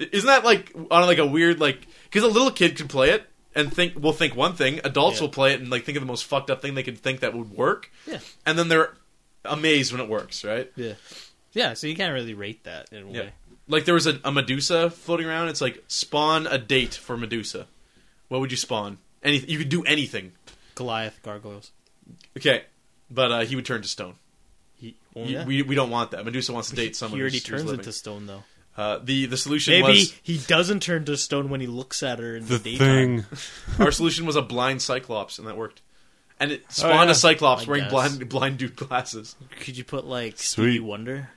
[SPEAKER 2] I- Isn't that like on like a weird like because a little kid can play it and think will think one thing, adults
[SPEAKER 3] Yeah.
[SPEAKER 2] will play it and like think of the most fucked up thing they could think that would work,
[SPEAKER 3] Yeah.
[SPEAKER 2] and then they're amazed when it works, right?
[SPEAKER 3] Yeah. Yeah, so you can't really rate that in a
[SPEAKER 2] Yeah.
[SPEAKER 3] way.
[SPEAKER 2] Like there was a, a Medusa floating around. It's like spawn a date for Medusa. What would you spawn? Anything you could do anything.
[SPEAKER 3] Goliath gargoyles.
[SPEAKER 2] Okay, but uh, he would turn to stone.
[SPEAKER 3] He,
[SPEAKER 2] You- We, we don't want that. Medusa wants to date someone.
[SPEAKER 3] Oh, he already
[SPEAKER 2] who's- who's
[SPEAKER 3] turns
[SPEAKER 2] living.
[SPEAKER 3] into stone though.
[SPEAKER 2] Uh, the the solution
[SPEAKER 3] Maybe
[SPEAKER 2] was
[SPEAKER 3] he doesn't turn to stone when he looks at her in the,
[SPEAKER 4] The
[SPEAKER 3] daytime.
[SPEAKER 4] thing.
[SPEAKER 2] our solution was a blind cyclops, and that worked. And it spawned
[SPEAKER 4] yeah.
[SPEAKER 2] a cyclops
[SPEAKER 3] Oh, I
[SPEAKER 2] wearing
[SPEAKER 3] guess.
[SPEAKER 2] blind blind dude glasses.
[SPEAKER 3] Could you put like
[SPEAKER 4] Sweet.
[SPEAKER 3] Stevie Wonder?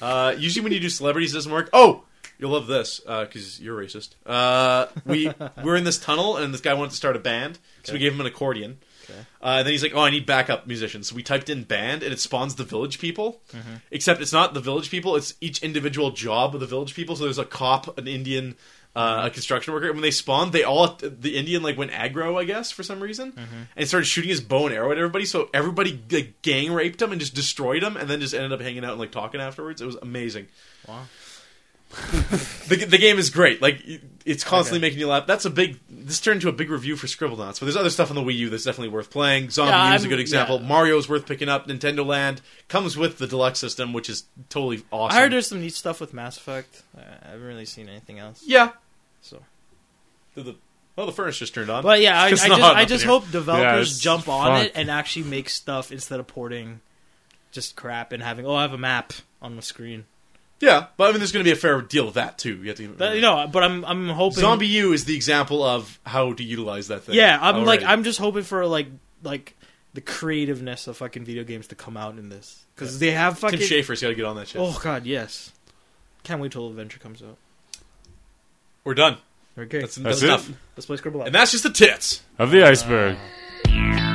[SPEAKER 2] Uh, usually when you do celebrities, it doesn't work. Oh, you'll love this because you're racist. Uh, we we're in this tunnel, and this guy wanted to start a band, so we
[SPEAKER 3] Okay.
[SPEAKER 2] gave him an accordion.
[SPEAKER 3] Okay.
[SPEAKER 2] Uh, and then he's like, "Oh, I need backup musicians." So we typed in band, and it spawns the village people.
[SPEAKER 3] Mm-hmm.
[SPEAKER 2] Except it's not the village people; it's each individual job of the village people. So there's a cop, an Indian, uh, a construction worker. And when they spawned, they all the Indian like went aggro, I guess, for some reason,
[SPEAKER 3] Mm-hmm.
[SPEAKER 2] and started shooting his bow and arrow at everybody. So everybody like gang raped him and just destroyed him, and then just ended up hanging out and like talking afterwards. It was amazing.
[SPEAKER 3] Wow.
[SPEAKER 2] The, the game is great. Like it's constantly
[SPEAKER 3] Okay.
[SPEAKER 2] making you laugh. That's a big. This turned into a big review for Scribble Knots. But there's other stuff on the Wii U that's definitely worth playing. Zombie
[SPEAKER 3] Yeah,
[SPEAKER 2] U is a
[SPEAKER 3] I'm-
[SPEAKER 2] good example.
[SPEAKER 3] yeah.
[SPEAKER 2] Mario's worth picking up. Nintendo Land comes with the deluxe system, which is totally awesome.
[SPEAKER 3] I heard there's some neat stuff with Mass Effect. Uh, I haven't really seen anything else.
[SPEAKER 2] yeah.
[SPEAKER 3] So,
[SPEAKER 2] The, the, well, the furnace just turned on.
[SPEAKER 3] but yeah, I, I
[SPEAKER 2] It's
[SPEAKER 3] just
[SPEAKER 2] not
[SPEAKER 3] I
[SPEAKER 2] enough
[SPEAKER 3] just
[SPEAKER 2] in here.
[SPEAKER 3] hope developers
[SPEAKER 4] it's
[SPEAKER 3] jump on
[SPEAKER 4] fucked.
[SPEAKER 3] it and actually make stuff instead of porting just crap and having oh I have a map on the screen.
[SPEAKER 2] yeah, but I mean, there's going to be a fair deal of that too. You have to.
[SPEAKER 3] But, you know, but I'm I'm hoping
[SPEAKER 2] Zombie U is the example of how to utilize that thing.
[SPEAKER 3] Yeah, I'm like
[SPEAKER 2] already.
[SPEAKER 3] I'm just hoping for like like the creativeness of fucking video games to come out in this because they have
[SPEAKER 2] Tim
[SPEAKER 3] fucking
[SPEAKER 2] Schafer's got to get on that shit.
[SPEAKER 3] oh god yes. Can't wait till Adventure comes out.
[SPEAKER 2] We're done.
[SPEAKER 3] Okay,
[SPEAKER 2] That's,
[SPEAKER 4] That's
[SPEAKER 2] that's,
[SPEAKER 4] it?
[SPEAKER 2] enough.
[SPEAKER 3] let's play Scribble.
[SPEAKER 2] And that's just the tits.
[SPEAKER 4] Of the iceberg.
[SPEAKER 1] you